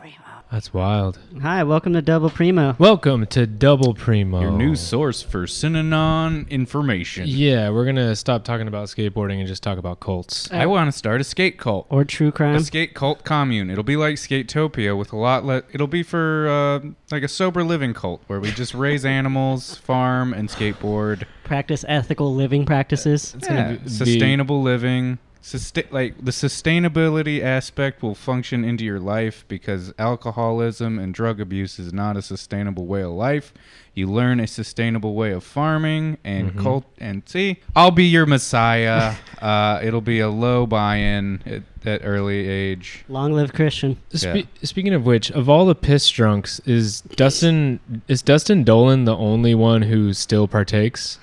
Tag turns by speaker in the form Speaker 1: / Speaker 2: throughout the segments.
Speaker 1: Primo.
Speaker 2: That's wild.
Speaker 1: Hi, welcome to Double Primo.
Speaker 2: Welcome to Double Primo.
Speaker 3: Your new source for Synanon information.
Speaker 2: Yeah, we're gonna stop talking about skateboarding and just talk about cults.
Speaker 3: I want to start a skate cult.
Speaker 1: Or True Crime.
Speaker 3: a skate cult commune. It'll be like Skatopia with a lot le- it'll be for uh, like a sober living cult where we just raise animals, farm and skateboard.
Speaker 1: Practice ethical living practices.
Speaker 2: gonna
Speaker 3: Yeah,
Speaker 2: be-
Speaker 3: sustainable living. Susta- like the sustainability aspect will function into your life because alcoholism and drug abuse is not a sustainable way of life. You learn a sustainable way of farming and cult and see. I'll be your messiah. uh, it'll be a low buy-in at that early age.
Speaker 1: Long live Christian.
Speaker 2: Spe- Speaking of which, of all the piss drunks, is Dustin is Dustin Dolan the only one who still partakes?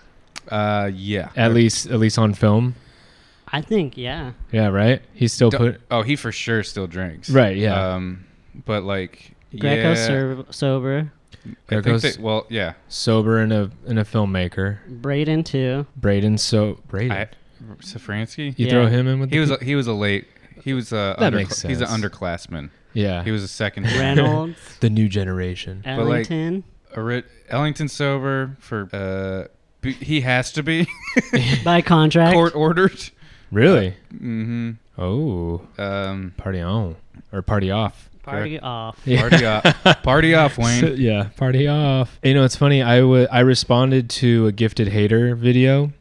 Speaker 3: Uh, yeah.
Speaker 2: At least at least on film.
Speaker 1: I think, yeah.
Speaker 2: Yeah, right. He's still
Speaker 3: Du-
Speaker 2: put
Speaker 3: oh, he for sure still drinks.
Speaker 2: Right, yeah.
Speaker 3: Um, but like
Speaker 1: Greco
Speaker 3: yeah,
Speaker 1: ser- sober.
Speaker 3: I think
Speaker 2: Greco's-
Speaker 3: that- well, yeah.
Speaker 2: sober and a and a filmmaker.
Speaker 1: Braden too.
Speaker 2: Braden so Braden.
Speaker 3: I, Safransky.
Speaker 2: you
Speaker 1: Yeah.
Speaker 2: throw him in with
Speaker 3: He
Speaker 2: the
Speaker 3: was
Speaker 2: pe-
Speaker 3: a, he was a late. He was a
Speaker 2: That
Speaker 3: undercla-
Speaker 2: makes
Speaker 3: he's an
Speaker 2: sense.
Speaker 3: underclassman.
Speaker 2: yeah.
Speaker 3: He was a second.
Speaker 1: Reynolds.
Speaker 2: the new generation.
Speaker 1: Uh,
Speaker 3: like-
Speaker 1: Ellington.
Speaker 3: Ori- Ellington sober for uh, b- he has to be
Speaker 1: by contract.
Speaker 3: court ordered.
Speaker 2: Really?
Speaker 3: Mm-hmm.
Speaker 2: Oh,
Speaker 3: Um,
Speaker 2: party on or party off.
Speaker 1: Party off.
Speaker 3: party off, party off, Wayne.
Speaker 2: yeah, party off. You know, it's funny. I wa- I responded to a gifted hater video,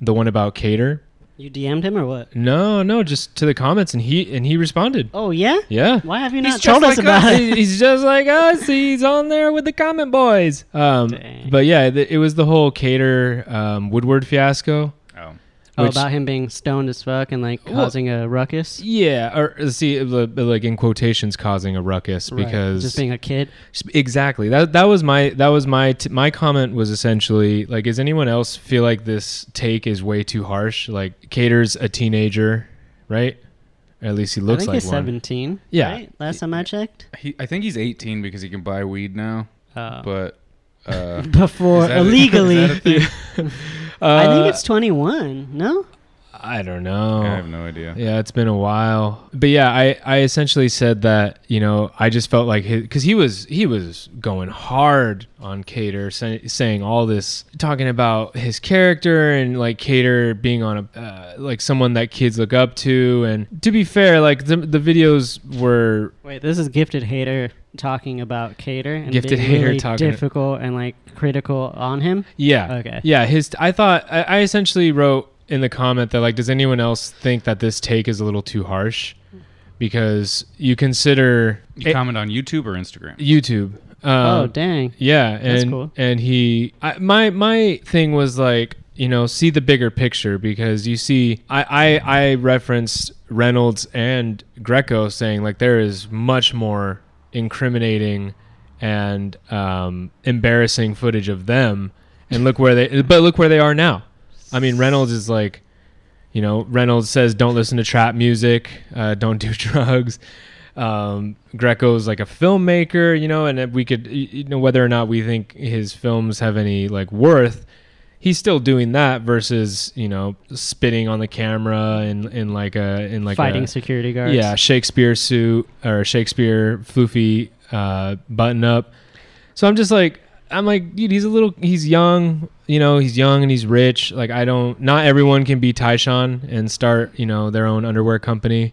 Speaker 2: the one about Cater.
Speaker 1: You DM'd him or what?
Speaker 2: No, no, just to the comments, and he and he responded.
Speaker 1: Oh yeah?
Speaker 2: Yeah,
Speaker 1: Why have you
Speaker 3: He's
Speaker 1: not told
Speaker 3: just like
Speaker 1: us about
Speaker 3: us.
Speaker 1: it?
Speaker 2: He- he's just like us. He's on there with the comment boys. Um,
Speaker 1: Dang.
Speaker 2: but yeah, th- it was the whole Cater um, Woodward fiasco.
Speaker 3: Oh,
Speaker 1: Oh,
Speaker 2: Which-
Speaker 1: about him being stoned as fuck and like causing a ruckus.
Speaker 2: Yeah, or uh, see, uh, like in quotations, causing a ruckus
Speaker 1: Right.
Speaker 2: because
Speaker 1: just being a kid.
Speaker 2: Sp- Exactly. That that was my that was my t- my comment was essentially like, does anyone else feel like this take is way too harsh? Like, Cater's a teenager, right? Or at least he
Speaker 1: I
Speaker 2: looks
Speaker 1: think
Speaker 2: like
Speaker 1: he's
Speaker 2: one.
Speaker 1: 17.
Speaker 2: Yeah.
Speaker 1: Right? Last time I checked.
Speaker 3: he, I think he's 18 because he can buy weed now.
Speaker 1: Uh,
Speaker 3: But uh,
Speaker 1: before
Speaker 3: is that a-
Speaker 1: illegally.
Speaker 3: is that a thing?
Speaker 1: I think
Speaker 2: Uh,
Speaker 1: it's 21. No?
Speaker 2: I don't know.
Speaker 3: I have no idea.
Speaker 2: Yeah, it's been a while. But yeah, I, I essentially said that, you know, I just felt like his, cuz he was he was going hard on Cater say, saying all this talking about his character and like Cater being on a uh, like someone that kids look up to and to be fair, like the the videos were
Speaker 1: Wait, this is gifted hater talking about Cater and
Speaker 2: Gifted
Speaker 1: being
Speaker 2: hater
Speaker 1: really
Speaker 2: talking-
Speaker 1: difficult and like critical on him.
Speaker 2: yeah.
Speaker 1: Okay.
Speaker 2: Yeah, his I thought I, I essentially wrote in the comment that like does anyone else think that this take is a little too harsh? Because you consider
Speaker 3: You comment on YouTube or Instagram.
Speaker 2: YouTube. Um,
Speaker 1: oh dang!
Speaker 2: Yeah, and
Speaker 1: That's cool.
Speaker 2: and he, I, my my thing was like, you know, see the bigger picture because you see, I I, I referenced Reynolds and Greco saying like there is much more incriminating and um, embarrassing footage of them, and look where they, but look where they are now. I mean, Reynolds is like, you know, Reynolds says don't listen to trap music, uh, don't do drugs. Um, Greco's like a filmmaker, you know, and if we could, y- you know, whether or not we think his films have any like worth, he's still doing that versus, you know, spitting on the camera in, in like a, in like
Speaker 1: Fighting
Speaker 2: a,
Speaker 1: security guards.
Speaker 2: yeah, Shakespeare suit or Shakespeare floofy uh, button up. So I'm just like, I'm like, dude, he's a little, he's young, you know, he's young and he's rich. Like, I don't, not everyone can be Tyshawn and start, you know, their own underwear company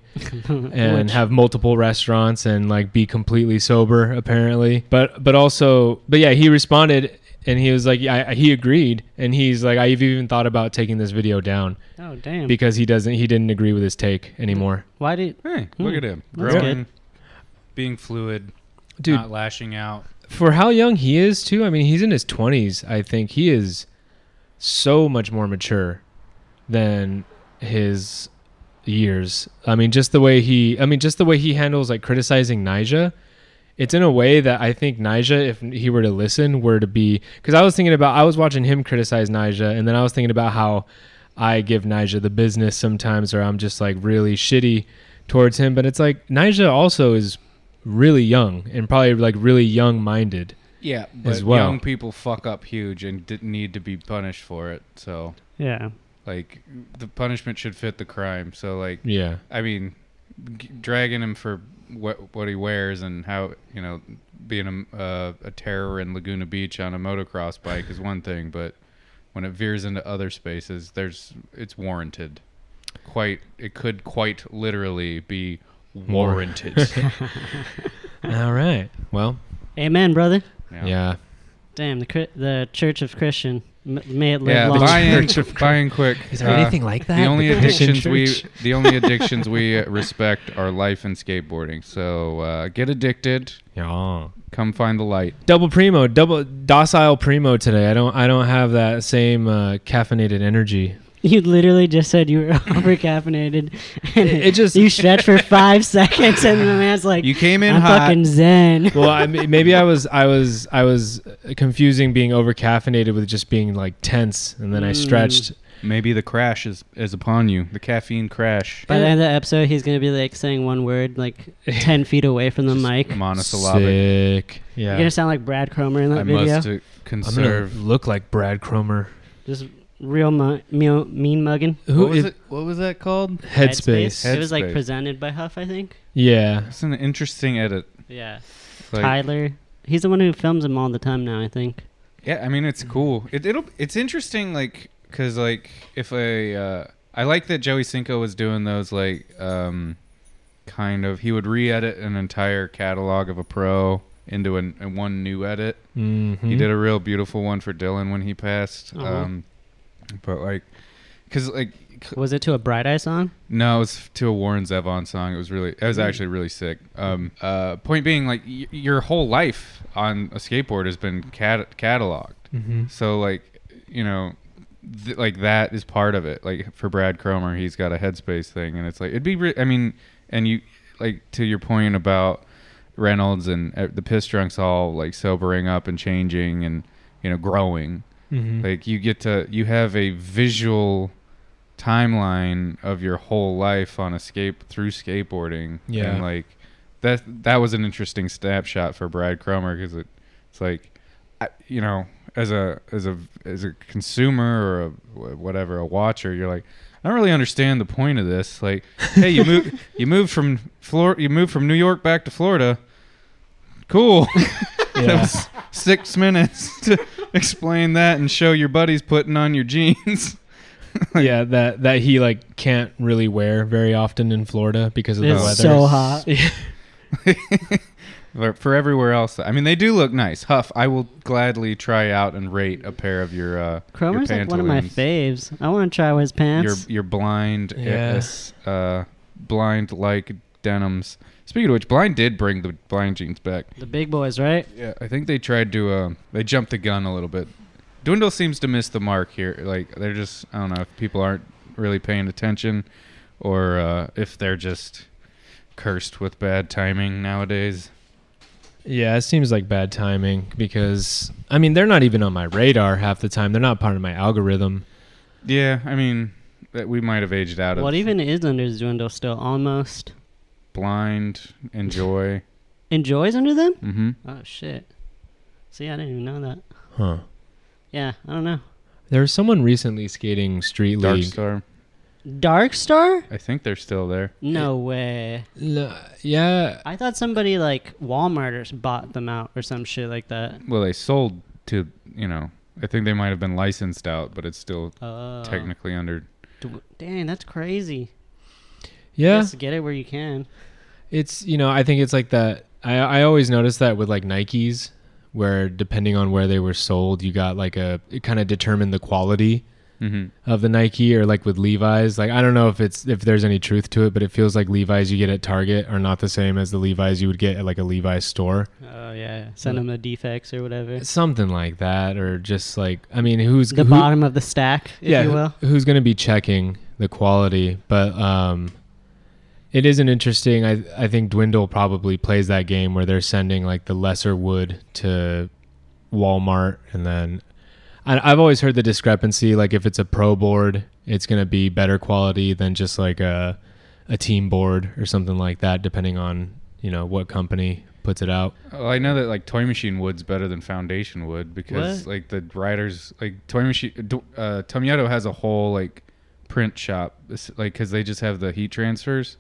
Speaker 2: and have multiple restaurants and like be completely sober apparently. But, but also, but yeah, he responded and he was like, yeah, I, he agreed. And he's like, I've even thought about taking this video down
Speaker 1: Oh damn!
Speaker 2: because he doesn't, he didn't agree with his take anymore.
Speaker 1: Why did?
Speaker 3: Hey, look at him
Speaker 1: Hmm. That's
Speaker 3: growing,
Speaker 1: good.
Speaker 3: being fluid,
Speaker 2: Dude.
Speaker 3: not lashing out.
Speaker 2: for how young he is too i mean he's in his 20s i think he is so much more mature than his years i mean just the way he i mean just the way he handles like criticizing nija it's in a way that i think nija if he were to listen were to be because i was thinking about i was watching him criticize nija and then i was thinking about how i give nija the business sometimes or i'm just like really shitty towards him but it's like nija also is really young and probably like really young minded.
Speaker 3: Yeah,
Speaker 2: as
Speaker 3: but
Speaker 2: well.
Speaker 3: young people fuck up huge and didn't need to be punished for it. So,
Speaker 1: Yeah.
Speaker 3: like, the punishment should fit the crime. So, like,
Speaker 2: Yeah.
Speaker 3: I mean, g- dragging him for what what he wears and how you know being a, uh, a terror in Laguna Beach on a motocross bike is one thing, but when it veers into other spaces, there's it's warranted. Quite, it could quite literally be warranted.
Speaker 2: All right. Well,
Speaker 1: Amen, brother.
Speaker 2: yeah.
Speaker 1: Damn the cri- the Church of Christian. M- may it live
Speaker 3: Yeah,
Speaker 1: long.
Speaker 3: buy in,
Speaker 2: Church of
Speaker 3: buy in quick. Uh,
Speaker 2: like
Speaker 3: The only
Speaker 2: at the Christian
Speaker 3: addictions we
Speaker 2: church?
Speaker 3: the only addictions we respect are life and skateboarding. So uh, get addicted,
Speaker 2: Yeah.
Speaker 3: come find the light.
Speaker 2: Double primo, double docile primo today. I don't. I don't have that same uh, caffeinated energy.
Speaker 1: You literally just said you were over caffeinated. and
Speaker 2: It- it just-
Speaker 1: you stretch for five seconds, and the man's like,
Speaker 3: You came in
Speaker 1: "I'm
Speaker 3: hot.
Speaker 1: fucking zen."
Speaker 2: Well, I mean, maybe I was. I was. I was confusing being over caffeinated with just being like tense, and then I stretched.
Speaker 3: Maybe the crash is, is upon you. The caffeine crash.
Speaker 1: By the end of the episode, he's gonna be like saying one word, like ten feet away from the
Speaker 3: Just
Speaker 1: mic.
Speaker 3: Monosyllabic.
Speaker 2: Sick. Yeah.
Speaker 1: You're gonna sound like Brad Cromer in that
Speaker 3: I
Speaker 1: video.
Speaker 3: must uh,
Speaker 2: I'm gonna
Speaker 3: conserve.
Speaker 2: look like Brad Cromer.
Speaker 1: Just real mu- meal, mean mugging.
Speaker 2: Who
Speaker 3: what was
Speaker 2: is
Speaker 3: it? What was that called?
Speaker 2: Headspace?
Speaker 1: It was like
Speaker 3: Headspace.
Speaker 1: presented by Huff, I think.
Speaker 2: yeah.
Speaker 3: It's an interesting edit.
Speaker 1: Yeah.
Speaker 3: Like,
Speaker 1: Tyler. He's the one who films him all the time now, I think.
Speaker 3: yeah, I mean it's cool. It, it'll it's interesting, like because like if a uh, I like that Joey Cinco was doing those like um, kind of he would re-edit an entire catalog of a pro into an, a one new edit.
Speaker 2: Mm-hmm.
Speaker 3: He did a real beautiful one for Dylan when he passed.
Speaker 1: Aw.
Speaker 3: Um, but like, because like
Speaker 1: Was it to a Bright Eye song?
Speaker 3: No, it was to a Warren Zevon song. It was really, it was actually really sick. Um, uh, point being, like y- your whole life on a skateboard has been cat- cataloged.
Speaker 2: Mm-hmm.
Speaker 3: So like, you know, th- like that is part of it. Like for Brad Cromer, he's got a headspace thing, and it's like it'd be. Re- I mean, and you like to your point about Reynolds and uh, the piss drunks all like sobering up and changing and you know growing.
Speaker 2: Mm-hmm.
Speaker 3: Like you get to you have a visual timeline of your whole life on escape through skateboarding.
Speaker 2: Yeah.
Speaker 3: And like that that was an interesting snapshot for Brad Cromer because it, it's like I, you know as a as a as a consumer or a, wh- whatever a watcher you're like I don't really understand the point of this. Like hey you move you moved from Flor- you moved from New York back to Florida. Cool. That
Speaker 2: yeah.
Speaker 3: was six minutes to explain that and show your buddies putting on your jeans.
Speaker 2: yeah, that that he like can't really wear very often in Florida because of the
Speaker 1: It's
Speaker 2: weather.
Speaker 1: so hot.
Speaker 3: For- For everywhere else, I mean, they do look nice. Huff, I will gladly try out and rate a pair of your uh,
Speaker 1: Cromer's
Speaker 3: your
Speaker 1: like one of my
Speaker 3: pantaloons.
Speaker 1: faves. I want to try his
Speaker 3: Your
Speaker 1: pants.
Speaker 3: your blind
Speaker 2: Yeah.
Speaker 3: yes, uh, blind like denims. Speaking of which, blind did bring the blind jeans back.
Speaker 1: the big boys, right?
Speaker 3: Yeah, I think they tried to. Uh, they jumped the gun a little bit. Dwindle seems to miss the mark here. Like they're just, I don't know if people aren't really paying attention, or uh, if they're just cursed with bad timing nowadays.
Speaker 2: Yeah, it seems like bad timing because I mean they're not even on my radar half the time. They're not part of my algorithm.
Speaker 3: Yeah, I mean, that we might have aged out of
Speaker 1: What even is under his window still? Almost.
Speaker 3: blind enjoy.
Speaker 1: Enjoys under them?
Speaker 3: mm-hmm.
Speaker 1: Oh, shit. See, I didn't even know that.
Speaker 2: Huh.
Speaker 1: Yeah, I don't know.
Speaker 2: There was someone recently skating Street
Speaker 3: Dark
Speaker 2: League.
Speaker 3: Star.
Speaker 1: Dark Star?
Speaker 3: I think they're still there.
Speaker 1: No way.
Speaker 2: No, yeah,
Speaker 1: I thought somebody like Walmart or s- bought them out or some shit like that.
Speaker 3: Well, they sold to you know. I think they might have been licensed out, but it's still
Speaker 1: Oh.
Speaker 3: technically under.
Speaker 1: D- Dang, that's crazy.
Speaker 2: yeah.
Speaker 1: Just get it where you can.
Speaker 2: It's you know I think it's like that. I I always notice that with like Nikes, where depending on where they were sold, you got like a it kind of determined the quality.
Speaker 3: Mm-hmm.
Speaker 2: of the Nike or like with Levi's. Like I don't know if it's if there's any truth to it, but it feels like Levi's you get at Target are not the same as the Levi's you would get at like a Levi's store.
Speaker 1: Oh yeah,
Speaker 3: Uh,
Speaker 1: send them the defects or whatever.
Speaker 2: Something like that or just like I mean, who's
Speaker 1: The
Speaker 2: who-
Speaker 1: bottom of the stack, if
Speaker 2: yeah,
Speaker 1: you
Speaker 2: who-
Speaker 1: will.
Speaker 2: who's going to be checking the quality, but um it is an interesting I I think Dwindle probably plays that game where they're sending like the lesser wood to Walmart and then I, I've always heard the discrepancy. Like if it's a pro board, it's gonna be better quality than just like a a team board or something like that, depending on you know what company puts it out.
Speaker 3: Well, I know that like toy machine wood's better than foundation wood because
Speaker 1: What?
Speaker 3: like the riders like toy machine d- uh, Tomiyato has a whole like print shop this- like because they just have the heat transfers,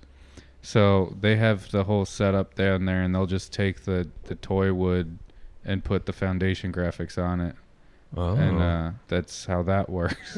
Speaker 3: So they have the whole setup down there, and they'll just take the the toy wood and put the foundation graphics on it,
Speaker 2: Oh.
Speaker 3: and uh, that's how that works.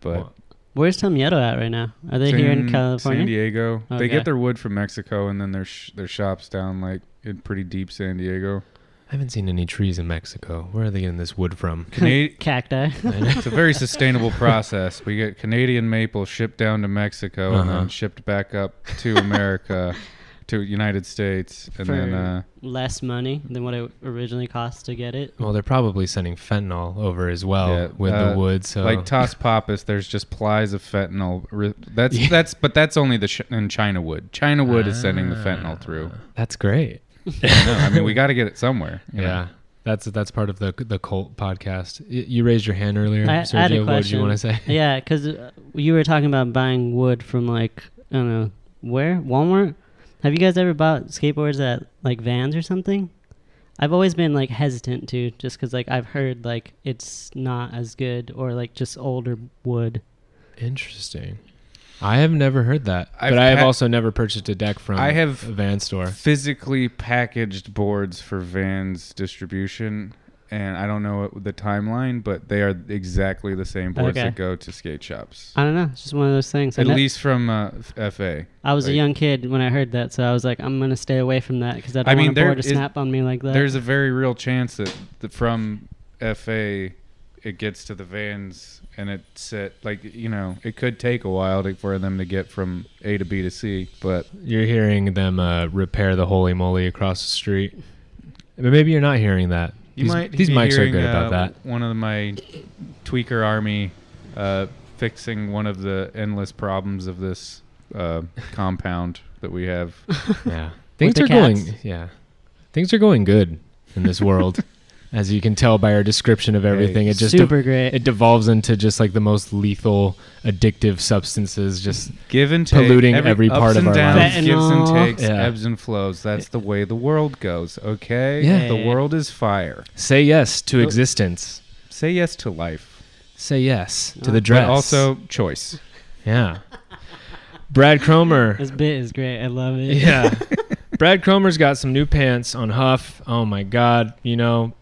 Speaker 3: But
Speaker 2: Well,
Speaker 1: Where's Tom Yeto at right now? Are they
Speaker 3: It's
Speaker 1: here in California?
Speaker 3: San Diego. They
Speaker 1: Okay.
Speaker 3: get their wood from Mexico, and then their sh- their shops down like in pretty deep San Diego.
Speaker 2: I haven't seen any trees in Mexico. Where are they getting this wood from?
Speaker 3: Cana-
Speaker 1: Cacti.
Speaker 3: it's a very sustainable process. We get Canadian maple shipped down to Mexico and
Speaker 2: Uh-huh.
Speaker 3: then shipped back up to America, to United States, and then
Speaker 1: For-
Speaker 3: uh,
Speaker 1: Less money than what it originally cost to get it.
Speaker 2: Well, they're probably sending fentanyl over as well
Speaker 3: Yeah,
Speaker 2: with
Speaker 3: uh,
Speaker 2: the wood. So
Speaker 3: like Toss Pappas, there's just plies of fentanyl. Re- That's
Speaker 2: Yeah.
Speaker 3: that's but that's only the sh- in China wood. China wood is sending the fentanyl through.
Speaker 2: Ah, That's great.
Speaker 3: I know. I mean, we got to get it somewhere. you know.
Speaker 2: Yeah. That's that's part of the the cult podcast. Y- You raised your hand earlier,
Speaker 1: I- I
Speaker 2: Sergio.
Speaker 1: had a
Speaker 2: what did you
Speaker 1: question.
Speaker 2: want to say?
Speaker 1: yeah, because you were talking about buying wood from like I don't know where Walmart. Have you guys ever bought skateboards at like Vans or something? I've always been like hesitant to, just because like I've heard like it's not as good or like just older wood.
Speaker 2: Interesting. I have never heard that,
Speaker 3: I've
Speaker 2: but I have
Speaker 3: had-
Speaker 2: also never purchased a deck from
Speaker 3: I have-
Speaker 2: a van store.
Speaker 3: physically packaged boards for Vans distribution, and I don't know the timeline, but they are exactly the same boards
Speaker 1: Okay.
Speaker 3: that go to skate shops.
Speaker 1: I don't know. It's just one of those things. I
Speaker 3: At
Speaker 1: know-
Speaker 3: least from uh, F- FA.
Speaker 1: I was a
Speaker 3: like-
Speaker 1: young kid when I heard that, so I was like, I'm gonna stay away from that because I
Speaker 3: I
Speaker 1: don't
Speaker 3: mean,
Speaker 1: want a
Speaker 3: there
Speaker 1: board to
Speaker 3: is-
Speaker 1: snap on me like that.
Speaker 3: There's a very real chance that the, from FA it gets to the Vans and it's at, like you know it could take a while to, for them to get from A to B to C, but
Speaker 2: You're hearing them uh, repair the holy moly across the street, but maybe you're not hearing that.
Speaker 3: You
Speaker 2: these
Speaker 3: might
Speaker 2: these
Speaker 3: be
Speaker 2: mics
Speaker 3: hearing,
Speaker 2: are good
Speaker 3: uh,
Speaker 2: about that.
Speaker 3: One of my tweaker army uh, fixing one of the endless problems of this uh, compound that we have.
Speaker 2: Yeah, things
Speaker 1: the
Speaker 2: are going.
Speaker 1: cats.
Speaker 2: Yeah, things are going good in this world, as you can tell by our description of everything. it just de-
Speaker 1: super great.
Speaker 2: it devolves into just like the most lethal, addictive substances. Just
Speaker 3: Give and take,
Speaker 2: Polluting every
Speaker 3: ups
Speaker 2: part of
Speaker 3: and
Speaker 2: our
Speaker 3: downs,
Speaker 1: lives.
Speaker 3: gives and
Speaker 1: Fentanyl.
Speaker 3: takes,
Speaker 2: Yeah.
Speaker 3: ebbs and flows. That's the way the world goes. Okay,
Speaker 2: Yeah.
Speaker 3: the world is fire.
Speaker 2: say yes to
Speaker 3: Nope.
Speaker 2: existence.
Speaker 3: Say yes to life,
Speaker 2: Say yes to
Speaker 1: Uh,
Speaker 2: the
Speaker 1: but
Speaker 2: dress.
Speaker 3: but also choice.
Speaker 2: yeah. Brad Cromer
Speaker 1: this bit is great. I love it.
Speaker 2: Yeah. Brad Cromer's got some new pants on Huff. Oh my god, you know.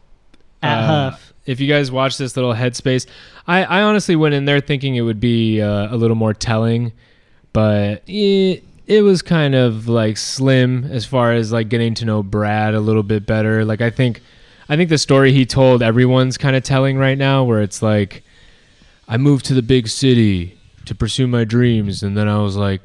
Speaker 1: At
Speaker 2: uh,
Speaker 1: Huff.
Speaker 2: If you guys watch this little headspace, I, I honestly went in there thinking it would be uh, a little more telling, but it, it was kind of like slim as far as like getting to know Brad a little bit better. Like I think I think the story he told everyone's kind of telling right now where it's like I moved to the big city to pursue my dreams and then I was like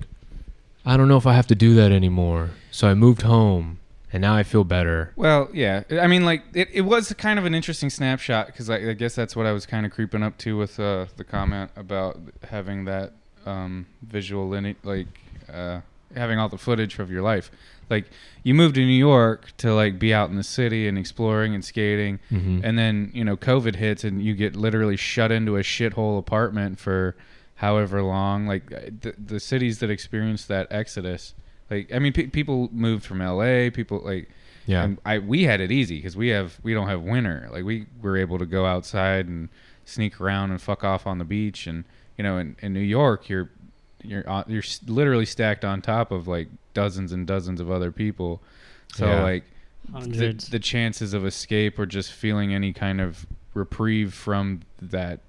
Speaker 2: I don't know if I have to do that anymore. So I moved home and now I feel better.
Speaker 3: Well, yeah. I mean, like it, it was kind of an interesting snapshot because I, I guess that's what I was kind of creeping up to with uh, the comment about having that um, visual line, like uh, having all the footage of your life. Like you moved to New York to like be out in the city and exploring and skating,
Speaker 2: Mhm.
Speaker 3: and then you know COVID hits and you get literally shut into a shithole apartment for however long. Like uh, the, the cities that experienced that exodus. Like I mean, pe- people moved from LA. People like
Speaker 2: Yeah.
Speaker 3: and I we had it easy because we have we don't have winter. Like we were able to go outside and sneak around and fuck off on the beach. And you know, in, in New York, you're you're on, you're s- literally stacked on top of like dozens and dozens of other people. So
Speaker 2: Yeah.
Speaker 3: like the,
Speaker 1: Hundreds.
Speaker 3: the chances of escape or just feeling any kind of reprieve from that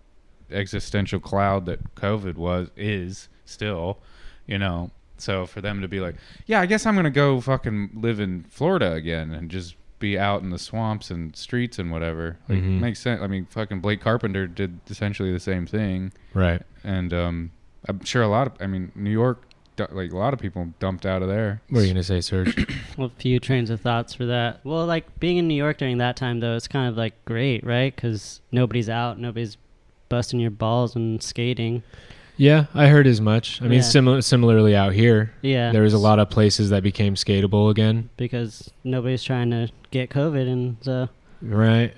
Speaker 3: existential cloud that COVID was is still, you know. So for them to be like, yeah, I guess I'm gonna go fucking live in Florida again and just be out in the swamps and streets and whatever. Like,
Speaker 2: Mhm.
Speaker 3: Makes sense. I mean, fucking Blake Carpenter did essentially the same thing,
Speaker 2: right.
Speaker 3: and um, I'm sure a lot of, I mean, New York, du- like a lot of people dumped out of there.
Speaker 2: What are you going to say, Serge?
Speaker 1: Well, few trains of thoughts for that. Well, like being in New York during that time though, it's kind of like great, right? Because nobody's out, nobody's busting your balls and skating.
Speaker 2: yeah, I heard as much. I mean,
Speaker 1: Yeah.
Speaker 2: similar, similarly out here,
Speaker 1: Yeah,
Speaker 2: there was a lot of places that became skatable again.
Speaker 1: because nobody's trying to get COVID, and so
Speaker 2: Right.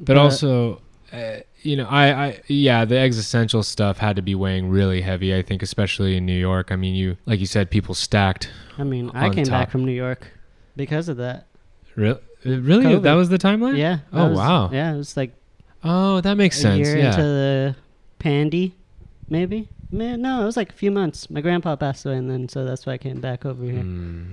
Speaker 2: But, also, uh, you know, I, I, yeah, the existential stuff had to be weighing really heavy, I think, especially in New York. I mean, you, like you said, people stacked.
Speaker 1: I mean, I
Speaker 2: on
Speaker 1: came
Speaker 2: top.
Speaker 1: back from New York because of that.
Speaker 2: Really? Really?
Speaker 1: COVID.
Speaker 2: That was the timeline?
Speaker 1: Yeah.
Speaker 2: Oh,
Speaker 1: I was-
Speaker 2: wow.
Speaker 1: Yeah, it was like
Speaker 2: Oh, that makes
Speaker 1: a
Speaker 2: sense.
Speaker 1: year
Speaker 2: Yeah.
Speaker 1: into the pandy, maybe. man, no, it was like a few months. My grandpa passed away, and then so that's why I came back over here.
Speaker 2: Mm.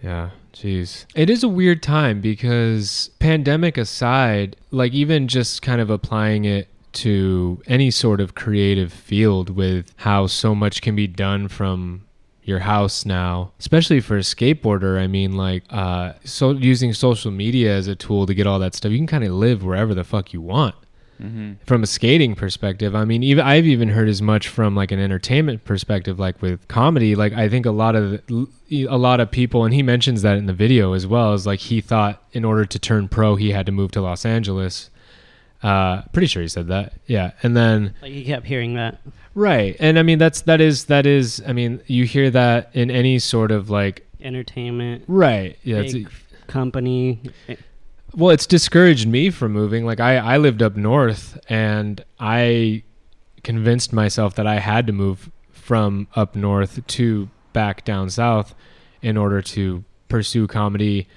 Speaker 2: Yeah, jeez. It is a weird time because pandemic aside, like even just kind of applying it to any sort of creative field with how so much can be done from your house now, especially for a skateboarder. I mean, like, uh, so using social media as a tool to get all that stuff, you can kind of live wherever the fuck you want
Speaker 3: Mm-hmm.
Speaker 2: from a skating perspective i mean even i've even heard as much from like an entertainment perspective like with comedy like i think a lot of a lot of people and he mentions that in the video as well is like he thought in order to turn pro he had to move to los angeles uh pretty sure he said that yeah and then
Speaker 1: Like you kept hearing that.
Speaker 2: right and i mean that's that is that is i mean you hear that in any sort of like
Speaker 1: Entertainment,
Speaker 2: right yeah it's-
Speaker 1: big company.
Speaker 2: Well, it's discouraged me from moving. Like I, I lived up north and I convinced myself that I had to move from up north to back down south in order to pursue comedy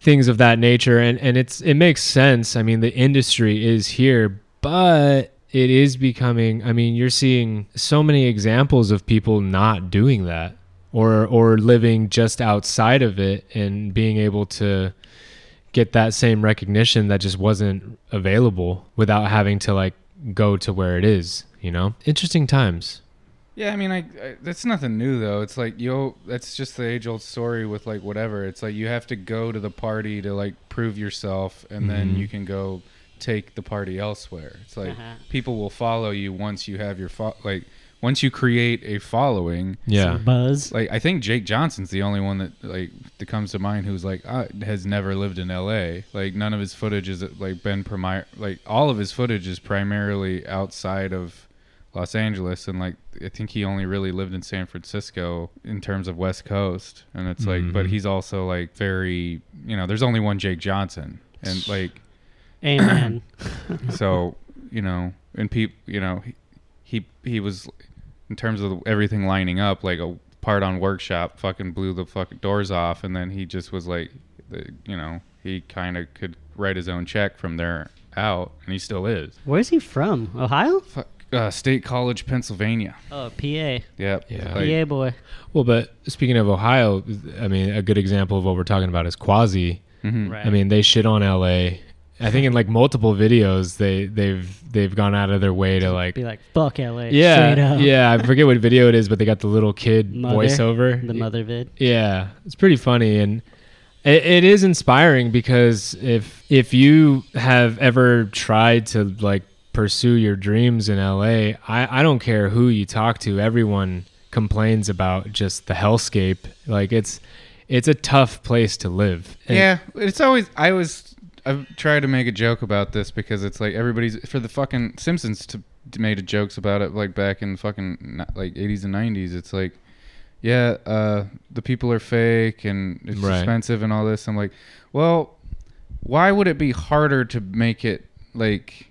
Speaker 2: things of that nature and and it's it makes sense. I mean, the industry is here, but it is becoming I mean, you're seeing so many examples of people not doing that or or living just outside of it and being able to get that same recognition that just wasn't available without having to like go to where it is you know interesting times
Speaker 3: Yeah, I mean, I, I that's nothing new though. It's like yo, that's just the age old story with like whatever. It's like you have to go to the party to like prove yourself, and then
Speaker 2: Mhm.
Speaker 3: you can go take the party elsewhere. It's like
Speaker 1: Uh-huh.
Speaker 3: people will follow you once you have your fo- like once you create a following.
Speaker 2: yeah
Speaker 1: Some buzz.
Speaker 3: Like I think Jake Johnson's the only one that like that comes to mind who's like uh, has never lived in L.A. Like none of his footage is like been primi- like all of his footage is primarily outside of Los Angeles and like I think he only really lived in San Francisco in terms of West Coast and it's like but
Speaker 2: Mhm.
Speaker 3: he's also like very you know there's only one Jake Johnson and like
Speaker 1: Amen.
Speaker 3: so you know and peop you know he, he he was in terms of everything lining up like a part on workshop fucking blew the fucking doors off and then he just was like the- you know he kind of could write his own check from there out and he still is
Speaker 1: Where's he from? Ohio?
Speaker 3: Fuck, uh, state college pennsylvania
Speaker 1: Oh, PA.
Speaker 3: yep
Speaker 2: Yeah.
Speaker 3: Like,
Speaker 1: PA boy.
Speaker 2: well but speaking of ohio i mean a good example of what we're talking about is quasi
Speaker 3: mhm.
Speaker 1: Right.
Speaker 2: i mean they shit on la i think in like multiple videos they they've they've gone out of their way to like
Speaker 1: be like fuck LA. straight
Speaker 2: yeah
Speaker 1: up.
Speaker 2: yeah i forget what video it is but they got the little kid
Speaker 1: Mother.
Speaker 2: voiceover
Speaker 1: The mother vid.
Speaker 2: Yeah, it's pretty funny and it, it is inspiring because if if you have ever tried to like pursue your dreams in LA, I I don't care who you talk to, everyone complains about just the hellscape. Like it's it's a tough place to live. And-
Speaker 3: yeah it's always i was i've tried to make a joke about this because it's like everybody's for the fucking simpsons to made jokes about it like back in fucking ni- like 80s and 90s it's like yeah uh the people are fake and it's
Speaker 2: Right.
Speaker 3: expensive and all this i'm like well why would it be harder to make it like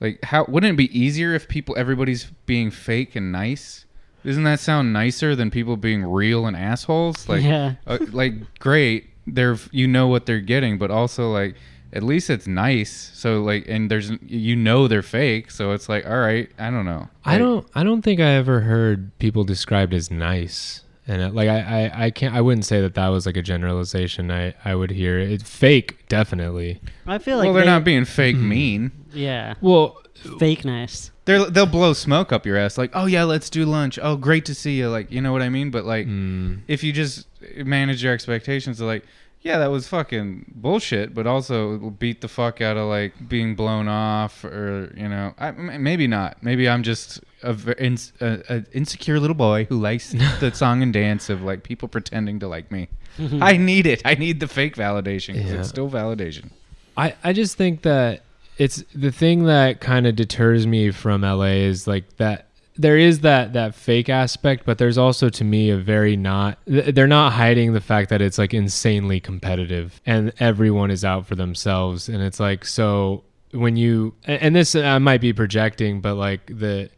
Speaker 3: like how wouldn't it be easier if people everybody's being fake and nice doesn't that sound nicer than people being real and assholes like
Speaker 1: Yeah.
Speaker 3: uh, like great they're you know what they're getting but also like at least it's nice so like and there's you know they're fake so it's like all right i don't know
Speaker 2: I
Speaker 3: Like,
Speaker 2: don't I don't think I ever heard people described as nice. And uh, like I, I, I can't I wouldn't say that that was like a generalization I, I would hear it fake definitely
Speaker 1: I feel like
Speaker 3: well they're
Speaker 1: they-
Speaker 3: not being fake mean
Speaker 1: Yeah.
Speaker 2: well
Speaker 1: Fake nice.
Speaker 3: they're they'll blow smoke up your ass like oh yeah let's do lunch oh great to see you like you know what i mean but like
Speaker 2: Mm.
Speaker 3: if you just manage your expectations of like yeah that was fucking bullshit but also it'll beat the fuck out of like being blown off or you know I, m- maybe not maybe i'm just a, v- ins a, a insecure little boy who likes the song and dance of like people pretending to like me i need it i need the fake validation 'cause
Speaker 2: Yeah.
Speaker 3: it's still validation
Speaker 2: I, I just think that it's the thing that kind of deters me from LA is like that there is that that fake aspect but there's also to me a very not th- they're not hiding the fact that it's like insanely competitive and everyone is out for themselves and it's like so when you and and this I might be projecting but like the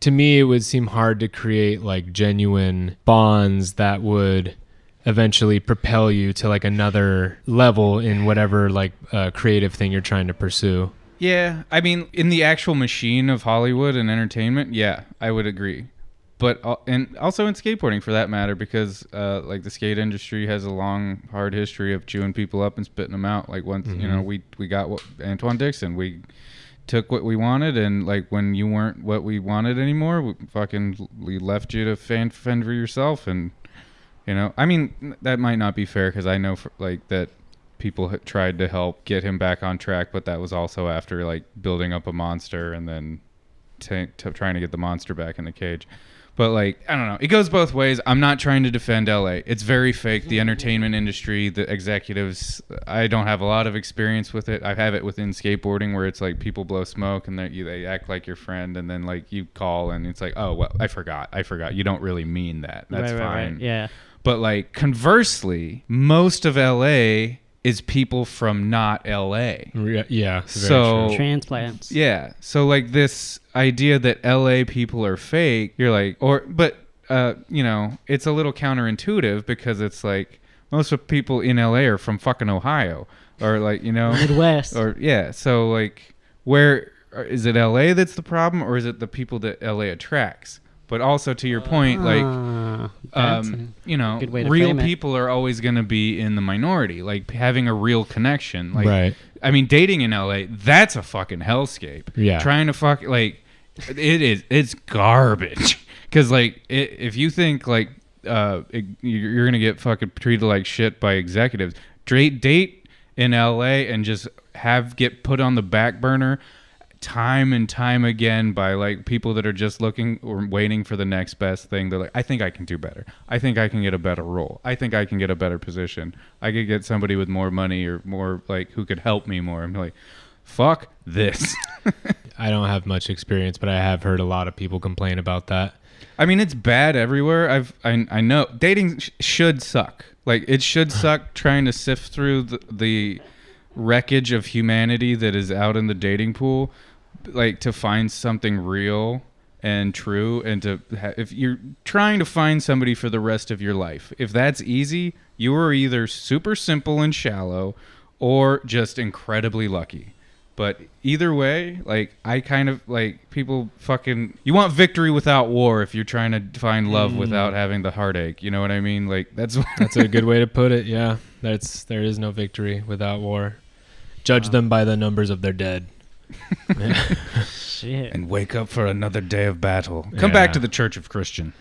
Speaker 2: to me it would seem hard to create like genuine bonds that would eventually propel you to like another level in whatever like uh, creative thing you're trying to pursue
Speaker 3: Yeah, I mean, in the actual machine of Hollywood and entertainment, yeah, I would agree. but al- and also in skateboarding for that matter because uh, like the skate industry has a long hard history of chewing people up and spitting them out like once you know we we got what antoine dixon we took what we wanted and like when you weren't what we wanted anymore we fucking we left you to fan, fend for yourself and you know i mean that might not be fair because i know for, like that people had tried to help get him back on track but that was also after like building up a monster and then t- t- trying to get the monster back in the cage but like i don't know it goes both ways i'm not trying to defend la it's very fake the entertainment industry the executives i don't have a lot of experience with it i have it within skateboarding where it's like people blow smoke and they you- they act like your friend and then like you call and it's like oh well i forgot i forgot you don't really mean that that's
Speaker 1: right,
Speaker 3: fine
Speaker 1: Right, right. Yeah.
Speaker 3: but like conversely, most of LA is people from not LA.
Speaker 2: Re- yeah. very
Speaker 3: So-
Speaker 2: true.
Speaker 1: Transplants.
Speaker 3: Yeah. So like this idea that LA people are fake, you're like or but uh you know, it's a little counterintuitive because it's like most of people in LA are from fucking Ohio or like, you know,
Speaker 1: Midwest.
Speaker 3: or yeah, so like where or is it LA that's the problem or is it the people that LA attracts? But also to your point like
Speaker 1: Ah, that's
Speaker 3: um, you know,
Speaker 1: good way to
Speaker 3: real
Speaker 1: frame it.
Speaker 3: people are always going to be in the minority. Like having a real connection. Like,
Speaker 2: Right.
Speaker 3: I mean, dating in LA, that's a fucking hellscape.
Speaker 2: Yeah.
Speaker 3: Trying to fuck like, it is. It's garbage. Because like, i if you think like, uh, it, you're you're gonna get fucking treated like shit by executives. Date date in LA and just have get put on the back burner time and time again by like people that are just looking or waiting for the next best thing. They're like, I think I can do better. I think I can get a better role. I think I can get a better position. I could get somebody with more money or more like who could help me more. I'm like, fuck this.
Speaker 2: I don't have much experience, but I have heard a lot of people complain about that.
Speaker 3: I mean, it's bad everywhere. I've I, I know dating sh- should suck. Like it should suck trying to sift through the, the wreckage of humanity that is out in the dating pool, like to find something real and true, and to ha- if you're trying to find somebody for the rest of your life, if that's easy, you are either super simple and shallow, or just incredibly lucky. But either way, like I kind of like people fucking you want victory without war if you're trying to find love without having the heartache. You know what I mean? Like that's
Speaker 2: That's a good way to put it. Yeah. That's there is no victory without war. Judge them by the numbers of their dead.
Speaker 1: Shit.
Speaker 3: and wake up for another day of battle.
Speaker 2: Come back to
Speaker 3: the Church of Christian.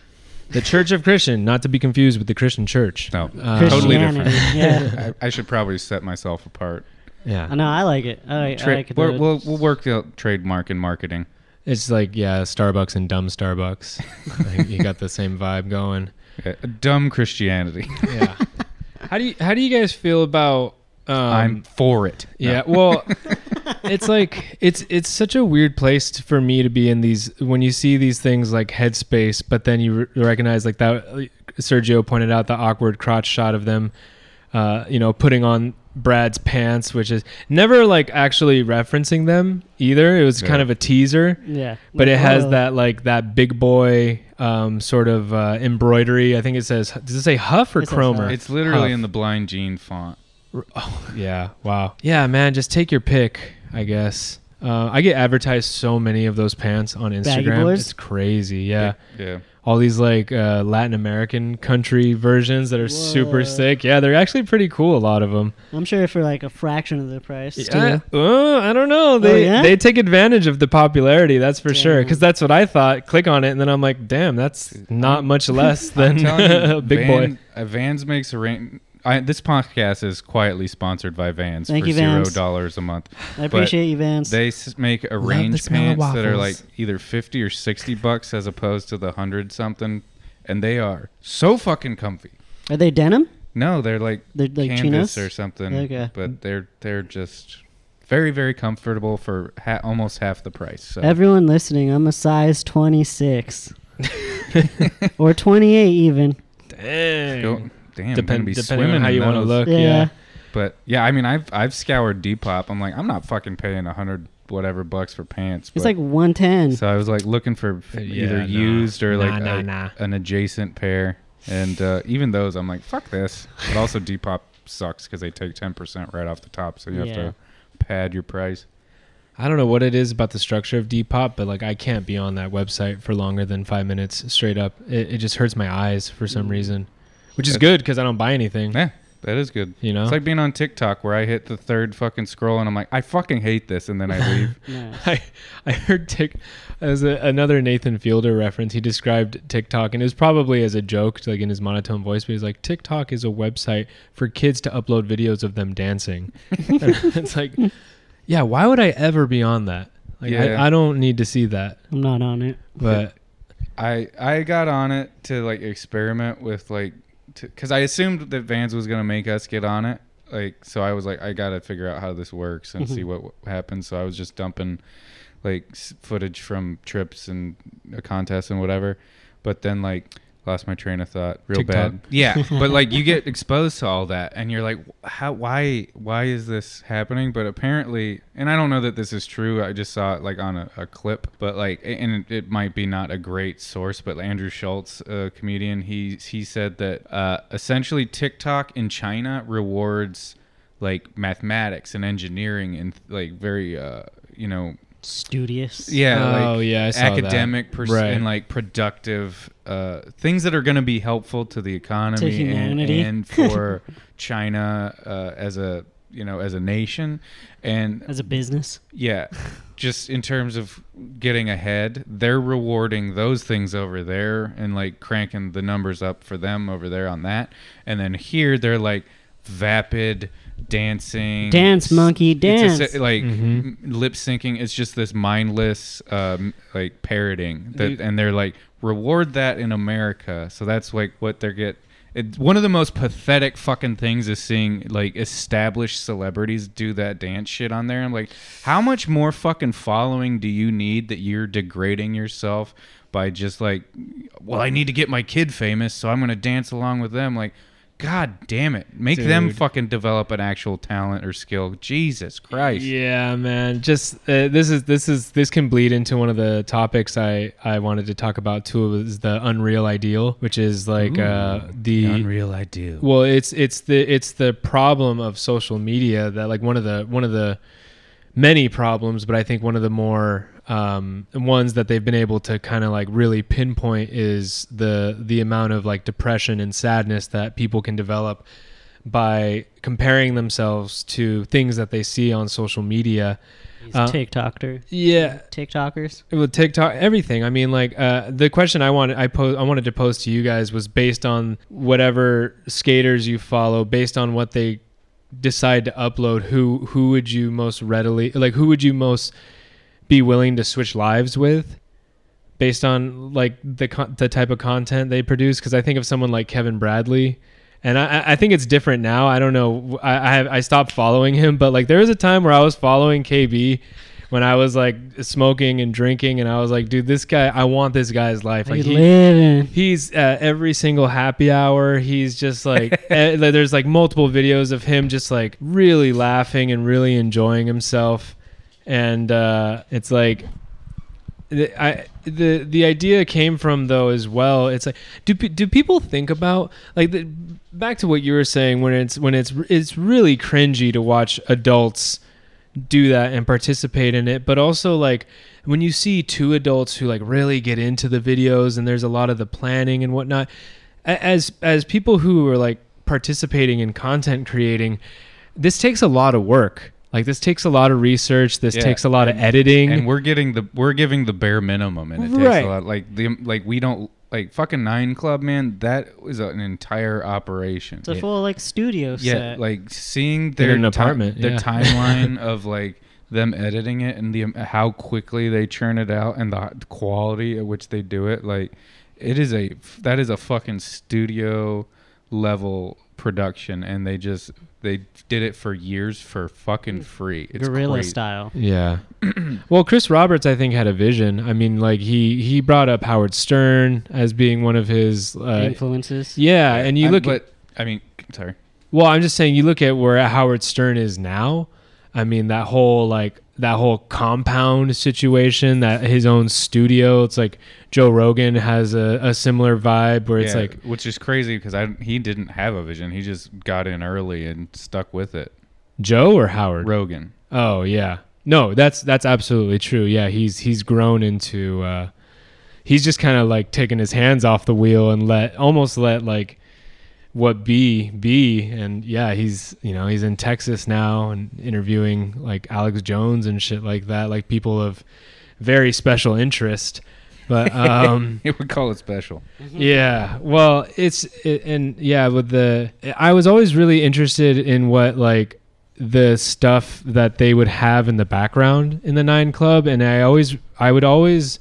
Speaker 2: The Church of Christian, not to be confused with the Christian Church.
Speaker 3: No,
Speaker 2: Uh,
Speaker 3: totally
Speaker 1: Christianity.
Speaker 3: different.
Speaker 1: yeah.
Speaker 3: I, I should probably set myself apart.
Speaker 1: I
Speaker 2: Yeah.
Speaker 1: know. I like it. I like, I
Speaker 3: Tra-
Speaker 1: like it.
Speaker 3: we're, we'll we'll work the trademark and marketing.
Speaker 2: It's like yeah, Starbucks and dumb Starbucks. Like, you got the same vibe going.
Speaker 3: Yeah, Uh, Dumb Christianity.
Speaker 2: Yeah. How do you how do you guys feel about um,
Speaker 3: I'm for it.
Speaker 2: Yeah, well, it's like it's it's such a weird place t for me to be in these when you see these things like Headspace, but then you re- recognize like that like Sergio pointed out the awkward crotch shot of them, uh, you know, putting on Brad's pants, which is never like actually referencing them either. It was
Speaker 3: Yeah.
Speaker 2: kind of a teaser
Speaker 1: yeah.
Speaker 2: but it has
Speaker 1: Oh,
Speaker 2: that like that big boy um, sort of uh, embroidery. I think it says does it say Huff or
Speaker 1: It says
Speaker 2: Cromer?
Speaker 1: Huff.
Speaker 3: It's literally
Speaker 2: Huff.
Speaker 3: in the blind jean font.
Speaker 2: yeah. Wow. Yeah, man. Just take your pick. I guess. Uh, I get advertised so many of those pants on
Speaker 1: Baggy
Speaker 2: Instagram.
Speaker 1: boys?
Speaker 2: It's crazy. Yeah.
Speaker 3: Yeah.
Speaker 2: All these like uh, Latin American country versions that are super
Speaker 1: Whoa.
Speaker 2: sick. Yeah, they're actually pretty cool. A lot of them.
Speaker 1: I'm sure for like a fraction of the price.
Speaker 2: Yeah.
Speaker 1: too.
Speaker 2: Oh, I don't know. They
Speaker 1: yeah?
Speaker 2: they take advantage of the popularity. That's for sure.
Speaker 1: Damn.
Speaker 2: Because that's what I thought. Click on it, and then I'm like, damn, that's not much less than
Speaker 3: Mm-hmm. telling you,
Speaker 2: big
Speaker 3: Van-
Speaker 2: boy.
Speaker 3: uh, Vans makes a rain. I, this podcast is quietly sponsored by Vans
Speaker 1: Thank
Speaker 3: for
Speaker 1: you,
Speaker 3: zero
Speaker 1: Vans.
Speaker 3: dollars a month.
Speaker 1: I appreciate you, Vance.
Speaker 3: They s- make a
Speaker 2: the
Speaker 3: range
Speaker 2: smell of
Speaker 3: pants that are like
Speaker 2: waffles.
Speaker 3: either fifty or sixty bucks as opposed to the hundred something, and they are so fucking comfy.
Speaker 1: Are they denim?
Speaker 3: No, they're like,
Speaker 1: They're like
Speaker 3: canvas
Speaker 1: chinos?
Speaker 3: or something.
Speaker 1: Okay.
Speaker 3: but they're they're just very very comfortable for ha- almost half the price. So
Speaker 1: Everyone listening, I'm a size 26 or 28 even.
Speaker 2: Dang.
Speaker 3: go, damn, I'm gonna
Speaker 2: Depend, depending
Speaker 3: be swimming
Speaker 2: on how
Speaker 3: in
Speaker 2: you want to
Speaker 3: those.
Speaker 2: look.
Speaker 1: Yeah.
Speaker 2: Yeah.
Speaker 3: But yeah, I mean, I've I've scoured Depop. I'm like, I'm not fucking paying a hundred whatever bucks for pants.
Speaker 1: It's
Speaker 3: but-
Speaker 1: like 110.
Speaker 3: so I was like looking for f-
Speaker 2: Uh, yeah,
Speaker 3: either
Speaker 2: nah.
Speaker 3: used or
Speaker 2: Nah,
Speaker 3: like
Speaker 2: nah,
Speaker 3: a-
Speaker 2: nah.
Speaker 3: an adjacent pair, and uh, even those, I'm like, fuck this. But also Depop sucks because they take ten percent right off the top, so you
Speaker 1: Yeah.
Speaker 3: have to pad your price.
Speaker 2: I don't know what it is about the structure of Depop, but like I can't be on that website for longer than five minutes straight up. It, it just hurts my eyes for some reason, which is
Speaker 3: Mm. That's-
Speaker 2: good because I don't buy anything.
Speaker 3: Yeah, that is good.
Speaker 2: You know,
Speaker 3: It's like being on TikTok where I hit the third fucking scroll and I'm like, I fucking hate this, and then I leave.
Speaker 1: Nice.
Speaker 2: I, I heard Tik. As a, another Nathan Fielder reference, he described TikTok, and it was probably as a joke, like in his monotone voice, but he's like, TikTok is a website for kids to upload videos of them dancing. And it's like, yeah, why would I ever be on that? Like,
Speaker 3: Yeah.
Speaker 2: I, I don't need to see that.
Speaker 1: I'm not on it.
Speaker 2: But
Speaker 3: I I got on it to like experiment with like, because I assumed that Vans was gonna make us get on it. Like, so I was like, I gotta figure out how this works and
Speaker 1: Mhm.
Speaker 3: see what w- happens. So I was just dumping like s- footage from trips and uh, contests and whatever. But then like lost my train of thought real
Speaker 2: TikTok.
Speaker 3: bad. Yeah, but like you get exposed to all that and you're like, how? Why? Why is this happening? But apparently, and I don't know that this is true. I just saw it like on a, a clip, but like, and it, it might be not a great source, but Andrew Schultz, a comedian, he he said that uh, essentially TikTok in China rewards like mathematics and engineering and like very uh you know
Speaker 1: Studious.
Speaker 3: yeah
Speaker 2: Oh,
Speaker 3: like
Speaker 2: yeah, I saw that.
Speaker 3: academic pers-
Speaker 2: Right.
Speaker 3: and like productive uh things that are going to be helpful to the economy and-
Speaker 1: humanity.
Speaker 3: and, for china uh as a you know as a nation and
Speaker 1: As a business.
Speaker 3: yeah just in terms of getting ahead they're rewarding those things over there and like cranking the numbers up for them over there on that and then here they're like vapid dancing
Speaker 1: Dance, monkey,
Speaker 3: It's a
Speaker 1: dance.
Speaker 3: si- like
Speaker 2: Mhm.
Speaker 3: lip syncing it's just this mindless um like parroting that
Speaker 2: Dude.
Speaker 3: and they're like reward that in america so that's like what they're get it's one of the most pathetic fucking things is seeing like established celebrities do that dance shit on there. I'm like, how much more fucking following do you need that you're degrading yourself by just like, well, I need to get my kid famous, so I'm gonna dance along with them. Like, god damn it, make them
Speaker 2: Dude.
Speaker 3: fucking develop an actual talent or skill. Jesus Christ.
Speaker 2: Yeah, man. Just uh, this is this is this can bleed into one of the topics I I wanted to talk about too. Is the unreal ideal, which is like uh, the
Speaker 3: Mm. Unreal ideal.
Speaker 2: well, it's it's the it's the problem of social media that like one of the one of the many problems, but I think one of the more um, ones that they've been able to kind of like really pinpoint is the the amount of like depression and sadness that people can develop by comparing themselves to things that they see on social media.
Speaker 1: These
Speaker 2: Uh,
Speaker 1: TikToker.
Speaker 2: Yeah,
Speaker 1: TikTokers.
Speaker 2: with TikTok, everything. I mean, like uh, the question I wanted, I po- I wanted to pose to you guys was based on whatever skaters you follow, based on what they decide to upload. Who who would you most readily like? Who would you most be willing to switch lives with, based on like the con- the type of content they produce? Because I think of someone like Kevin Bradley. And I, I- I think it's different now. I don't know. I, I have- I stopped following him, but like there was a time where I was following KB when I was like smoking and drinking, and I was like, dude, this guy, I want this guy's life.
Speaker 1: Like
Speaker 2: Like he-
Speaker 1: living.
Speaker 2: he's uh, every single happy hour. He's just like eh, like, there's like multiple videos of him just like really laughing and really enjoying himself, and uh, it's like. the- I the the idea came from though as well. It's like do pe- do people think about like the, back to what you were saying when it's when it's it's really cringy to watch adults do that and participate in it but also like when you see two adults who like really get into the videos and there's a lot of the planning and whatnot a- as as people who are like participating in content creating this takes a lot of work like this takes a lot of research this
Speaker 3: Yeah.
Speaker 2: takes a lot of editing
Speaker 3: and we're getting the we're giving the bare minimum and it takes
Speaker 2: Right.
Speaker 3: a lot like the like we don't like fucking nine club man that is an entire operation
Speaker 1: It's a full like studio
Speaker 3: yeah
Speaker 1: set.
Speaker 3: like seeing
Speaker 2: In
Speaker 3: their
Speaker 2: an
Speaker 3: ti-
Speaker 2: apartment,
Speaker 3: their
Speaker 2: yeah.
Speaker 3: timeline of like them editing it and the how quickly they churn it out and the quality at which they do it like it is a that is a fucking studio level production and they just they did it for years for fucking free it's
Speaker 1: guerrilla
Speaker 3: crazy.
Speaker 1: style.
Speaker 2: Yeah. well, Chris Roberts, I think, had a vision. I mean, like he he brought up Howard Stern as being one of his. Uh,
Speaker 1: influences.
Speaker 2: yeah, and you
Speaker 3: I'm-
Speaker 2: look. at,
Speaker 3: but i mean sorry
Speaker 2: well, I'm just saying, you look at where Howard Stern is now. I mean, that whole like that whole compound situation, that his own studio. It's like Joe Rogan has a, a similar vibe where it's
Speaker 3: Yeah,
Speaker 2: like
Speaker 3: which is crazy because I he didn't have a vision. He just got in early and stuck with it.
Speaker 2: Joe or Howard.
Speaker 3: Rogan.
Speaker 2: oh yeah, No, that's that's absolutely true. Yeah, he's he's grown into uh he's just kind of like taking his hands off the wheel and let almost let like what be be and yeah, he's you know, he's in Texas now and interviewing like Alex Jones and shit like that, like people of very special interest. But um
Speaker 3: It would call it special.
Speaker 2: yeah well it's it, and yeah with the i was always really interested in what like the stuff that they would have in the background in the nine club and i always i would always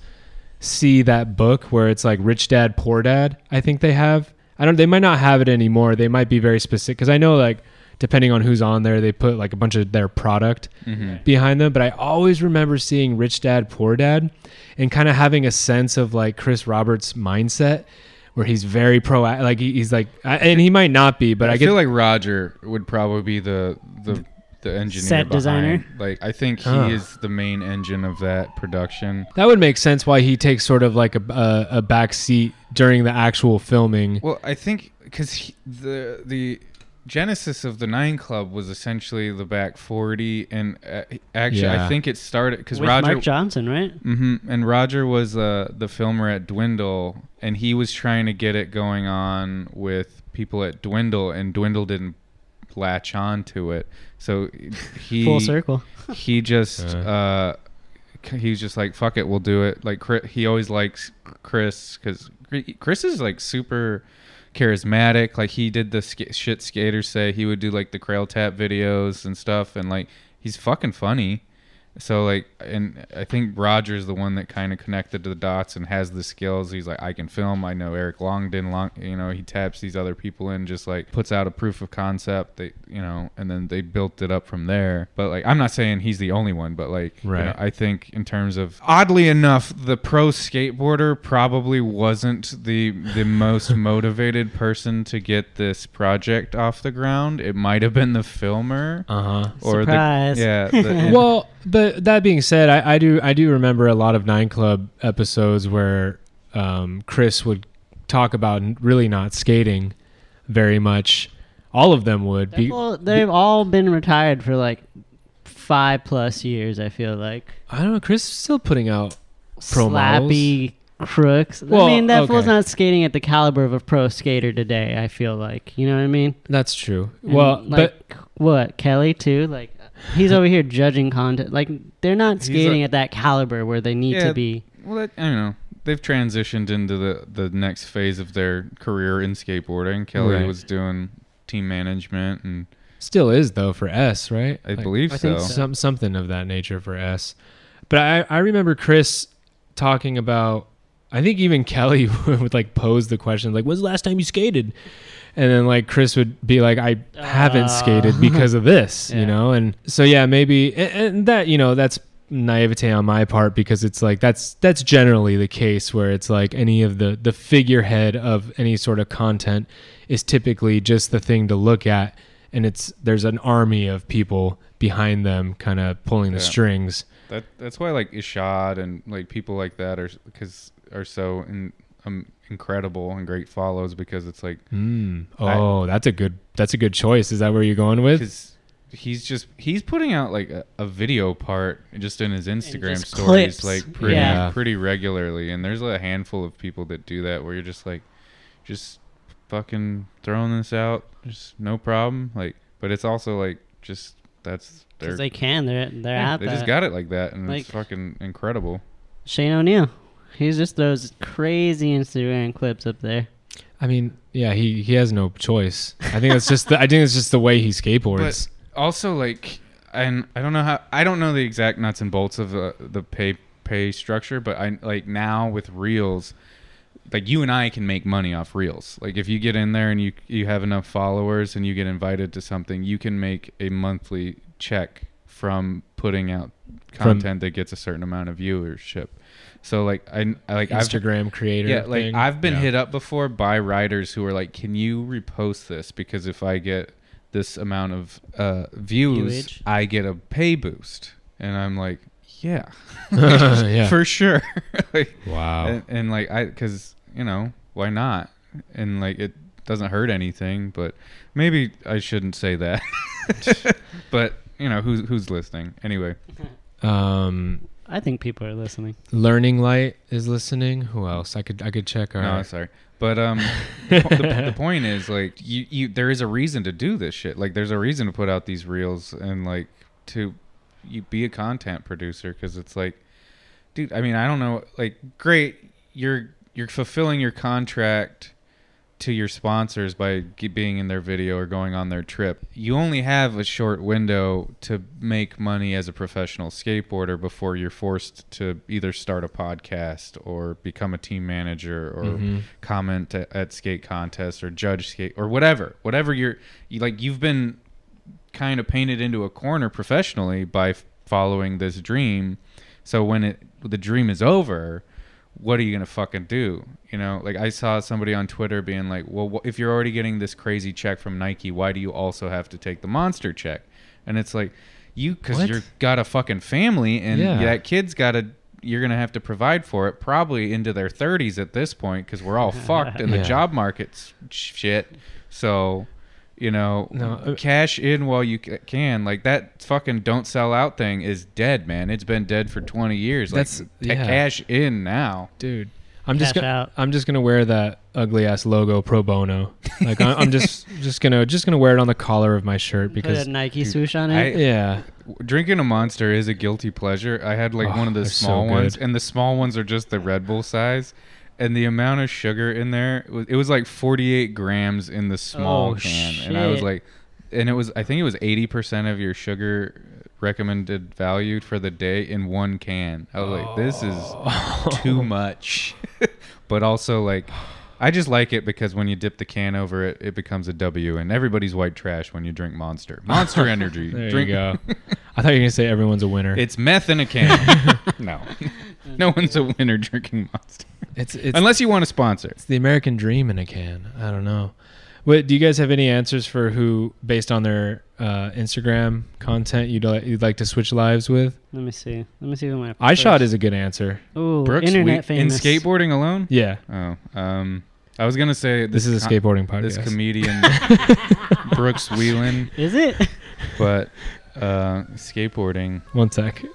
Speaker 2: see that book where it's like rich dad poor dad i think they have i don't they might not have it anymore they might be very specific because i know like depending on who's on there they put like a bunch of their product
Speaker 3: Mm-hmm.
Speaker 2: behind them but i always remember seeing rich dad poor dad and kind of having a sense of like chris roberts mindset where he's very pro like he, he's like I, and he might not be but
Speaker 3: I,
Speaker 2: i, get
Speaker 3: feel like Roger would probably be the the the engineer
Speaker 1: Set
Speaker 3: behind-
Speaker 1: designer?
Speaker 3: Like I think he
Speaker 2: Huh.
Speaker 3: is the main engine of that production.
Speaker 2: that would make sense why he takes sort of like a, a, a back seat during the actual filming
Speaker 3: Well, I think because the the genesis of the Nine Club was essentially the back forty, and uh, actually, I
Speaker 2: Yeah.
Speaker 3: think it started because
Speaker 1: With
Speaker 3: Roger
Speaker 1: Mark Johnson, right?
Speaker 3: hmm And Roger was uh, the filmer at Dwindle, and he was trying to get it going on with people at Dwindle, and Dwindle didn't latch on to it. So he
Speaker 1: Full circle.
Speaker 3: he just
Speaker 2: Uh.
Speaker 3: uh, c he was just like, "Fuck it, we'll do it." Like Chri- he always likes Chris because Chris is like super charismatic. Like he did the sk- shit skaters say he would do like the Krail Tap videos and stuff, and like he's fucking funny. So like, and I think Roger's the one that kind of connected the dots and has the skills. He's like, I can film. I know Eric Longden. Long, you know, he taps these other people in, just like puts out a proof of concept. They, you know, and then they built it up from there. But like, I'm not saying he's the only one, but like, you
Speaker 2: Right.
Speaker 3: know, I think in terms of oddly enough, the pro skateboarder probably wasn't the the most motivated person to get this project off the ground. It might have been the filmer
Speaker 2: uh-huh
Speaker 1: Surprise.
Speaker 3: the yeah. The,
Speaker 2: well, but that being said, I, I do I do remember a lot of Nine Club episodes where um, Chris would talk about n- really not skating very much. All of them would be.
Speaker 1: Well, they've all been retired for like five plus years. I feel like
Speaker 2: I don't know. Chris is still putting out. Pro
Speaker 1: slappy crooks.
Speaker 2: Well,
Speaker 1: I mean, that fool's
Speaker 2: okay.
Speaker 1: not skating at the caliber of a pro skater today. I feel like you know what I mean.
Speaker 2: That's true.
Speaker 1: And,
Speaker 2: well, but
Speaker 1: like what Kelly too? Like he's over here judging content. Like they're not
Speaker 3: He's
Speaker 1: skating
Speaker 3: a-
Speaker 1: at that caliber where they need
Speaker 3: Yeah.
Speaker 1: to be.
Speaker 3: Well, that, I don't know. They've transitioned into the the next phase of their career in skateboarding. Kelly
Speaker 2: Right.
Speaker 3: was doing team management, and
Speaker 2: still is though for S, right?
Speaker 3: I believe
Speaker 2: I think
Speaker 3: so.
Speaker 2: some something of that nature for S. But I I remember Chris talking about I think even Kelly would like pose the question like when's the last time you skated? And then like Chris would be like I haven't
Speaker 1: Uh.
Speaker 2: skated because of this,
Speaker 1: Yeah.
Speaker 2: you know? And so yeah, maybe and, and that, you know, that's naivete on my part because it's like that's that's generally the case where it's like any of the the figurehead of any sort of content is typically just the thing to look at and it's there's an army of people behind them kind of pulling the
Speaker 3: Yeah.
Speaker 2: strings
Speaker 3: that that's why like Ishad and like people like that are because are so in, um, incredible and great follows because it's like
Speaker 2: mm.
Speaker 3: I-
Speaker 2: oh that's a good that's a good choice is that where you're going with
Speaker 3: because he's just he's putting out like a, a video part just in his Instagram
Speaker 1: just
Speaker 3: stories
Speaker 1: clips.
Speaker 3: like pretty
Speaker 2: Yeah.
Speaker 3: pretty regularly, and there's a handful of people that do that where you're just like, just fucking throwing this out, just no problem. Like, but it's also like just that's their
Speaker 1: Because they can. They're they're at
Speaker 3: they
Speaker 1: that.
Speaker 3: just got it like that, and
Speaker 1: Like-
Speaker 3: it's fucking incredible.
Speaker 1: Shane O'Neill. He's just those crazy Instagram clips up there.
Speaker 2: i mean yeah he he has no choice i think that's just the, i think it's just the way he skateboards
Speaker 3: also like and i don't know how i don't know the exact nuts and bolts of uh, the pay pay structure but i like now with reels like you and i can make money off reels like if you get in there and you you have enough followers and you get invited to something you can make a monthly check from putting out
Speaker 2: From-
Speaker 3: content that gets a certain amount of viewership so like i, I like I've-
Speaker 2: instagram creator
Speaker 3: yeah, like
Speaker 2: thing.
Speaker 3: I've been
Speaker 2: Yeah.
Speaker 3: hit up before by writers who are like, "Can you repost this? Because if I get this amount of uh, views,
Speaker 1: Viewage.
Speaker 3: I get a pay boost." And I'm like, "Yeah,
Speaker 2: yeah
Speaker 3: for sure." like,
Speaker 2: wow
Speaker 3: and, and like I, because you know, why not? And like it doesn't hurt anything, but maybe I shouldn't say that. but you know, who's who's listening anyway?
Speaker 2: Um,
Speaker 1: I think people are listening.
Speaker 2: Learning Light is listening. Who else? I could I could check our.
Speaker 3: No, sorry. But um, the, po- the, the point is like you, you there is a reason to do this shit. Like there's a reason to put out these reels and like to you be a content producer because it's like, dude. I mean, I don't know. Like, great, you're you're fulfilling your contract to your sponsors by ge- being in their video or going on their trip. You only have a short window to make money as a professional skateboarder before you're forced to either start a podcast or become a team manager or
Speaker 2: Mhm.
Speaker 3: comment at, at skate contests or judge skate or whatever. Whatever you're you, like you've been kind of painted into a corner professionally by f- following this dream. So when it the dream is over, what are you gonna fucking do? You know, like I saw somebody on Twitter being like, "Well, wh- if you're already getting this crazy check from Nike, why do you also have to take the monster check?" And it's like, you because
Speaker 2: What?
Speaker 3: you're got a fucking family and
Speaker 2: Yeah.
Speaker 3: that kid's got to you're gonna have to provide for it probably into their 30s at this point because we're all fucked and
Speaker 2: Yeah.
Speaker 3: the job market's sh- shit. So, you know,
Speaker 2: No, uh,
Speaker 3: cash in while you c- can. Like that fucking don't sell out thing is dead, man. It's been dead for 20 years.
Speaker 2: That's-
Speaker 3: like ca-
Speaker 2: yeah.
Speaker 3: cash in now.
Speaker 2: dude. I'm just
Speaker 1: Cash
Speaker 2: gonna,
Speaker 1: out.
Speaker 2: I'm just gonna wear that ugly ass logo pro bono. Like I- I'm just just gonna just gonna wear it on the collar of my shirt
Speaker 1: Put
Speaker 2: because
Speaker 1: a Nike
Speaker 3: dude,
Speaker 1: swoosh on
Speaker 3: I-
Speaker 1: it.
Speaker 2: yeah,
Speaker 3: Drinking a monster is a guilty pleasure. I had like
Speaker 2: Oh,
Speaker 3: one of the
Speaker 2: they're so
Speaker 3: small ones,
Speaker 2: good.
Speaker 3: and the small ones are just the Red Bull size. And the amount of sugar in there, wa- it was like 48 grams in the small
Speaker 1: Oh,
Speaker 3: can. And I was
Speaker 1: shit.
Speaker 3: like, and it was, I think it was 80% of your sugar recommended value for the day in one can. I was like, Oh, this is
Speaker 2: Oh.
Speaker 3: too much. but also, like, I just like it because when you dip the can over it, it becomes a W, and everybody's white trash when you drink Monster. Monster Energy.
Speaker 2: there
Speaker 3: drink
Speaker 2: you go. I thought you were gonna say everyone's a winner.
Speaker 3: it's meth in a can. no. No one's a winner drinking monster.
Speaker 2: it's it's,
Speaker 3: Unless you want to sponsor.
Speaker 2: it's the American dream in a can. I don't know. Wait, do you guys have any answers for who, based on their uh, Instagram content, you'd li- you'd like to switch lives with?
Speaker 1: Let me see. Let me see who my
Speaker 2: I shot is a good answer.
Speaker 1: Ooh,
Speaker 3: Brooks
Speaker 1: internet
Speaker 3: Wheat- in
Speaker 1: famous
Speaker 3: skateboarding alone?
Speaker 2: Yeah,
Speaker 3: Oh. Um I was gonna say
Speaker 2: this is a
Speaker 3: co-
Speaker 2: skateboarding podcast.
Speaker 3: This comedian Brooks Wheelan,
Speaker 1: Is it?
Speaker 3: but uh skateboarding.
Speaker 2: One sec.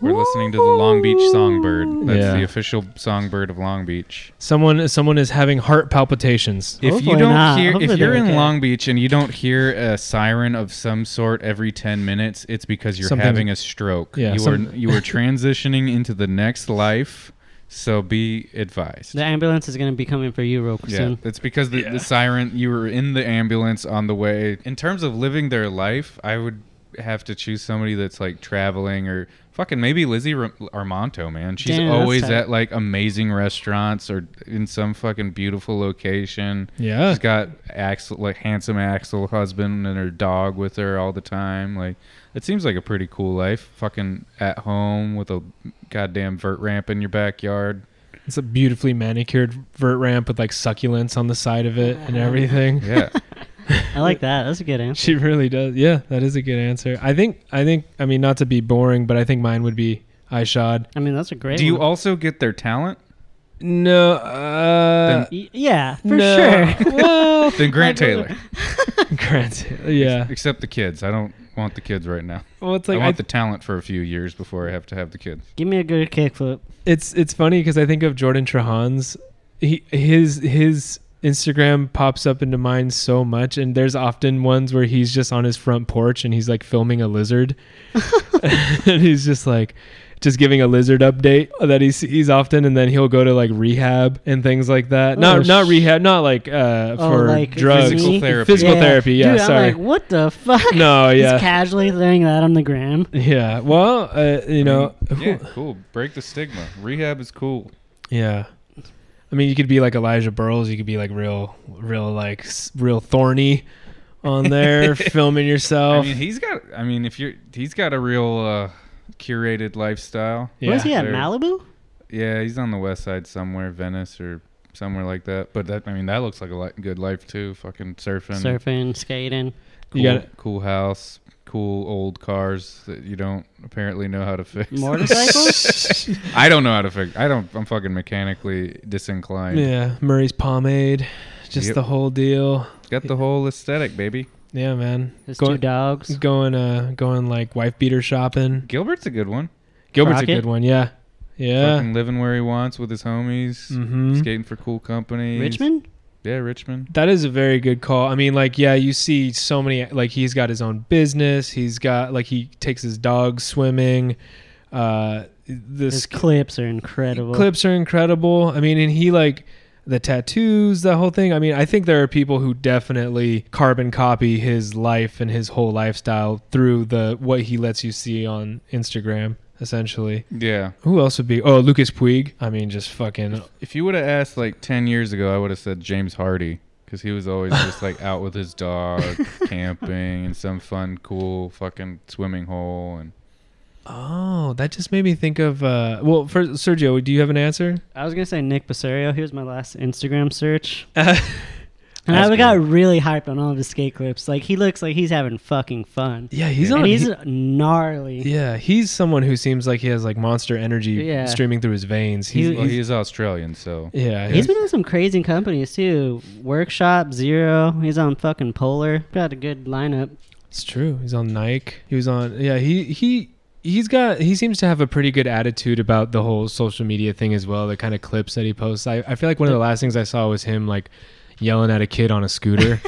Speaker 3: We're listening to the Long Beach Songbird. That's
Speaker 2: Yeah.
Speaker 3: the official songbird of Long Beach.
Speaker 2: Someone someone is having heart palpitations.
Speaker 3: If you
Speaker 1: Hopefully
Speaker 3: don't
Speaker 1: not.
Speaker 3: hear,
Speaker 1: Hopefully
Speaker 3: if you're
Speaker 1: they're
Speaker 3: in
Speaker 1: okay.
Speaker 3: Long Beach and you don't hear a siren of some sort every ten minutes, it's because you're
Speaker 2: Something's-
Speaker 3: having a stroke.
Speaker 2: Yeah,
Speaker 3: you
Speaker 2: some-
Speaker 3: are you are transitioning into the next life, so be advised.
Speaker 1: The ambulance is going to be coming for you real
Speaker 3: yeah,
Speaker 1: soon.
Speaker 3: it's because the, the siren. You were in the ambulance on the way. In terms of living their life, I would have to choose somebody that's like traveling or fucking maybe Lizzie R- Armanto, man. She's
Speaker 1: Damn, that's
Speaker 3: always
Speaker 1: tight.
Speaker 3: at like amazing restaurants or in some fucking beautiful location.
Speaker 2: Yeah.
Speaker 3: She's got Axel, like handsome Axel husband and her dog with her all the time. Like, it seems like a pretty cool life. Fucking at home with a goddamn vert ramp in your backyard.
Speaker 2: It's a beautifully manicured vert ramp with like succulents on the side of it and everything.
Speaker 3: Yeah.
Speaker 1: I like that. That's a good answer.
Speaker 2: She really does. Yeah, that is a good answer. I think I think I mean not to be boring, but I think mine would be Ishad.
Speaker 1: I mean, that's a great
Speaker 3: Do you
Speaker 1: one.
Speaker 3: also get their talent?
Speaker 2: No, uh,
Speaker 1: Y- yeah, for
Speaker 2: no.
Speaker 1: sure.
Speaker 2: well,
Speaker 3: Then Grant Taylor.
Speaker 2: Grant. Yeah.
Speaker 3: Except the kids. I don't want the kids right now.
Speaker 2: Well, it's
Speaker 3: I
Speaker 2: like I
Speaker 3: want the talent for a few years before I have to have the kids.
Speaker 1: Give me a good kickflip.
Speaker 2: it's it's funny because I think of Jordan Trahan's he his his Instagram pops up into mine so much and there's often ones where he's just on his front porch and he's like filming a lizard and he's just like just giving a lizard update that he sees often and then he'll go to like rehab and things like that.
Speaker 1: Oh,
Speaker 2: Not not
Speaker 1: sh-
Speaker 2: rehab, not like uh
Speaker 1: Oh,
Speaker 2: for
Speaker 1: like
Speaker 2: drugs.
Speaker 1: Physical me?
Speaker 3: therapy.
Speaker 2: Physical therapy, yeah,
Speaker 1: Dude,
Speaker 2: sorry.
Speaker 1: I'm like, what the fuck?
Speaker 2: no,
Speaker 1: He's
Speaker 2: yeah.
Speaker 1: casually throwing that on the gram.
Speaker 2: Yeah. Well, uh, you know,
Speaker 3: yeah, cool. Break the stigma. Rehab is cool.
Speaker 2: Yeah. I mean, you could be like Elijah Burrows. You could be like real, real, like s- real thorny on there, filming
Speaker 3: I
Speaker 2: yourself.
Speaker 3: mean, he's got. I mean, if you're, he's got a real uh, curated lifestyle.
Speaker 2: yeah.
Speaker 1: Where's he at?
Speaker 3: Sure.
Speaker 1: Malibu?
Speaker 3: Yeah, he's on the west side somewhere, Venice or somewhere like that. But that, I mean, that looks like a li- good life too. Fucking surfing,
Speaker 1: Surfing, skating.
Speaker 3: cool,
Speaker 2: You gotta-
Speaker 3: cool house, cool old cars that you don't apparently know how to fix.
Speaker 1: Motorcycles?
Speaker 3: I don't know how to fix. I don't. I'm fucking mechanically disinclined.
Speaker 2: yeah, Murray's pomade, just
Speaker 3: Yep.
Speaker 2: the whole deal.
Speaker 3: Got the whole aesthetic, baby.
Speaker 2: yeah, man.
Speaker 1: There's two
Speaker 2: Going,
Speaker 1: dogs.
Speaker 2: going, uh, going like wife beater shopping.
Speaker 3: Gilbert's a good one.
Speaker 2: Gilbert's a
Speaker 1: Crockett?
Speaker 2: good one. Yeah, yeah.
Speaker 3: Fucking living where he wants with his homies,
Speaker 2: Mm-hmm.
Speaker 3: skating for cool companies.
Speaker 1: Richmond?
Speaker 3: Yeah, Richmond.
Speaker 2: That is a very good call. I mean, like, yeah, you see so many. Like, he's got his own business. He's got like he takes his dog swimming. Uh,
Speaker 1: His
Speaker 2: this
Speaker 1: clips are incredible.
Speaker 2: clips are incredible. I mean, and he like the tattoos, the whole thing. I mean, I think there are people who definitely carbon copy his life and his whole lifestyle through the what he lets you see on Instagram. Essentially,
Speaker 3: Yeah.
Speaker 2: who else would be? Oh, Lucas Puig. I mean, just fucking
Speaker 3: If you would have asked like 10 years ago, I would have said James Hardy because he was always just like out with his dog, camping in some fun, cool fucking swimming hole. And
Speaker 2: Oh, that just made me think of. Uh, well, first, Sergio, do you have an answer?
Speaker 1: I was gonna say Nick Basario. He was my last Instagram search,
Speaker 2: Uh,
Speaker 1: and
Speaker 3: That's
Speaker 1: I got
Speaker 3: good.
Speaker 1: really hyped on all of his skate clips. Like he looks like he's having fucking fun,
Speaker 2: yeah, he's
Speaker 1: and
Speaker 2: on.
Speaker 1: he's
Speaker 2: he-
Speaker 1: gnarly.
Speaker 2: yeah, he's someone who seems like he has like monster energy
Speaker 1: Yeah.
Speaker 2: streaming through his veins. He's,
Speaker 1: He-
Speaker 3: well,
Speaker 2: he's-
Speaker 3: he's Australian, so.
Speaker 2: yeah,
Speaker 1: He's been on some crazy companies too. Workshop Zero. He's on fucking Polar. Got a good lineup.
Speaker 2: it's true. He's on Nike. He was on. Yeah, he he. He's got. He seems to have a pretty good attitude about the whole social media thing as well. The kind of clips that he posts. I, I feel like one of the last things I saw was him like yelling at a kid on a scooter,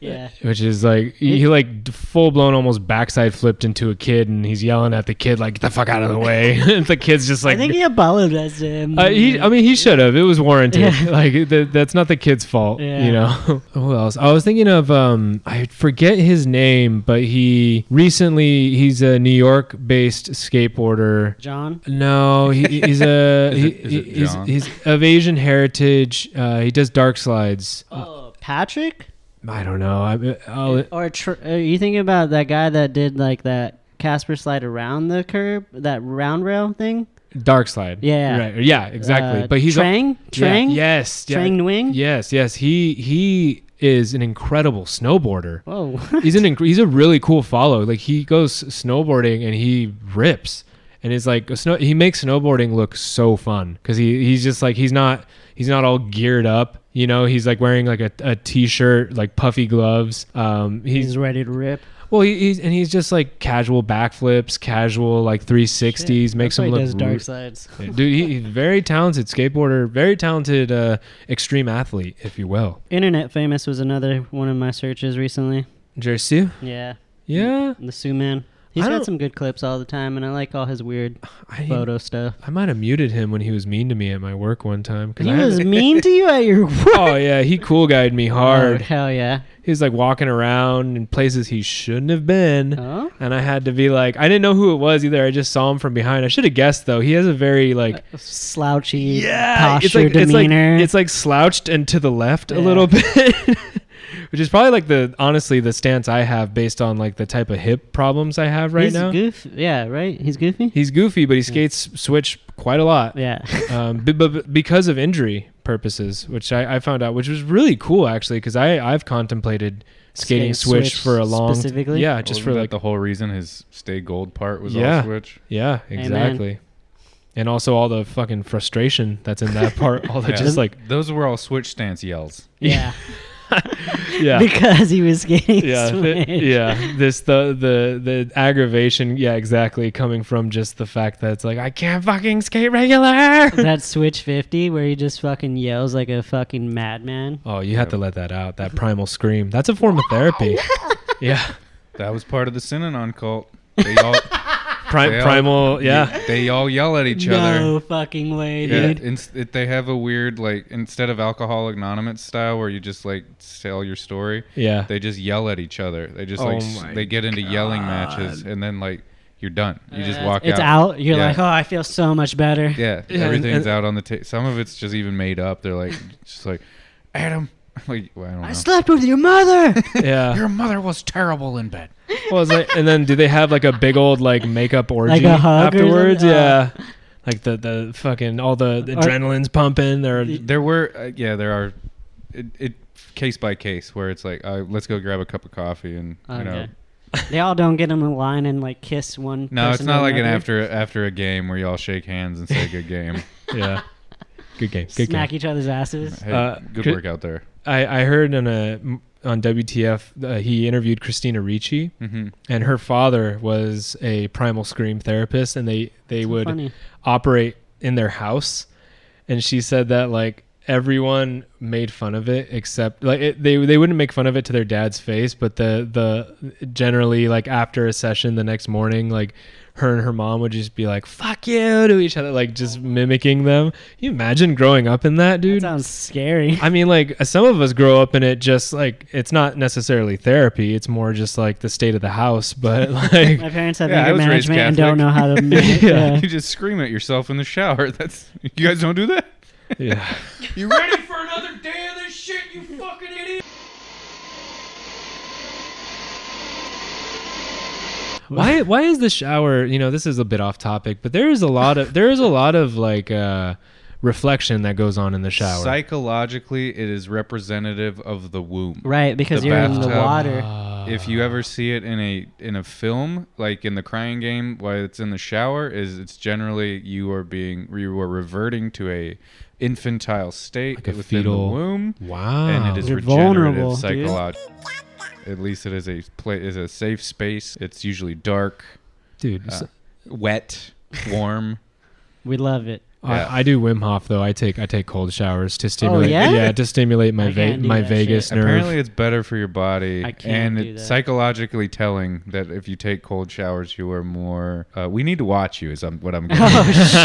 Speaker 1: Yeah,
Speaker 2: which is like he, he, like full blown almost backside flipped into a kid, and he's yelling at the kid like get the fuck out of the way. the kid's just like
Speaker 1: I think he apologized to him.
Speaker 2: Uh, he, I mean, he should have. It was warranted.
Speaker 1: Yeah.
Speaker 2: Like th- that's not the kid's fault.
Speaker 1: Yeah.
Speaker 2: You know. Who else? I was thinking of um, I forget his name, but he recently he's a New York-based skateboarder.
Speaker 1: John.
Speaker 2: No, he, he's a
Speaker 3: Is
Speaker 2: he,
Speaker 3: it- is it
Speaker 2: he's,
Speaker 3: John?
Speaker 2: he's of Asian heritage. Uh, he does dark slides.
Speaker 1: Oh, Patrick.
Speaker 2: I don't know. I, I'll,
Speaker 1: Or tr- are you thinking about that guy that did like that Casper slide around the curb, that round rail thing?
Speaker 2: dark slide.
Speaker 1: Yeah.
Speaker 2: Right. Yeah. Exactly.
Speaker 1: Uh,
Speaker 2: but he's
Speaker 1: Trang.
Speaker 2: Yeah,
Speaker 1: Trang.
Speaker 2: yes. yeah.
Speaker 1: Trang Nguyen.
Speaker 2: Yes. Yes. He he is an incredible snowboarder.
Speaker 1: Whoa.
Speaker 2: he's an inc- he's a really cool follow. Like he goes snowboarding and he rips, and it's like a snow. He makes snowboarding look so fun because he he's just like he's not he's not all geared up. You know, he's like wearing like a, a t-shirt, like puffy gloves. Um, he's,
Speaker 1: He's ready to rip.
Speaker 2: well, he, he's and he's just like casual backflips, casual like 360s,
Speaker 1: Shit.
Speaker 2: makes
Speaker 1: That's
Speaker 2: him
Speaker 1: why
Speaker 2: look
Speaker 1: he does dark
Speaker 2: ru-
Speaker 1: sides.
Speaker 2: dude. He, he's very talented skateboarder, very talented uh, extreme athlete, if you will.
Speaker 1: Internet famous was another one of my searches recently.
Speaker 2: Jersey,
Speaker 1: Yeah,
Speaker 2: yeah,
Speaker 1: the Sue man. He's
Speaker 2: I
Speaker 1: got
Speaker 2: don't-
Speaker 1: some good clips all the time, and I like all his weird
Speaker 2: I,
Speaker 1: photo stuff.
Speaker 2: I might have muted him when he was mean to me at my work one time. 'cause
Speaker 1: He
Speaker 2: I had-
Speaker 1: was mean to you at your work.
Speaker 2: oh yeah, he cool guyed me
Speaker 1: Oh,
Speaker 2: hard.
Speaker 1: hell yeah.
Speaker 2: He was like walking around in places he shouldn't have been,
Speaker 1: Oh,
Speaker 2: and I had to be like, I didn't know who it was either. I just saw him from behind. I should have guessed though. He has a very like.
Speaker 1: slouchy
Speaker 2: Yeah,
Speaker 1: Uh, posture
Speaker 2: it's like it's like
Speaker 1: demeanor.
Speaker 2: it's like slouched and to the left a
Speaker 1: Yeah.
Speaker 2: little bit, which is probably like the honestly the stance I have based on like the type of hip problems I have right
Speaker 1: He's
Speaker 2: now.
Speaker 1: goof. Yeah, right. He's goofy.
Speaker 2: He's goofy, but he skates switch quite a lot.
Speaker 1: Yeah.
Speaker 2: um, b- b- b- because of injury purposes, which I, I found out, which was really cool actually, because I I've contemplated skating
Speaker 1: Skating
Speaker 2: switch,
Speaker 1: Switch
Speaker 2: for a long
Speaker 1: specifically?
Speaker 2: yeah, just for
Speaker 3: Wasn't that
Speaker 2: like
Speaker 3: the whole reason his stay gold part was
Speaker 2: Yeah.
Speaker 3: all switch.
Speaker 2: yeah,
Speaker 1: Amen.
Speaker 2: exactly, and also all the fucking frustration that's in that part, all the
Speaker 3: Yeah.
Speaker 2: just like
Speaker 3: Those were all switch stance yells.
Speaker 1: yeah.
Speaker 2: yeah.
Speaker 1: Because he was skating.
Speaker 2: yeah,
Speaker 1: switch.
Speaker 2: th- yeah. This the the the aggravation. Yeah, exactly. Coming from just the fact that it's like I can't fucking skate regular.
Speaker 1: that Switch 50 where he just fucking yells like a fucking madman.
Speaker 2: Oh, you have to let that out. That primal scream. That's a form of therapy. yeah,
Speaker 3: That was part of the Synanon cult. They all,
Speaker 2: Pri-
Speaker 3: Yeah.
Speaker 2: primal. Yeah,
Speaker 3: they all yell at each other.
Speaker 1: No fucking way,
Speaker 3: Yeah,
Speaker 1: dude.
Speaker 3: ins- it- they have a weird like instead of alcoholic anonymous style where you just like tell your story,
Speaker 2: Yeah.
Speaker 3: they just yell at each other. They just
Speaker 2: Oh
Speaker 3: like s-
Speaker 2: my
Speaker 3: they get into yelling matches and then like you're done. You just
Speaker 1: Uh,
Speaker 3: walk
Speaker 1: It's
Speaker 3: out.
Speaker 1: out. You're
Speaker 3: Yeah.
Speaker 1: like, oh, I feel so much better.
Speaker 3: Yeah,
Speaker 2: Yeah, and-
Speaker 3: everything's
Speaker 2: and-
Speaker 3: out on the table. Some of it's just even made up. They're like just like Adam. Like well, I don't know.
Speaker 1: I slept with your mother.
Speaker 2: yeah.
Speaker 3: your mother was terrible in bed.
Speaker 2: Well, it's like, and then do they have like a big old like makeup orgy
Speaker 1: Like a hug or
Speaker 2: afterwards?
Speaker 1: something? Oh.
Speaker 2: yeah. Like the the fucking all the, the
Speaker 1: Or-
Speaker 2: adrenaline's pumping. Or
Speaker 3: There were uh, yeah, there are it, it case by case where it's like uh, let's go grab a cup of coffee and you know
Speaker 1: Okay. they all don't get him in line and like kiss one.
Speaker 3: No, it's
Speaker 1: person
Speaker 3: not
Speaker 1: or
Speaker 3: like an
Speaker 1: another.
Speaker 3: after after a game where y'all shake hands and say good game.
Speaker 2: yeah. Good game. Good
Speaker 1: Smack
Speaker 2: game.
Speaker 1: each other's asses.
Speaker 3: Hey,
Speaker 2: Uh,
Speaker 3: good
Speaker 2: could-
Speaker 3: work out there.
Speaker 2: I I heard in a on WTF, uh, he interviewed Christina Ricci,
Speaker 3: Mhm.
Speaker 2: and her father was a Primal Scream therapist, and they they
Speaker 1: So
Speaker 2: would
Speaker 1: funny.
Speaker 2: operate in their house and she said that like everyone made fun of it except like it, they they wouldn't make fun of it to their dad's face but the the generally like after a session the next morning like her and her mom would just be like fuck you to each other like just mimicking them Can you imagine growing up in that
Speaker 1: That
Speaker 2: dude
Speaker 1: sounds scary.
Speaker 2: I mean, like some of us grow up in it, just like it's not necessarily therapy. It's more just like the state of the house. But like,
Speaker 1: My parents have
Speaker 3: Yeah, I
Speaker 1: anger
Speaker 3: was raised
Speaker 1: management and don't
Speaker 3: Catholic.
Speaker 1: know how to. manage
Speaker 2: Yeah.
Speaker 1: yeah.
Speaker 3: You just scream at yourself in the shower. That's you guys don't do that.
Speaker 2: yeah.
Speaker 3: You ready?
Speaker 4: for another day of this shit, you fucking idiot!
Speaker 2: why why is the shower you know this is a bit off topic but there is a lot of there is a lot of like uh reflection that goes on in the shower
Speaker 3: Psychologically, it is representative of the womb.
Speaker 1: Right, because
Speaker 3: The
Speaker 1: you're in the
Speaker 3: bathtub. Ah.
Speaker 1: water.
Speaker 3: if you ever see it in a in a film like in the crying game while it's in the shower is it's generally you are being you are reverting to a infantile state
Speaker 2: Like a
Speaker 3: within
Speaker 2: fetal-
Speaker 3: the womb
Speaker 2: wow
Speaker 3: and it is
Speaker 1: You're
Speaker 3: regenerative
Speaker 1: vulnerable, dude.
Speaker 3: psychological at least it is a pla is a safe space it's usually dark
Speaker 2: dude
Speaker 3: uh,
Speaker 2: so-
Speaker 3: wet warm
Speaker 1: We love it.
Speaker 3: yeah.
Speaker 2: I, I do Wim Hof though I take I take cold showers to stimulate
Speaker 1: Oh, yeah?
Speaker 2: to stimulate my
Speaker 1: I
Speaker 2: va-
Speaker 1: can't do
Speaker 2: my
Speaker 1: that
Speaker 2: vagus
Speaker 1: shit.
Speaker 2: nerve
Speaker 3: apparently it's better for your body
Speaker 1: I can't
Speaker 3: and
Speaker 1: do
Speaker 3: it's
Speaker 1: that.
Speaker 3: psychologically telling that if you take cold showers you are more uh, we need to watch you is um, what i'm getting
Speaker 1: Oh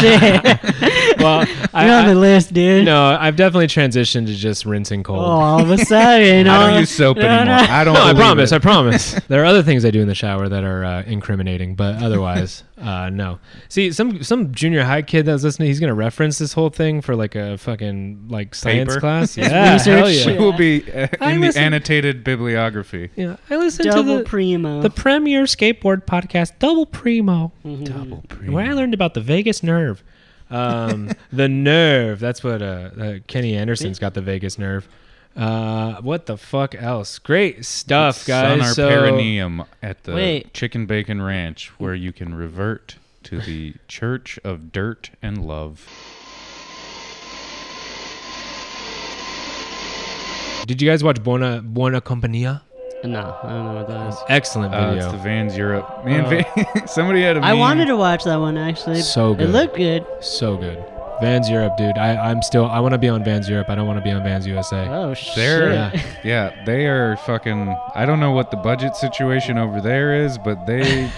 Speaker 1: shit!
Speaker 2: well I,
Speaker 1: you're on the
Speaker 2: I,
Speaker 1: list, dude.
Speaker 2: no I've definitely transitioned to just rinsing
Speaker 1: Oh,
Speaker 2: cold
Speaker 1: all of a sudden,
Speaker 3: I
Speaker 1: all-
Speaker 3: don't use soap
Speaker 1: No,
Speaker 3: anymore.
Speaker 1: no.
Speaker 3: I don't.
Speaker 2: no I
Speaker 3: believe
Speaker 2: promise
Speaker 3: it.
Speaker 2: I promise there are other things I do in the shower that are uh, incriminating but otherwise uh, no see some some junior high kid that was listening he's gonna reference this whole thing for like a fucking like science
Speaker 3: Paper?
Speaker 2: class yeah hell
Speaker 1: research.
Speaker 2: yeah.
Speaker 3: It will be uh,
Speaker 2: I
Speaker 3: in the
Speaker 2: listen-
Speaker 3: annotated bibliography.
Speaker 2: yeah I listened
Speaker 1: double
Speaker 2: to the
Speaker 1: primo.
Speaker 2: the premier skateboard podcast Double Primo
Speaker 3: Double
Speaker 2: where I learned about the vagus nerve um, the nerve that's what uh, uh, Kenny Anderson's got the vagus nerve uh, what the fuck else great stuff guys
Speaker 3: On our
Speaker 2: so
Speaker 3: perineum at the
Speaker 1: Wait.
Speaker 3: Chicken Bacon Ranch, where you can revert to the Church of Dirt and Love.
Speaker 2: did you guys watch Buona Buona Compania
Speaker 1: no, I don't know what that is.
Speaker 2: Excellent
Speaker 3: Uh,
Speaker 2: video.
Speaker 3: it's the Vans Europe. Man, Van- somebody had a.
Speaker 1: Oh. I
Speaker 3: meme.
Speaker 1: wanted to watch that one actually.
Speaker 2: So good.
Speaker 1: It looked good.
Speaker 2: so good. Vans Europe, dude. I, I'm still. I want to be on Vans Europe. I don't want to be on Vans USA.
Speaker 1: Oh shit!
Speaker 3: They're,
Speaker 2: Yeah.
Speaker 3: yeah, they are fucking. I don't know what the budget situation over there is, but they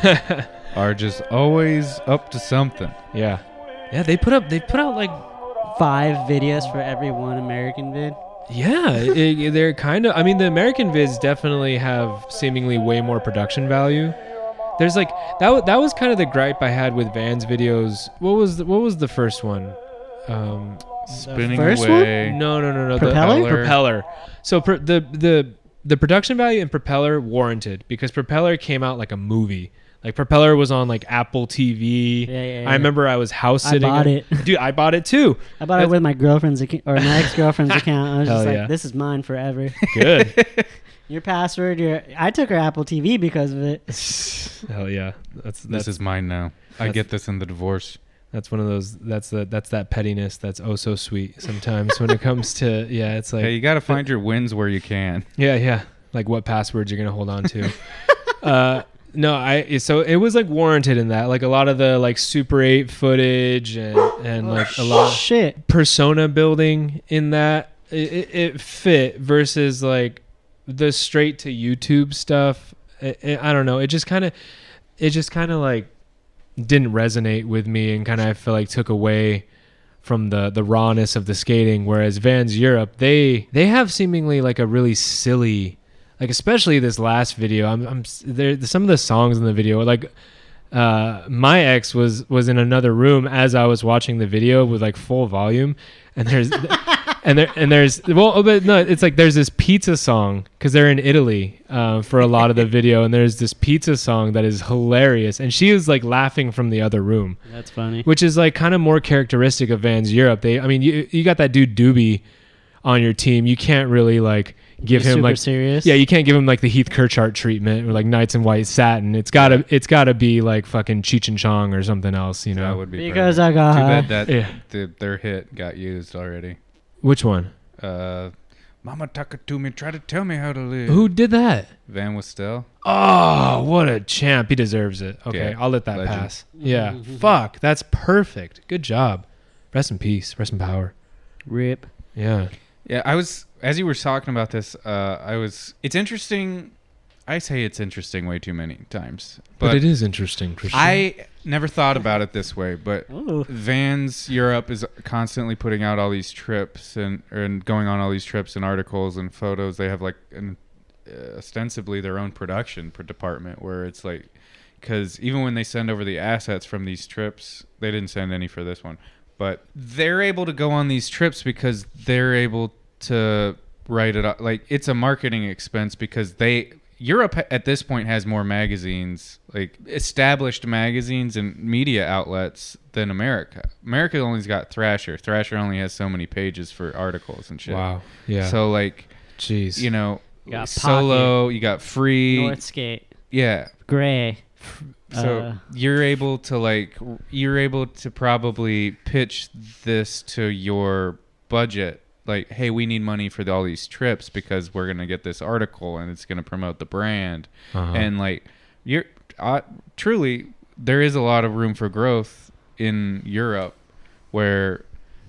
Speaker 3: are just always up to something.
Speaker 2: yeah, yeah. They put up. They put out like.
Speaker 1: Five videos for every one American vid.
Speaker 2: Yeah, it, it- they're kind of. I mean, the American vids definitely have seemingly way more production value. There's like that. wa- That was kind of the gripe I had with Vans videos. What was the, what was the first one? Um,
Speaker 3: Spinning
Speaker 1: first one?
Speaker 3: away.
Speaker 2: No, no, no, no.
Speaker 1: Propeller?
Speaker 2: The propeller. So pr- the the the production value in Propeller warranted because Propeller came out like a movie. Like Propeller was on like Apple TV.
Speaker 1: Yeah, yeah, yeah.
Speaker 2: I remember I was house
Speaker 1: I
Speaker 2: sitting.
Speaker 1: bought it.
Speaker 2: dude. I bought it too.
Speaker 1: I bought it with my girlfriend's account or my ex-girlfriend's account. I was just
Speaker 2: Hell
Speaker 1: like,
Speaker 2: yeah.
Speaker 1: "This is mine forever."
Speaker 2: Good.
Speaker 1: your password. Your I took her Apple TV because of it.
Speaker 2: Hell yeah. That's that's
Speaker 3: This is mine now. I
Speaker 2: That's-
Speaker 3: get this in the divorce.
Speaker 2: that's one of those. That's the that's that pettiness that's oh so sweet sometimes when it comes to yeah. It's like
Speaker 3: Hey, you got to find your wins where you can.
Speaker 2: Yeah, yeah. Like what passwords you're gonna hold on to. uh, no, I so it was like warranted in that. Like a lot of the like Super Eight footage and and like a lot of
Speaker 1: Shit.
Speaker 2: persona building in that it, it, it fit versus like the straight to YouTube stuff. I I I don't know. It just kind of it just kind of like didn't resonate with me and kind of I feel like took away from the the rawness of the skating whereas Vans Europe they they have seemingly like a really silly like especially this last video I'm I'm s- there some of the songs in the video are like uh my ex was was in another room as I was watching the video with like full volume and there's and there and there's well oh, but no it's like there's this pizza song because they're in italy uh, for a lot of the video and there's this pizza song that is hilarious and she is like laughing from the other room
Speaker 1: That's funny.
Speaker 2: which is like kind of more characteristic of Vans Europe. They, I mean, you you got that dude Doobie on your team. You can't really like give
Speaker 1: He's
Speaker 2: him
Speaker 1: super
Speaker 2: like
Speaker 1: serious.
Speaker 2: yeah, you can't give him like the Heath Kirchart treatment or like Knights in White Satin. It's gotta it's gotta be like fucking Cheech and Chong or something else, you
Speaker 3: That
Speaker 2: know.
Speaker 3: would be
Speaker 1: because
Speaker 3: perfect.
Speaker 1: I got
Speaker 3: Too
Speaker 1: high.
Speaker 3: bad that
Speaker 2: Yeah.
Speaker 3: th- their hit got used already.
Speaker 2: Which one?
Speaker 3: Uh, Mama talking to me, try to tell me how to live.
Speaker 2: Who did that?
Speaker 3: Van Westel.
Speaker 2: Oh, what a champ. He deserves it. Okay,
Speaker 3: Yeah,
Speaker 2: I'll let that
Speaker 3: legend.
Speaker 2: pass. Yeah. Fuck, that's perfect. Good job. Rest in peace. Rest in power.
Speaker 1: Rip.
Speaker 2: Yeah.
Speaker 3: Yeah, I was as you were talking about this. Uh, I was. It's interesting. I say it's interesting way too many times,
Speaker 2: But,
Speaker 3: but,
Speaker 2: it is interesting, Christian.
Speaker 3: I never thought about it this way. But
Speaker 1: Oh.
Speaker 3: Vans Europe is constantly putting out all these trips and and going on all these trips and articles and photos. They have like an uh, ostensibly their own production per department where it's like because even when they send over the assets from these trips, they didn't send any for this one, but they're able to go on these trips because they're able to write it up. Like it's a marketing expense because they Europe ha- at this point has more magazines, like established magazines and media outlets than America. America only's got Thrasher. Thrasher only has so many pages for articles and shit.
Speaker 2: Wow. Yeah.
Speaker 3: So like,
Speaker 2: jeez.
Speaker 3: you know,
Speaker 1: You got
Speaker 3: solo, you got free.
Speaker 1: Northgate.
Speaker 3: Yeah.
Speaker 1: Gray.
Speaker 3: So
Speaker 1: Uh,
Speaker 3: you're able to like r- you're able to probably pitch this to your budget like hey we need money for all these trips because we're going to get this article and it's going to promote the brand
Speaker 2: Uh-huh.
Speaker 3: and like you're uh, truly there is a lot of room for growth in Europe where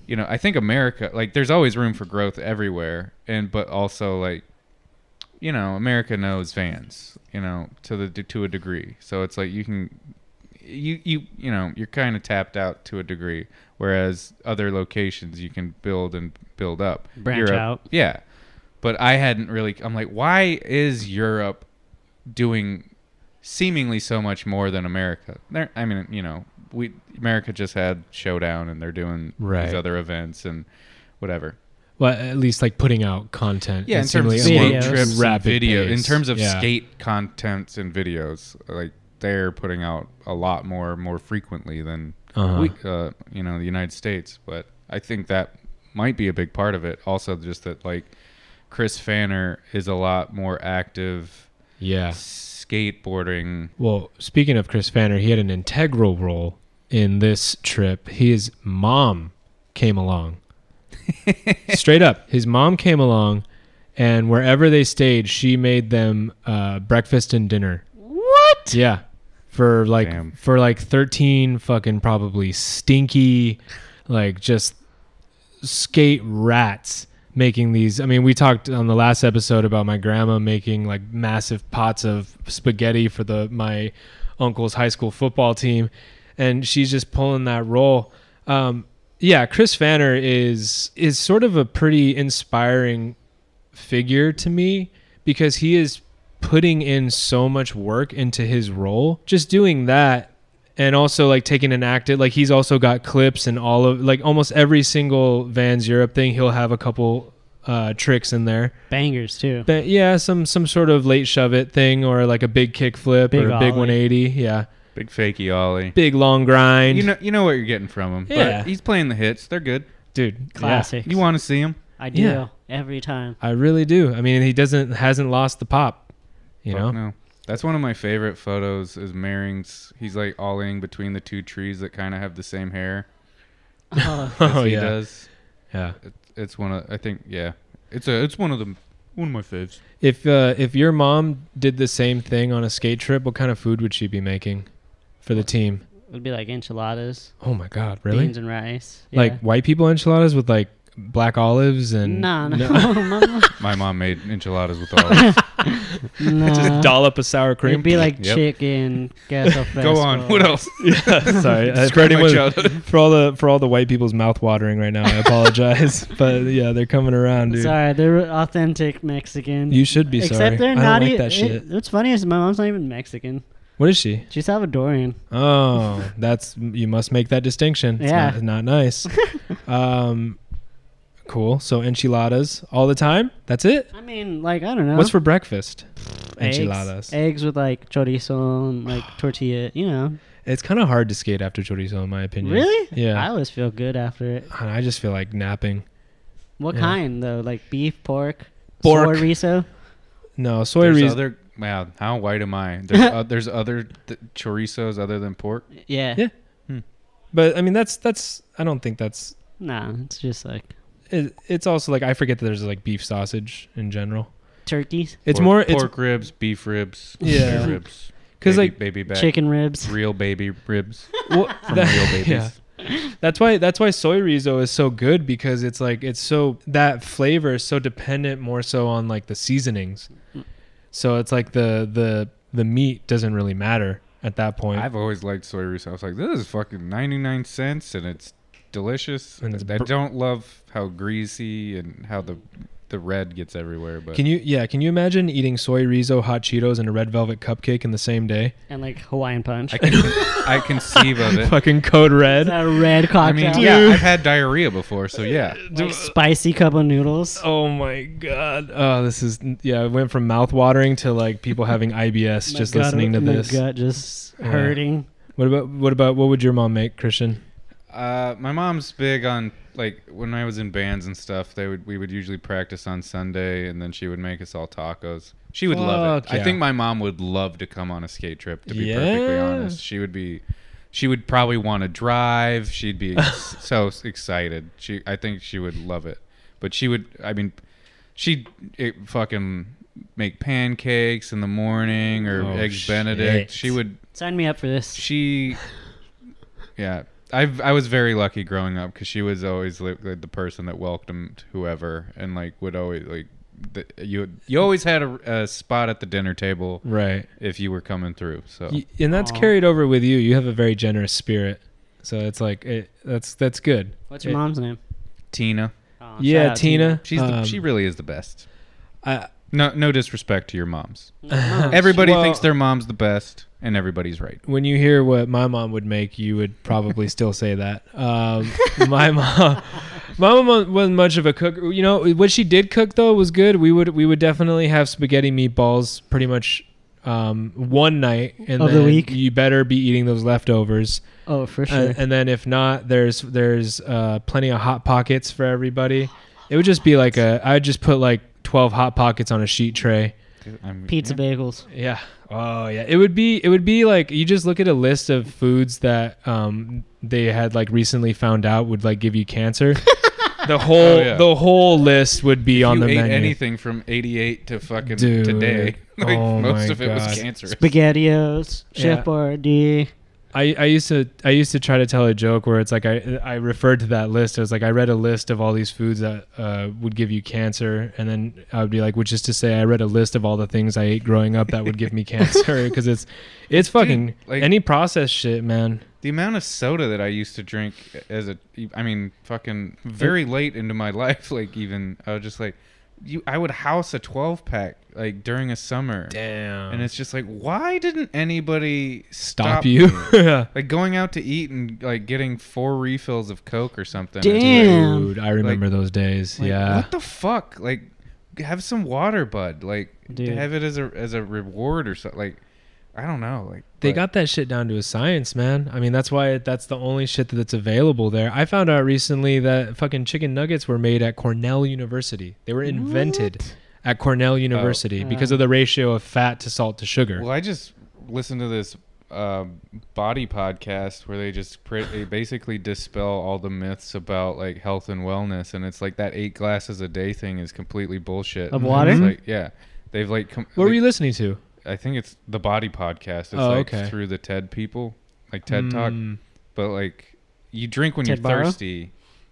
Speaker 3: you know I think America like there's always room for growth everywhere and but also like you know America knows Vans you know to the to a degree so it's like you can you you you know you're kind of tapped out to a degree whereas other locations you can build and build up
Speaker 1: Branch out.
Speaker 3: yeah but I hadn't really I'm like why is Europe doing seemingly so much more than America. They're, I mean, you know, we America just had Showdown and they're doing
Speaker 2: Right.
Speaker 3: these other events and whatever.
Speaker 2: well, at least like putting out content.
Speaker 3: Yeah, in
Speaker 2: It's
Speaker 3: terms of
Speaker 2: really
Speaker 1: skate
Speaker 2: a
Speaker 3: skate
Speaker 2: more
Speaker 1: videos.
Speaker 3: trips, and
Speaker 2: rapid
Speaker 3: video in
Speaker 2: pace.
Speaker 3: terms of
Speaker 2: Yeah.
Speaker 3: skate contents and videos, like they're putting out a lot more more frequently than
Speaker 2: Uh-huh.
Speaker 3: we, uh, you know, the United States. But I think that might be a big part of it. Also, just that like Chris Fanner is a lot more active
Speaker 2: Yeah.
Speaker 3: skateboarding.
Speaker 2: Well, speaking of Chris Fanner, he had an integral role in this trip. His mom came along. Straight up, his mom came along, and wherever they stayed, she made them uh, breakfast and dinner. What? Yeah, for like
Speaker 3: Damn.
Speaker 2: for like thirteen fucking probably stinky, like just skate rats making these. I mean, we talked on the last episode about my grandma making like massive pots of spaghetti for the my uncle's high school football team, and she's just pulling that roll. Um, yeah, Chris Fanner is is sort of a pretty inspiring figure to me because he is putting in so much work into his role. Just doing that and also like taking an active like he's also got clips and all of like almost every single Vans Europe thing he'll have a couple uh tricks in there.
Speaker 1: Bangers, too.
Speaker 2: But yeah, some some sort of late shove it thing or like a big kick flip
Speaker 1: Big
Speaker 2: or a big
Speaker 1: ollie.
Speaker 2: 180, yeah.
Speaker 3: Big fakey ollie.
Speaker 2: Big long grind.
Speaker 3: You know, you know what you're getting from him.
Speaker 2: Yeah.
Speaker 3: But he's playing the hits. They're good.
Speaker 2: dude, classic.
Speaker 1: Classics.
Speaker 3: You want to see him?
Speaker 1: I do.
Speaker 2: Yeah.
Speaker 1: Every time.
Speaker 2: I really do. I mean, he doesn't hasn't lost the pop, you know.
Speaker 3: no. That's one of my favorite photos. Is Maring's? He's like ollieing between the two trees that kind of have the same hair.
Speaker 1: Oh,
Speaker 3: As
Speaker 2: Oh
Speaker 3: he
Speaker 2: yeah.
Speaker 3: does.
Speaker 2: Yeah.
Speaker 3: It, it's one of. I think yeah. It's a. It's one of the. One of my faves.
Speaker 2: If uh, if your mom did the same thing on a skate trip, what kind of food would she be making for the team?
Speaker 1: it would be like enchiladas,
Speaker 2: Oh my god, really?
Speaker 1: beans and rice.
Speaker 2: Like white people enchiladas with like black olives and
Speaker 1: No, no, no.
Speaker 3: My mom made enchiladas with olives.
Speaker 2: just dollop of sour cream.
Speaker 1: It'd be like
Speaker 3: Yep.
Speaker 1: chicken, queso
Speaker 3: Go on. What else?
Speaker 2: Sorry, I- for,
Speaker 3: Describe my
Speaker 2: anyone-
Speaker 3: childhood.
Speaker 2: for all the for all the white people's mouth watering right now, I apologize. but yeah, they're coming around, dude.
Speaker 1: Sorry, they're authentic Mexican.
Speaker 2: You should be
Speaker 1: Except
Speaker 2: sorry.
Speaker 1: they're
Speaker 2: I don't
Speaker 1: not
Speaker 2: like
Speaker 1: e-
Speaker 2: that shit.
Speaker 1: it- what's funny is my mom's not even Mexican.
Speaker 2: what is she?
Speaker 1: She's Salvadorian.
Speaker 2: Oh, that's you must make that distinction. It's
Speaker 1: Yeah.
Speaker 2: not, not nice. um, cool. So enchiladas all the time. That's it.
Speaker 1: I mean, like I don't know.
Speaker 2: What's for breakfast?
Speaker 1: Eggs.
Speaker 2: Enchiladas.
Speaker 1: Eggs with like chorizo and like tortilla. You know,
Speaker 2: It's kind of hard to skate after chorizo, in my opinion.
Speaker 1: really? I
Speaker 2: Yeah.
Speaker 1: always feel good after it.
Speaker 2: I, just feel like napping.
Speaker 1: What
Speaker 2: Yeah.
Speaker 1: kind though? Like beef, pork,
Speaker 2: Pork.
Speaker 1: soy riso.
Speaker 2: No soy
Speaker 3: There's
Speaker 2: riso.
Speaker 3: other. Wow. How white am I? There's, uh, there's other th- chorizos other than pork.
Speaker 1: Yeah.
Speaker 2: Yeah. but I mean, that's that's. I don't think that's.
Speaker 1: Nah, it's just like
Speaker 2: it, it's also like I forget that there's like beef sausage in general.
Speaker 1: turkeys,
Speaker 2: It's
Speaker 3: Pork-
Speaker 2: more it's
Speaker 3: pork ribs, beef ribs,
Speaker 2: Yeah.
Speaker 3: bear ribs,
Speaker 2: 'Cause,
Speaker 3: baby-
Speaker 2: like,
Speaker 3: baby back,
Speaker 1: chicken ribs.
Speaker 3: real baby ribs
Speaker 2: well,
Speaker 3: from
Speaker 2: that-
Speaker 3: real
Speaker 2: yeah.
Speaker 3: babies.
Speaker 2: That's why that's why soy riso is so good because it's like it's so that flavor is so dependent more so on like the seasonings. So it's like the the the meat doesn't really matter at that point.
Speaker 3: I've always liked soy rice. I was like, this is fucking 99 cents and it's delicious.
Speaker 2: And
Speaker 3: And
Speaker 2: it's
Speaker 3: I
Speaker 2: br-
Speaker 3: don't love how greasy and how the the red gets everywhere, but
Speaker 2: can you yeah, can you imagine eating soy riso hot Cheetos and a red velvet cupcake in the same day?
Speaker 1: and like Hawaiian punch.
Speaker 3: I can I conceive of it.
Speaker 2: Fucking code
Speaker 1: Is
Speaker 2: red.
Speaker 1: that a red
Speaker 3: I
Speaker 1: cocktail?
Speaker 3: mean, yeah, I've had diarrhea before, so yeah.
Speaker 1: Like spicy cup of noodles.
Speaker 2: Oh my god. Oh, this is yeah, it went from mouth watering to like people having IBS
Speaker 1: My
Speaker 2: just
Speaker 1: gut-
Speaker 2: listening to
Speaker 1: my
Speaker 2: this.
Speaker 1: gut just
Speaker 2: Yeah.
Speaker 1: hurting.
Speaker 2: What about what about what would your mom make, Christian?
Speaker 3: Uh, my mom's big on like when I was in bands and stuff. They would we would usually practice on Sunday, and then she would make us all tacos. She would love it.
Speaker 2: Fuck yeah.
Speaker 3: I think my mom would love to come on a skate trip. To be perfectly
Speaker 2: Yeah.
Speaker 3: honest, she would be. She would probably want to drive. She'd be ex- so excited. She, I think she would love it. But she would. I mean, she'd it, fucking make pancakes in the morning or
Speaker 2: Oh,
Speaker 3: eggs
Speaker 2: shit.
Speaker 3: Benedict. She would
Speaker 1: Sign me up for this.
Speaker 3: she yeah I've, i was very lucky growing up because she was always like, like the person that welcomed whoever and like would always like the, you you always had a, a spot at the dinner table
Speaker 2: Right.
Speaker 3: if you were coming through so
Speaker 2: Y- and that's
Speaker 1: Aw.
Speaker 2: carried over with you. You have a very generous spirit, so it's like it, that's that's good.
Speaker 1: What's your
Speaker 2: It-
Speaker 1: mom's name?
Speaker 3: tina
Speaker 1: Oh, shout
Speaker 2: Yeah,
Speaker 1: out
Speaker 2: Tina.
Speaker 3: she's the,
Speaker 2: Um,
Speaker 3: she really is the best
Speaker 2: I,
Speaker 3: no no disrespect to your moms
Speaker 1: Mom,
Speaker 3: everybody
Speaker 2: Well-
Speaker 3: thinks their mom's the best and everybody's right
Speaker 2: when you hear what my mom would make, you would probably still say that. Um, my mom, my mom wasn't much of a cook. You know what she did cook though was good. We would we would definitely have spaghetti meatballs pretty much um, one night and
Speaker 1: Of the
Speaker 2: then
Speaker 1: week?
Speaker 2: You better be eating those leftovers.
Speaker 1: Oh, for sure.
Speaker 2: Uh, and then if not, there's there's uh, plenty of hot pockets for everybody. It would just be like a I'd just put like twelve hot pockets on a sheet tray.
Speaker 3: I'm-
Speaker 1: Pizza
Speaker 3: yeah.
Speaker 1: bagels.
Speaker 2: Yeah. Oh yeah. It would be it would be like you just look at a list of foods that um they had like recently found out would like give you cancer. the whole
Speaker 3: Oh, yeah.
Speaker 2: the whole list would be
Speaker 3: If
Speaker 2: on
Speaker 3: you
Speaker 2: the
Speaker 3: ate
Speaker 2: menu.
Speaker 3: anything from 88 to fucking
Speaker 2: Dude.
Speaker 3: today like
Speaker 2: Oh
Speaker 3: most
Speaker 2: my
Speaker 3: of it
Speaker 2: God.
Speaker 3: was cancerous
Speaker 1: Spaghettios, Chef
Speaker 2: Yeah.
Speaker 1: Boyardee.
Speaker 2: I, I used to I used to try to tell a joke where it's like I I referred to that list. I was like I read a list of all these foods that uh, would give you cancer, and then I would be like, which is to say, I read a list of all the things I ate growing up that would give me cancer because it's it's fucking
Speaker 3: like-
Speaker 2: any processed shit, man.
Speaker 3: The amount of soda that I used to drink as a, I mean, fucking very late into my life, like even I was just like, you, I would house a twelve pack like during a summer,
Speaker 2: Damn,
Speaker 3: and it's just like, why didn't anybody
Speaker 2: stop,
Speaker 3: stop,
Speaker 2: you.
Speaker 3: me?
Speaker 2: Yeah.
Speaker 3: like going out to eat and like getting four refills of Coke or something.
Speaker 1: Damn. Um,
Speaker 2: Dude, I remember those days.
Speaker 3: Like,
Speaker 2: yeah.
Speaker 3: What the fuck? Like, have some water, bud. Like,
Speaker 1: Dude.
Speaker 3: have it as a as a reward or something. Like, I don't know. Like,
Speaker 2: They
Speaker 3: but-
Speaker 2: got that shit down to a science, man. I mean, that's why it, that's the only shit that's available there. I found out recently that fucking chicken nuggets were made at Cornell University. They were invented at
Speaker 3: Oh,
Speaker 2: Cornell University because of the ratio of fat to salt to sugar.
Speaker 3: Well, I just listened to this um body podcast where they just pr- they basically dispel all the myths about like health and wellness, and it's like that eight glasses a day thing is completely bullshit.
Speaker 1: Of
Speaker 3: And
Speaker 1: water?
Speaker 3: it's like, yeah, they've like. Com-
Speaker 2: What were
Speaker 3: like-
Speaker 2: you listening to?
Speaker 3: I think it's the body podcast. It's
Speaker 2: Oh,
Speaker 3: like
Speaker 2: okay.
Speaker 3: through the TED people, like TED Talk,
Speaker 2: Mm,
Speaker 3: but like you drink when
Speaker 1: TED
Speaker 3: you're
Speaker 1: Borrow?
Speaker 3: thirsty.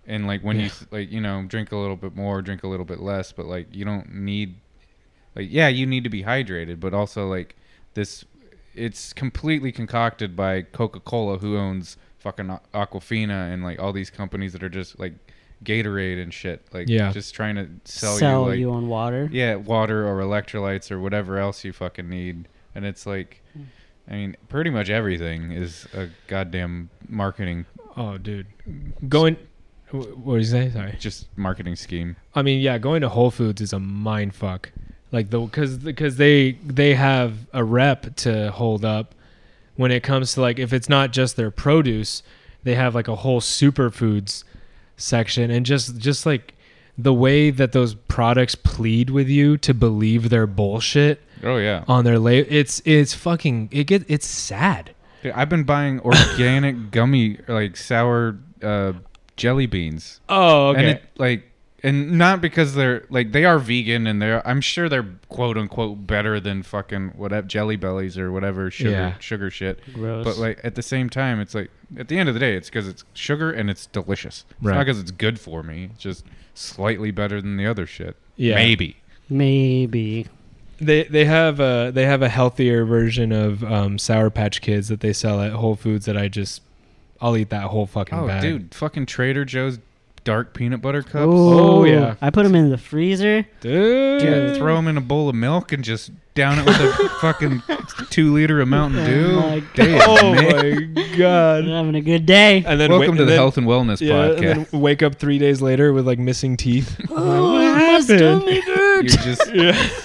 Speaker 3: And like when
Speaker 2: Yeah.
Speaker 3: you th- like you know drink a little bit more, drink a little bit less, but like you don't need like yeah you need to be hydrated but also like this it's completely concocted by coca-cola who owns fucking Aqu- aquafina and like all these companies that are just like gatorade and shit like
Speaker 2: Yeah.
Speaker 3: just trying to sell,
Speaker 1: Sell,
Speaker 3: you like
Speaker 1: you on water.
Speaker 3: yeah water or electrolytes or whatever else you fucking need and it's like i mean pretty much everything is a goddamn marketing
Speaker 2: oh, dude. Going. wh- What did you say? Sorry.
Speaker 3: just marketing scheme
Speaker 2: I mean, yeah, going to Whole Foods is a mind fuck. Like the because because they they have a rep to hold up when it comes to like if it's not just their produce, they have like a whole superfoods section and just just like the way that those products plead with you to believe their bullshit
Speaker 3: oh yeah
Speaker 2: on their label, it's it's fucking it get it's sad.
Speaker 3: Dude, i've been buying organic gummy like sour uh jelly beans
Speaker 2: Oh, okay.
Speaker 3: And it like and not because they're like they are vegan and they're I'm sure they're quote unquote better than fucking whatever jelly bellies or whatever sugar
Speaker 2: Yeah.
Speaker 3: sugar shit.
Speaker 1: Gross.
Speaker 3: But like at the same time, it's like at the end of the day, it's because it's sugar and it's delicious. It's
Speaker 2: Right.
Speaker 3: not because it's good for me. It's just slightly better than the other shit.
Speaker 2: Yeah.
Speaker 3: Maybe.
Speaker 1: Maybe.
Speaker 2: They they have a they have a healthier version of um, Sour Patch Kids that they sell at Whole Foods that I just I'll eat that whole fucking
Speaker 3: Oh,
Speaker 2: bag.
Speaker 3: dude, fucking Trader Joe's dark peanut butter cups.
Speaker 2: Oh, yeah.
Speaker 1: I put them in the freezer.
Speaker 2: dude.
Speaker 3: Yeah, throw them in a bowl of milk and just down it with a fucking two liter of Mountain Dew.
Speaker 1: my
Speaker 3: Damn,
Speaker 2: Oh
Speaker 3: man.
Speaker 2: my
Speaker 1: I'm
Speaker 2: god.
Speaker 1: having a good day.
Speaker 2: And then
Speaker 3: Welcome
Speaker 2: wa-
Speaker 3: to the
Speaker 2: then-
Speaker 3: Health and Wellness
Speaker 2: yeah,
Speaker 3: Podcast.
Speaker 2: and then wake up three days later with like missing teeth.
Speaker 1: Oh,
Speaker 2: What happened?
Speaker 3: You're just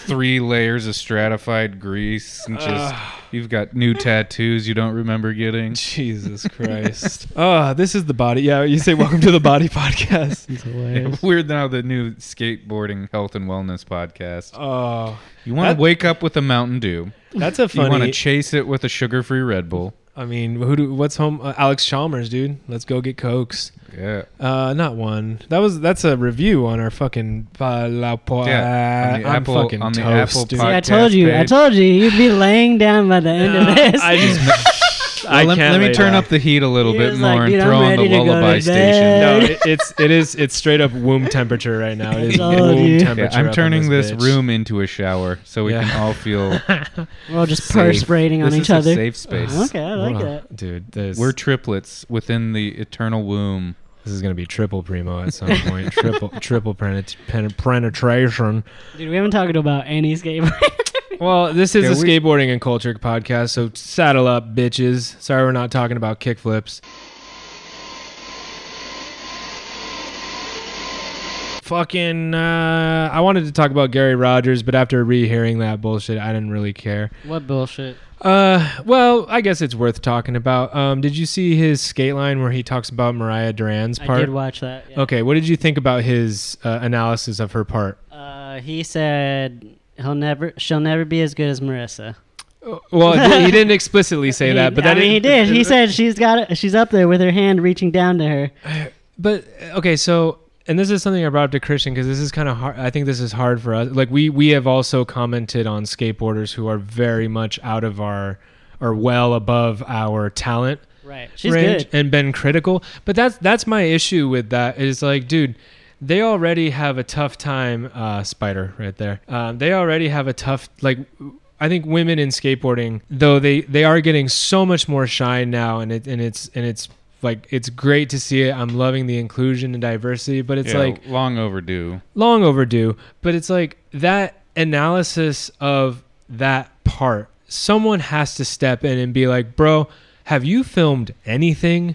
Speaker 3: three layers of stratified grease and just you've got new tattoos you don't remember getting.
Speaker 2: Jesus Christ. oh, this is the body. Yeah, you say welcome to the body podcast.
Speaker 1: It's hilarious.
Speaker 3: We're now the new skateboarding health and wellness podcast.
Speaker 2: Oh,
Speaker 3: You want
Speaker 2: That-
Speaker 3: to wake up with a Mountain Dew.
Speaker 2: that's a
Speaker 3: You want to
Speaker 2: funny.
Speaker 3: chase it with a sugar-free Red Bull.
Speaker 2: I mean, who do what's home? Uh, Alex Chalmers, dude. Let's go get cokes.
Speaker 3: Yeah.
Speaker 2: Uh, not one. That was that's a review on our fucking palapa.
Speaker 3: Yeah, on the
Speaker 2: uh, I'm
Speaker 3: Apple-
Speaker 2: fucking
Speaker 3: on the
Speaker 2: toast,
Speaker 3: Apple
Speaker 2: dude.
Speaker 1: See, I
Speaker 3: podcast
Speaker 1: told you. I
Speaker 3: page.
Speaker 1: told you. You'd be laying down by the end of this.
Speaker 2: I just. I
Speaker 3: Well, let,
Speaker 2: can't
Speaker 3: let me
Speaker 2: lay
Speaker 3: turn
Speaker 2: down.
Speaker 3: up the heat a little
Speaker 1: He
Speaker 3: bit
Speaker 1: was
Speaker 3: more
Speaker 1: like, "Dude,
Speaker 3: and
Speaker 1: I'm
Speaker 3: throw on the
Speaker 1: ready to go to
Speaker 3: lullaby station.
Speaker 1: bed."
Speaker 2: No, it, it's it is it's straight up womb temperature right now. It is
Speaker 1: Told
Speaker 2: womb
Speaker 1: you. Yeah,
Speaker 3: Yeah,
Speaker 2: temperature. up
Speaker 3: I'm
Speaker 2: in
Speaker 3: turning this,
Speaker 2: bitch.
Speaker 3: room into a shower so we
Speaker 2: Yeah.
Speaker 3: can all feel
Speaker 1: We're all just
Speaker 3: safe.
Speaker 1: perspiring on
Speaker 3: This is
Speaker 1: each
Speaker 3: a
Speaker 1: other.
Speaker 3: safe space.
Speaker 1: Okay, I like
Speaker 2: Wow.
Speaker 1: that.
Speaker 2: dude. This,
Speaker 3: We're triplets within the eternal womb.
Speaker 2: This is gonna be triple primo at some point. triple triple penet- pen- penetration.
Speaker 1: Dude, we haven't talked about any skateboard.
Speaker 2: Well, this is
Speaker 3: Yeah,
Speaker 2: a
Speaker 3: we-
Speaker 2: skateboarding and culture podcast, so saddle up, bitches. Sorry, we're not talking about kickflips. Fucking, uh, I wanted to talk about Gary Rogers, but after rehearing that bullshit, I didn't really care.
Speaker 1: what bullshit?
Speaker 2: Uh, well, I guess it's worth talking about. Um, did you see his skate line where he talks about Mariah Duran's
Speaker 1: I
Speaker 2: part?
Speaker 1: did watch that. yeah.
Speaker 2: Okay, what did you think about his uh, analysis of her part?
Speaker 1: Uh, he said he'll never, she'll never be as good as Marissa.
Speaker 2: Uh, Well, he didn't explicitly say
Speaker 1: He-
Speaker 2: that, but
Speaker 1: I
Speaker 2: that
Speaker 1: mean,
Speaker 2: it-
Speaker 1: he did. He said she's got, she's up there with her hand reaching down to her.
Speaker 2: But uh, okay, so and this is something I brought up to Christian because this is kind of hard. I think this is hard for us. Like we we have also commented on skateboarders who are very much out of our or well above our talent
Speaker 1: Right. She's
Speaker 2: range
Speaker 1: good.
Speaker 2: and been critical. But that's that's my issue with that is like, dude, they already have a tough time. Uh, spider right there. Um, they already have a tough like. I think women in skateboarding, though they they are getting so much more shine now, and it and it's and it's like it's great to see it. I'm loving the inclusion and diversity, but it's
Speaker 3: Yeah,
Speaker 2: like
Speaker 3: long overdue.
Speaker 2: long overdue but it's like that analysis of that part someone has to step in and be like bro have you filmed anything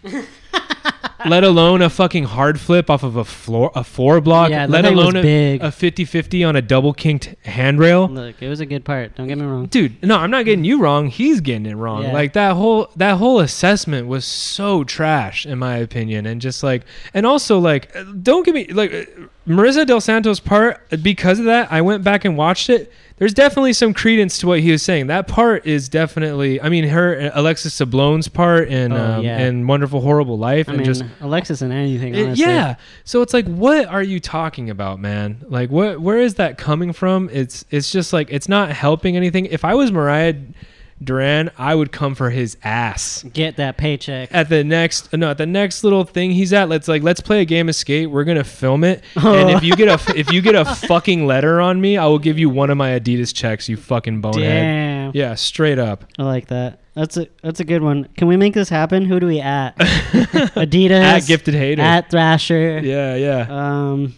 Speaker 2: let alone a fucking hard flip off of a floor a four block
Speaker 1: Yeah, that
Speaker 2: let
Speaker 1: thing was
Speaker 2: alone a,
Speaker 1: big.
Speaker 2: a 50-50 on a double kinked handrail
Speaker 1: Look, it was a good part. Don't get me wrong.
Speaker 2: dude no i'm not getting you wrong he's getting it wrong
Speaker 1: Yeah.
Speaker 2: like that whole that whole assessment was so trash in my opinion and just like and also like uh, don't give me like uh, marissa del santos part because of that i went back and watched it there's definitely some credence to what he was saying that part is definitely i mean her alexis sablone's part in
Speaker 1: Oh,
Speaker 2: um,
Speaker 1: yeah.
Speaker 2: in wonderful horrible life
Speaker 1: I
Speaker 2: and
Speaker 1: mean,
Speaker 2: just
Speaker 1: Alexis and anything.
Speaker 2: it-
Speaker 1: honestly.
Speaker 2: yeah. So it's like, what are you talking about, man? Like, what? Where is that coming from? It's it's just like it's not helping anything. If I was Mariah Duran, I would come for his ass
Speaker 1: Get that paycheck.
Speaker 2: at the next no at the next little thing he's at. Let's like let's play a game of skate. We're gonna film it, and if you get a if you get a fucking letter on me, I will give you one of my Adidas checks. You fucking bonehead.
Speaker 1: Damn.
Speaker 2: Yeah, straight up.
Speaker 1: I like that. That's a that's a good one. Can we make this happen? Who do we at? Adidas.
Speaker 2: At gifted hater.
Speaker 1: At Thrasher.
Speaker 2: yeah, yeah.
Speaker 1: Um,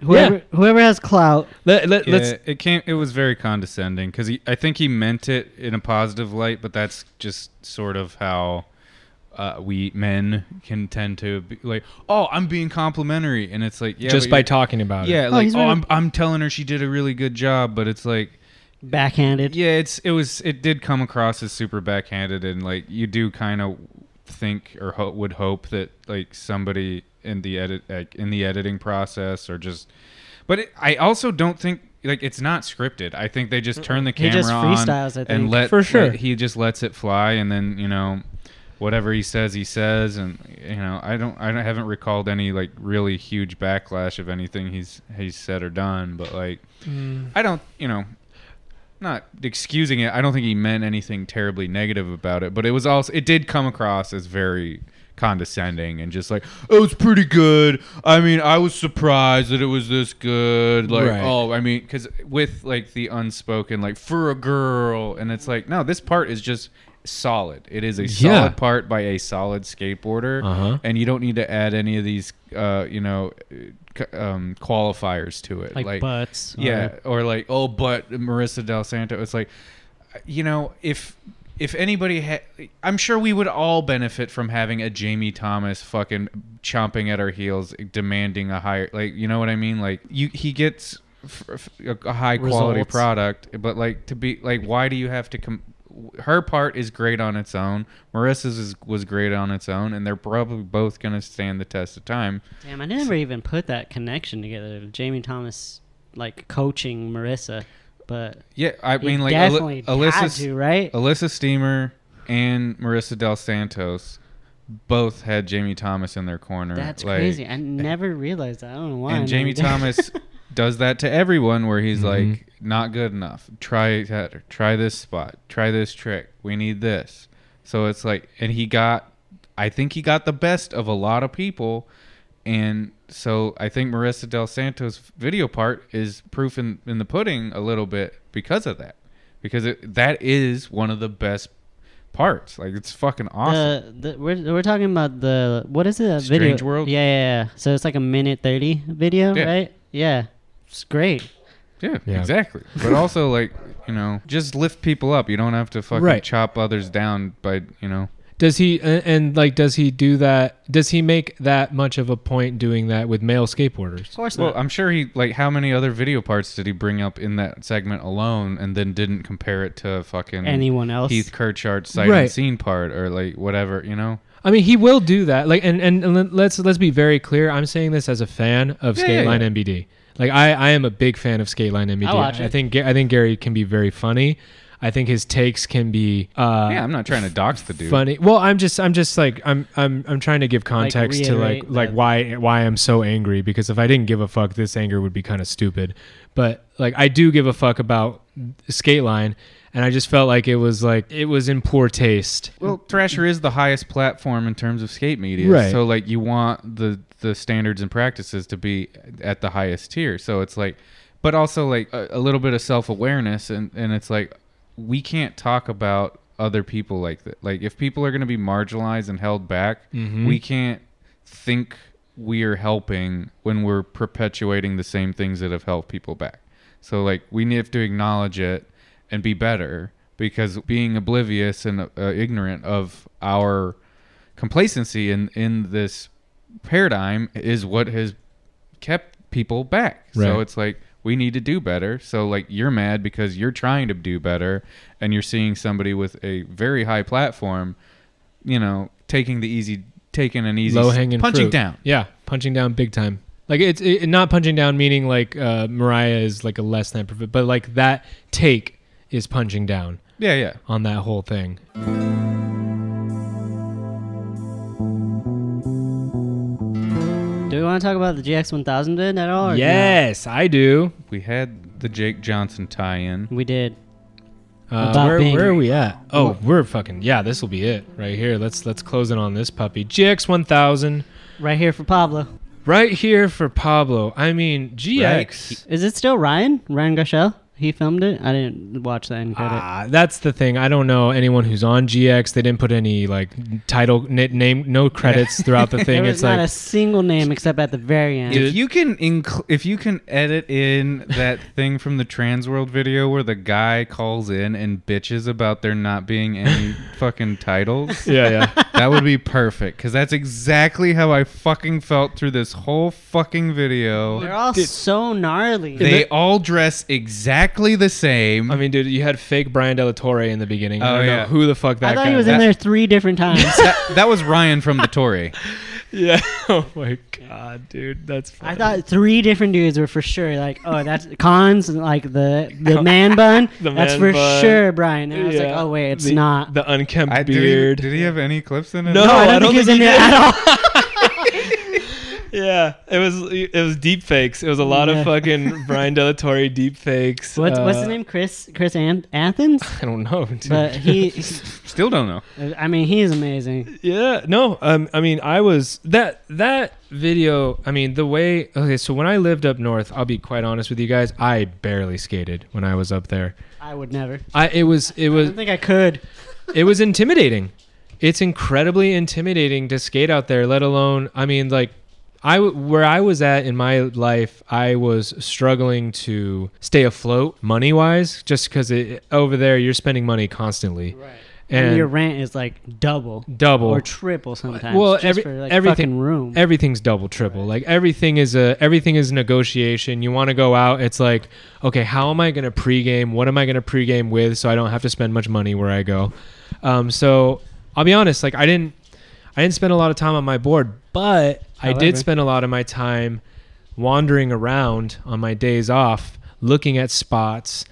Speaker 1: whoever whoever has clout.
Speaker 2: Let, let,
Speaker 3: Yeah,
Speaker 2: Let's
Speaker 3: it came. It was very condescending because I think he meant it in a positive light, but that's just sort of how uh, we men can tend to be like, oh, I'm being complimentary, and it's like, yeah,
Speaker 2: just
Speaker 3: but
Speaker 2: by
Speaker 3: you're-
Speaker 2: talking about it.
Speaker 3: yeah,
Speaker 1: Oh,
Speaker 3: like,
Speaker 1: he's
Speaker 3: oh,
Speaker 1: very-
Speaker 3: I'm I'm telling her she did a really good job, but it's like,
Speaker 1: Backhanded.
Speaker 3: yeah, it's it was it did come across as super backhanded, and like you do kind of think or ho- would hope that like somebody in the edit like, in the editing process or just, but it, I also don't think like it's not scripted. I think they just turn the
Speaker 1: He
Speaker 3: camera
Speaker 1: just
Speaker 3: on
Speaker 1: freestyles, I think.
Speaker 3: and let
Speaker 2: For sure.
Speaker 3: let- he just lets it fly, and then you know. whatever he says, he says, and you know, I don't, I don't, haven't recalled any like really huge backlash of anything he's he's said or done, but like, I don't, you know, not excusing it. I don't think he meant anything terribly negative about it, but it was also, it did come across as very condescending and just like, oh, it's pretty good. I mean, I was surprised that it was this good. Like,
Speaker 2: Right.
Speaker 3: oh, I mean, because with like the unspoken, like for a girl, and it's like, no, this part is just solid. It is a
Speaker 2: Yeah.
Speaker 3: solid part by a solid skateboarder,
Speaker 2: Uh-huh. and
Speaker 3: and you don't need to add any of these, uh, you know, c- um, qualifiers to it.
Speaker 1: like, butts. or-
Speaker 3: yeah, or like, oh, but Marissa Del Santo. It's like, you know, if if anybody had, I'm sure we would all benefit from having a Jamie Thomas fucking chomping at our heels, demanding a higher, like, you know what I mean? Like, you he gets f- f- a a high quality
Speaker 2: Results.
Speaker 3: product, but like to be like, why do you have to come? Her part is great on its own. Marissa's is, was great on its own, and they're probably both gonna stand the test of time.
Speaker 1: Damn, I never even put that connection together. of Jamie Thomas like coaching Marissa, but
Speaker 3: Yeah, I
Speaker 1: he
Speaker 3: mean, like Ali-
Speaker 1: definitely had
Speaker 3: Alyssa's-
Speaker 1: to, right?
Speaker 3: Alyssa Steamer and Marissa Del Santos both had Jamie Thomas in their corner.
Speaker 1: That's
Speaker 3: Like,
Speaker 1: crazy. I never realized that. I don't know why. I
Speaker 3: And
Speaker 1: never
Speaker 3: Jamie
Speaker 1: did.
Speaker 3: Thomas does that to everyone where he's
Speaker 2: Mhm.
Speaker 3: like, not good enough. Try that. Try this spot. Try this trick. We need this. So it's like, and he got, I think he got the best of a lot of people. And so I think Marissa Del Santos' video part is proof in, in the pudding a little bit because of that. Because it, that is one of the best parts. Like, it's fucking awesome.
Speaker 1: The, the, we're, we're talking about the what is it? that
Speaker 3: Strange
Speaker 1: video?
Speaker 3: World?
Speaker 1: Yeah, yeah, yeah. So it's like a minute thirty video,
Speaker 3: Yeah.
Speaker 1: right? Yeah, it's great.
Speaker 3: yeah,
Speaker 2: Yeah.
Speaker 3: exactly. But also, like, you know, just lift people up. You don't have to fucking
Speaker 2: Right.
Speaker 3: chop others down by, you know.
Speaker 2: Does he and, and like does he do that? Does he make that much of a point doing that with male skateboarders?
Speaker 1: Of course
Speaker 3: Well,
Speaker 1: not.
Speaker 3: I'm sure he like how many other video parts did he bring up in that segment alone, and then didn't compare it to fucking
Speaker 1: Anyone else?
Speaker 3: Heath Kirchhart's sight
Speaker 2: Right.
Speaker 3: and scene part or like whatever, you know?
Speaker 2: I mean, he will do that. Like, and and, and let- let's let's be very clear. I'm saying this as a fan of
Speaker 3: Yeah, yeah,
Speaker 2: Skateline
Speaker 3: yeah.
Speaker 2: MBD. Like, I, I am a big fan of Skateline MBD.
Speaker 1: I'll watch
Speaker 2: I
Speaker 1: it.
Speaker 2: think Ga- I think Gary can be very funny. I think his takes can be uh,
Speaker 3: yeah, I'm not trying to dox the dude.
Speaker 2: funny. Well, I'm just I'm just like I'm I'm I'm trying to give context to like
Speaker 1: reiterate
Speaker 2: like
Speaker 1: that-
Speaker 2: why why I'm so angry because if I didn't give a fuck, this anger would be kind of stupid. But like I do give a fuck about skate line, and I just felt like it was like it was in poor taste.
Speaker 3: Well, Thrasher is the highest platform in terms of skate media,
Speaker 2: Right.
Speaker 3: so like you want the the standards and practices to be at the highest tier. So it's like, but also like a, a little bit of self awareness, and and it's like we can't talk about other people like that. Like if people are going to be marginalized and held back, we can't think we're helping when we're perpetuating the same things that have held people back. So like we need to acknowledge it and be better because being oblivious and uh, ignorant of our complacency in in this paradigm is what has kept people back. So
Speaker 2: Right.
Speaker 3: it's like we need to do better. So like you're mad because you're trying to do better and you're seeing somebody with a very high platform, you know, taking the easy taking an easy
Speaker 2: Low hanging
Speaker 3: punching down.
Speaker 2: Yeah, punching down big time. Like it's it, not punching down meaning like uh, Mariah is like a less than perfect, but like that take is punching down
Speaker 3: Yeah, yeah.
Speaker 2: on that whole thing.
Speaker 1: Do we want to talk about the GX1000 vid at all? or no?
Speaker 2: yes, I do.
Speaker 3: We had the Jake Johnson tie-in.
Speaker 1: we did.
Speaker 2: Uh,
Speaker 1: About
Speaker 2: where,
Speaker 1: being-
Speaker 2: where are we at? Oh, we're fucking yeah. This will be it right here. Let's let's close in on this puppy. GX one thousand
Speaker 1: Right here for Pablo.
Speaker 2: right here for Pablo. I mean GX.
Speaker 1: Is it still Ryan? Ryan Gershel? He filmed it. I didn't watch the end credit.
Speaker 2: Ah, that's the thing. I don't know anyone who's on GX. They didn't put any like title ni- name, no credits throughout the thing.
Speaker 1: there was
Speaker 2: it's
Speaker 1: not
Speaker 2: like
Speaker 1: a single name except at the very end.
Speaker 3: If you can incl- if you can edit in that thing from the Trans World video where the guy calls in and bitches about there not being any fucking titles,
Speaker 2: yeah, yeah.
Speaker 3: that would be perfect cuz that's exactly how I fucking felt through this whole fucking video.
Speaker 1: They're all so gnarly.
Speaker 3: They all dress exactly the same.
Speaker 2: I mean, dude, you had fake Brian Della Torre in the beginning. I
Speaker 3: Oh,
Speaker 2: don't know
Speaker 3: yeah.
Speaker 2: who the fuck that
Speaker 1: I thought
Speaker 2: guy
Speaker 1: he was in
Speaker 3: that-
Speaker 1: there three different times.
Speaker 3: that, that was Ryan from the Tory.
Speaker 2: Yeah. Oh my god, dude, that's funny.
Speaker 1: I thought three different dudes were for sure like, oh, that's cons and like the the man bun.
Speaker 2: The
Speaker 1: that's
Speaker 2: man
Speaker 1: for
Speaker 2: bun.
Speaker 1: sure, Brian. And I was like,
Speaker 2: Yeah.
Speaker 1: oh wait, it's
Speaker 2: The-
Speaker 1: not.
Speaker 2: the unkempt
Speaker 3: I,
Speaker 2: beard.
Speaker 3: Did, he, did he have any clips in it?
Speaker 2: No.
Speaker 1: no, I don't,
Speaker 2: I don't
Speaker 1: think he was in
Speaker 2: think he
Speaker 1: there
Speaker 2: did.
Speaker 1: at all.
Speaker 2: yeah, it was it was deep fakes. It was a lot
Speaker 1: Yeah.
Speaker 2: of fucking Brian Della Torre deep fakes.
Speaker 1: What's what's
Speaker 2: Uh,
Speaker 1: his name? Chris Chris An- Athens.
Speaker 2: I don't know. Dude.
Speaker 1: But he,
Speaker 3: Still don't know.
Speaker 1: I mean, he's amazing.
Speaker 2: yeah, no. Um, I mean, I was that that video. I mean, the way. Okay, so when I lived up north, I'll be quite honest with you guys. I barely skated when I was up there.
Speaker 1: I would never.
Speaker 2: I it was it
Speaker 1: I
Speaker 2: was
Speaker 1: don't think I could.
Speaker 2: it was intimidating. It's incredibly intimidating to skate out there, let alone, I mean, like, I w- where I was at in my life, I was struggling to stay afloat money wise, just because over there you're spending money constantly,
Speaker 1: Right. And,
Speaker 2: and
Speaker 1: your rent is like double
Speaker 2: double
Speaker 1: or triple sometimes.
Speaker 2: Well,
Speaker 1: just
Speaker 2: every-
Speaker 1: for like
Speaker 2: everything-
Speaker 1: fucking room.
Speaker 2: everything's double triple like everything is a everything is negotiation you want to go out it's like okay how am i going to pregame what am i going to pregame with so i don't have to spend much money where i go um, so i'll be honest like i didn't i didn't spend a lot of time on my board but i
Speaker 1: However.
Speaker 2: did spend a lot of my time wandering around on my days off looking at spots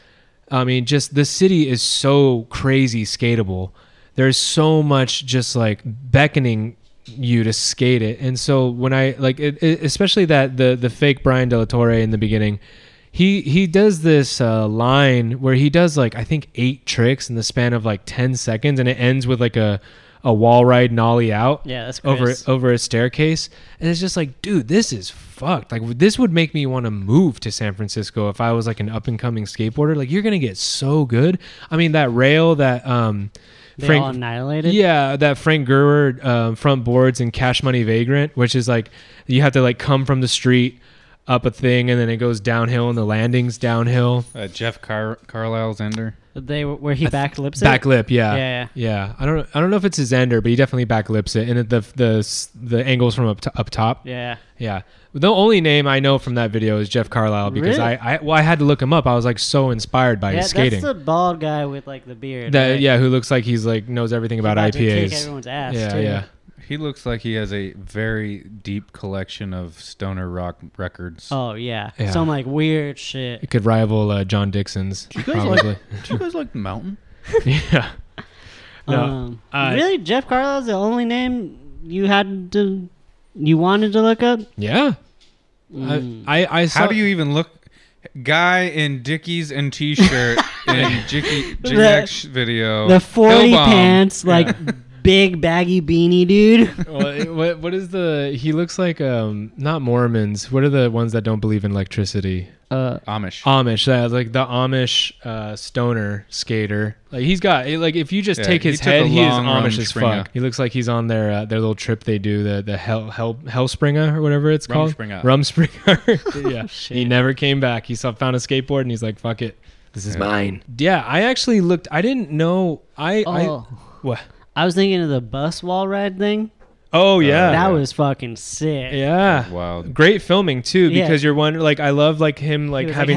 Speaker 2: i mean just the city is so crazy skatable there's so much just like beckoning you to skate it. And so when I like, it, it- especially that the the fake Brian Della Torre in the beginning, he he does this uh, line where he does like I think eight tricks in the span of like ten seconds, and it ends with like a a wall ride nollie out
Speaker 1: yeah, that's Chris.
Speaker 2: over over a staircase, and it's just like, dude, this is fucked. Like this would make me want to move to San Francisco if I was like an up and coming skateboarder. Like you're gonna get so good. I mean that rail that um.
Speaker 1: They
Speaker 2: Frank,
Speaker 1: all annihilated.
Speaker 2: yeah, that Frank Gerwer um, front boards and Cash Money Vagrant, which is like you have to like come from the street up a thing and then it goes downhill and the landing's downhill.
Speaker 3: Uh, Jeff Car- Carlisle's Ender.
Speaker 1: They were where he back lips it.
Speaker 2: Back lip, yeah.
Speaker 1: Yeah,
Speaker 2: Yeah. I don't I don't know if it's his ender, but he definitely back lips it and it, the the the angles from up to, up top.
Speaker 1: Yeah.
Speaker 2: Yeah. The only name I know from that video is Jeff Carlisle because
Speaker 1: Really?
Speaker 2: I I well I had to look him up. I was like so inspired by
Speaker 1: yeah
Speaker 2: his skating.
Speaker 1: That's the bald guy with like the beard.
Speaker 2: that
Speaker 1: right?
Speaker 2: yeah, who looks like he's like knows everything
Speaker 1: He's
Speaker 2: about,
Speaker 1: about to kick
Speaker 2: IPAs.
Speaker 1: everyone's ass.
Speaker 2: Yeah,
Speaker 1: too.
Speaker 2: yeah.
Speaker 3: He looks like he has a very deep collection of stoner rock records.
Speaker 1: Oh yeah.
Speaker 2: Yeah.
Speaker 1: Some like weird shit.
Speaker 2: It could rival uh, John Dixon's.
Speaker 3: do you guys
Speaker 2: Probably.
Speaker 3: like? Do you guys like Mountain?
Speaker 2: yeah. No,
Speaker 1: um,
Speaker 2: uh,
Speaker 1: really, Jeff Carlisle's the only name you had to, you wanted to look up.
Speaker 2: Yeah.
Speaker 1: Mm.
Speaker 2: I, I, I saw,
Speaker 3: How do you even look? Guy in dickies and t-shirt in Jicky
Speaker 1: The-
Speaker 3: Jick's video.
Speaker 2: Oh,
Speaker 1: the forty
Speaker 3: Hill Bomb.
Speaker 1: pants,
Speaker 3: Yeah.
Speaker 1: like big baggy beanie dude.
Speaker 2: What, what, what is the? He looks like um, not Mormons. What are the ones that don't believe in electricity?
Speaker 1: Uh,
Speaker 3: Amish.
Speaker 2: Amish. That like the Amish uh, stoner skater. Like he's got eh, like if you just
Speaker 3: Yeah,
Speaker 2: take
Speaker 3: he
Speaker 2: his
Speaker 3: took
Speaker 2: head,
Speaker 3: a
Speaker 2: he is
Speaker 3: long run
Speaker 2: Amish as
Speaker 3: Springer.
Speaker 2: fuck. He looks like he's on their uh, their little trip they do the the hell hell hellspringer or whatever it's called.
Speaker 3: Rumspringa.
Speaker 2: Rumspringer. yeah.
Speaker 1: Oh, shit.
Speaker 2: He never came back. He saw, found a skateboard and he's like, fuck it. This is
Speaker 3: Yeah.
Speaker 2: mine. Yeah, I actually looked. I didn't know. I,
Speaker 1: oh,
Speaker 2: I what?
Speaker 1: I was thinking of the bus wall ride thing.
Speaker 3: Uh,
Speaker 2: Oh yeah,
Speaker 1: that
Speaker 3: yeah.
Speaker 1: was fucking sick.
Speaker 2: yeah.
Speaker 3: Wow.
Speaker 2: Great filming too,
Speaker 1: Yeah.
Speaker 2: because you're one like I love like him like
Speaker 1: He was, like,
Speaker 2: having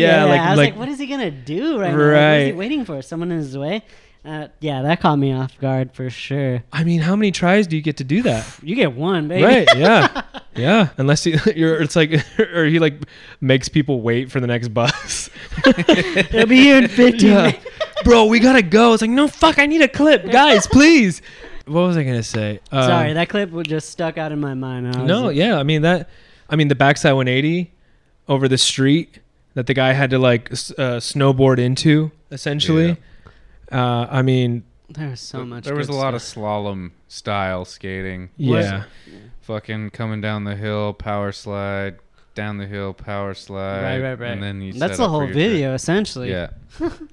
Speaker 2: To, like, yeah, like
Speaker 1: I was like,
Speaker 2: like,
Speaker 1: what is he gonna do right, now? Like, what is he
Speaker 2: Right.
Speaker 1: waiting for? Someone in his way. Uh, yeah, that caught me off guard for sure.
Speaker 2: I mean, how many tries do you get to do that?
Speaker 1: You get one, baby.
Speaker 2: Right? Yeah, yeah. Unless he, you're, it's like, or he like makes people wait for the next bus.
Speaker 1: It'll be here in 15
Speaker 2: yeah.
Speaker 1: minutes.
Speaker 2: Bro, we gotta go. It's like, no, fuck, I need a clip, guys, please. What was I gonna say? Um,
Speaker 1: Sorry, that clip was just stuck out in my mind. I was
Speaker 2: No,
Speaker 1: like,
Speaker 2: yeah, I mean that. I mean the backside 180 over the street that the guy had to like s- uh, snowboard into essentially. Uh, I mean,
Speaker 1: there was so much.
Speaker 3: There was a
Speaker 1: good
Speaker 3: lot of
Speaker 1: stuff.
Speaker 3: slalom style skating.
Speaker 2: yeah,
Speaker 3: Fucking coming down the hill, power slide, down the hill, power slide.
Speaker 1: Right, right, right.
Speaker 3: And then you
Speaker 1: That's
Speaker 3: set
Speaker 1: the
Speaker 3: up for
Speaker 1: whole
Speaker 3: your trip.
Speaker 1: video, essentially.
Speaker 3: Yeah.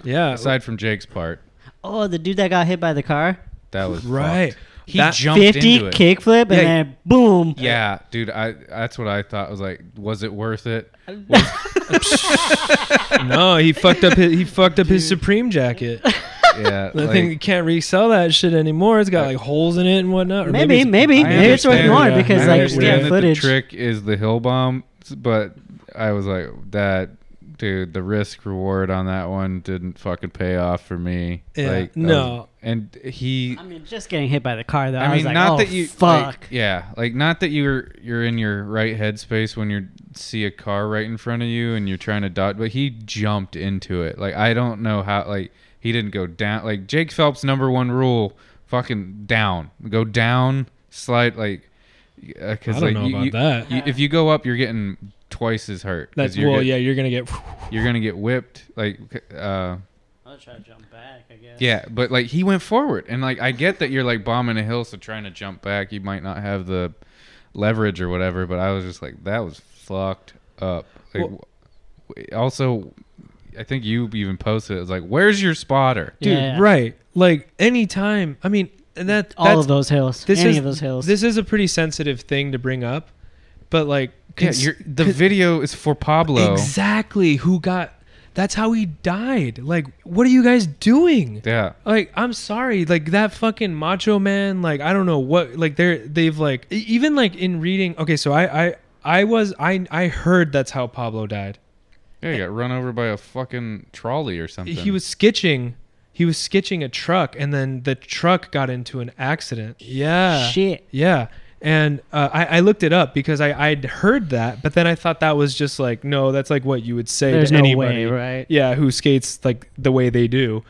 Speaker 2: yeah,
Speaker 3: Aside from Jake's part,
Speaker 1: Oh, the dude that got hit by the car,
Speaker 3: that was
Speaker 2: right.
Speaker 3: fucked.
Speaker 2: He
Speaker 3: He
Speaker 2: That-
Speaker 3: jumped
Speaker 1: fifty
Speaker 3: into it.
Speaker 1: kickflip, and
Speaker 2: Yeah.
Speaker 1: then boom.
Speaker 3: Yeah, dude. I that's what I thought. I was like, was it worth it? Was-
Speaker 2: no, he fucked up. His, he fucked up his Supreme jacket.
Speaker 3: yeah.
Speaker 2: I
Speaker 3: like,
Speaker 2: think you can't resell that shit anymore. It's got like holes in it and whatnot. or
Speaker 1: Maybe,
Speaker 2: it's-
Speaker 1: maybe,
Speaker 3: I
Speaker 1: maybe it's worth
Speaker 3: understand-
Speaker 1: more
Speaker 2: yeah.
Speaker 1: because
Speaker 3: I
Speaker 1: like we
Speaker 3: understand
Speaker 1: have
Speaker 3: that
Speaker 1: footage.
Speaker 3: The trick is the hill bomb, but I was like that. dude, the risk reward on that one didn't fucking pay off for me.
Speaker 2: Yeah,
Speaker 3: Like, that
Speaker 2: no.
Speaker 3: was- and he.
Speaker 1: I mean, just getting hit by the car though. I,
Speaker 3: I
Speaker 1: was
Speaker 3: mean,
Speaker 1: like,
Speaker 3: not
Speaker 1: oh,
Speaker 3: that you
Speaker 1: fuck.
Speaker 3: like, yeah, like not that you're you're in your right headspace when you see a car right in front of you and you're trying to dodge, but he jumped into it. Like I don't know how. Like he didn't go down. Like Jake Phelps' number one rule: fucking down, go down, slide. Like
Speaker 2: I
Speaker 3: because
Speaker 2: don't
Speaker 3: like
Speaker 2: know
Speaker 3: you-
Speaker 2: about
Speaker 3: you-
Speaker 2: that.
Speaker 3: you- if you go up, you're getting twice as hurt. 'cause
Speaker 2: That's
Speaker 3: you're
Speaker 2: well,
Speaker 3: get-
Speaker 2: yeah, you're gonna get.
Speaker 3: You're gonna get whipped. Like, uh,
Speaker 1: I'll try to jump back. I guess.
Speaker 3: yeah, but like he went forward, and like I get that you're like bombing a hill, so trying to jump back, you might not have the leverage or whatever. But I was just like, that was fucked up. Like,
Speaker 2: Well-
Speaker 3: w- also, I think you even posted it. it was like, where's your spotter?
Speaker 2: Dude,
Speaker 1: Yeah.
Speaker 2: right? Like anytime. I mean, and that
Speaker 1: All
Speaker 2: that's,
Speaker 1: of those hills.
Speaker 2: This
Speaker 1: any
Speaker 2: is
Speaker 1: of those hills.
Speaker 2: this is a pretty sensitive thing to bring up, but like,
Speaker 3: Yeah,
Speaker 2: cons-
Speaker 3: you're, the video is for Pablo.
Speaker 2: exactly who got. That's how he died. Like, what are you guys doing?
Speaker 3: Yeah,
Speaker 2: Like, I'm sorry. Like that fucking macho man. Like, I don't know what. Like, they're they've like e- even like in reading. Okay, so I I I was I I heard that's how Pablo died.
Speaker 3: yeah, he got run over by a fucking trolley or something.
Speaker 2: He was skitching. He was skitching a truck, and then the truck got into an accident. Yeah.
Speaker 1: Shit.
Speaker 2: Yeah. And uh, I, I looked it up because I, I'd heard that, but then I thought that was just like, no, that's like what you would say
Speaker 1: There's
Speaker 2: to
Speaker 1: no
Speaker 2: anybody.
Speaker 1: way, right?
Speaker 2: Yeah, who skates like the way they do,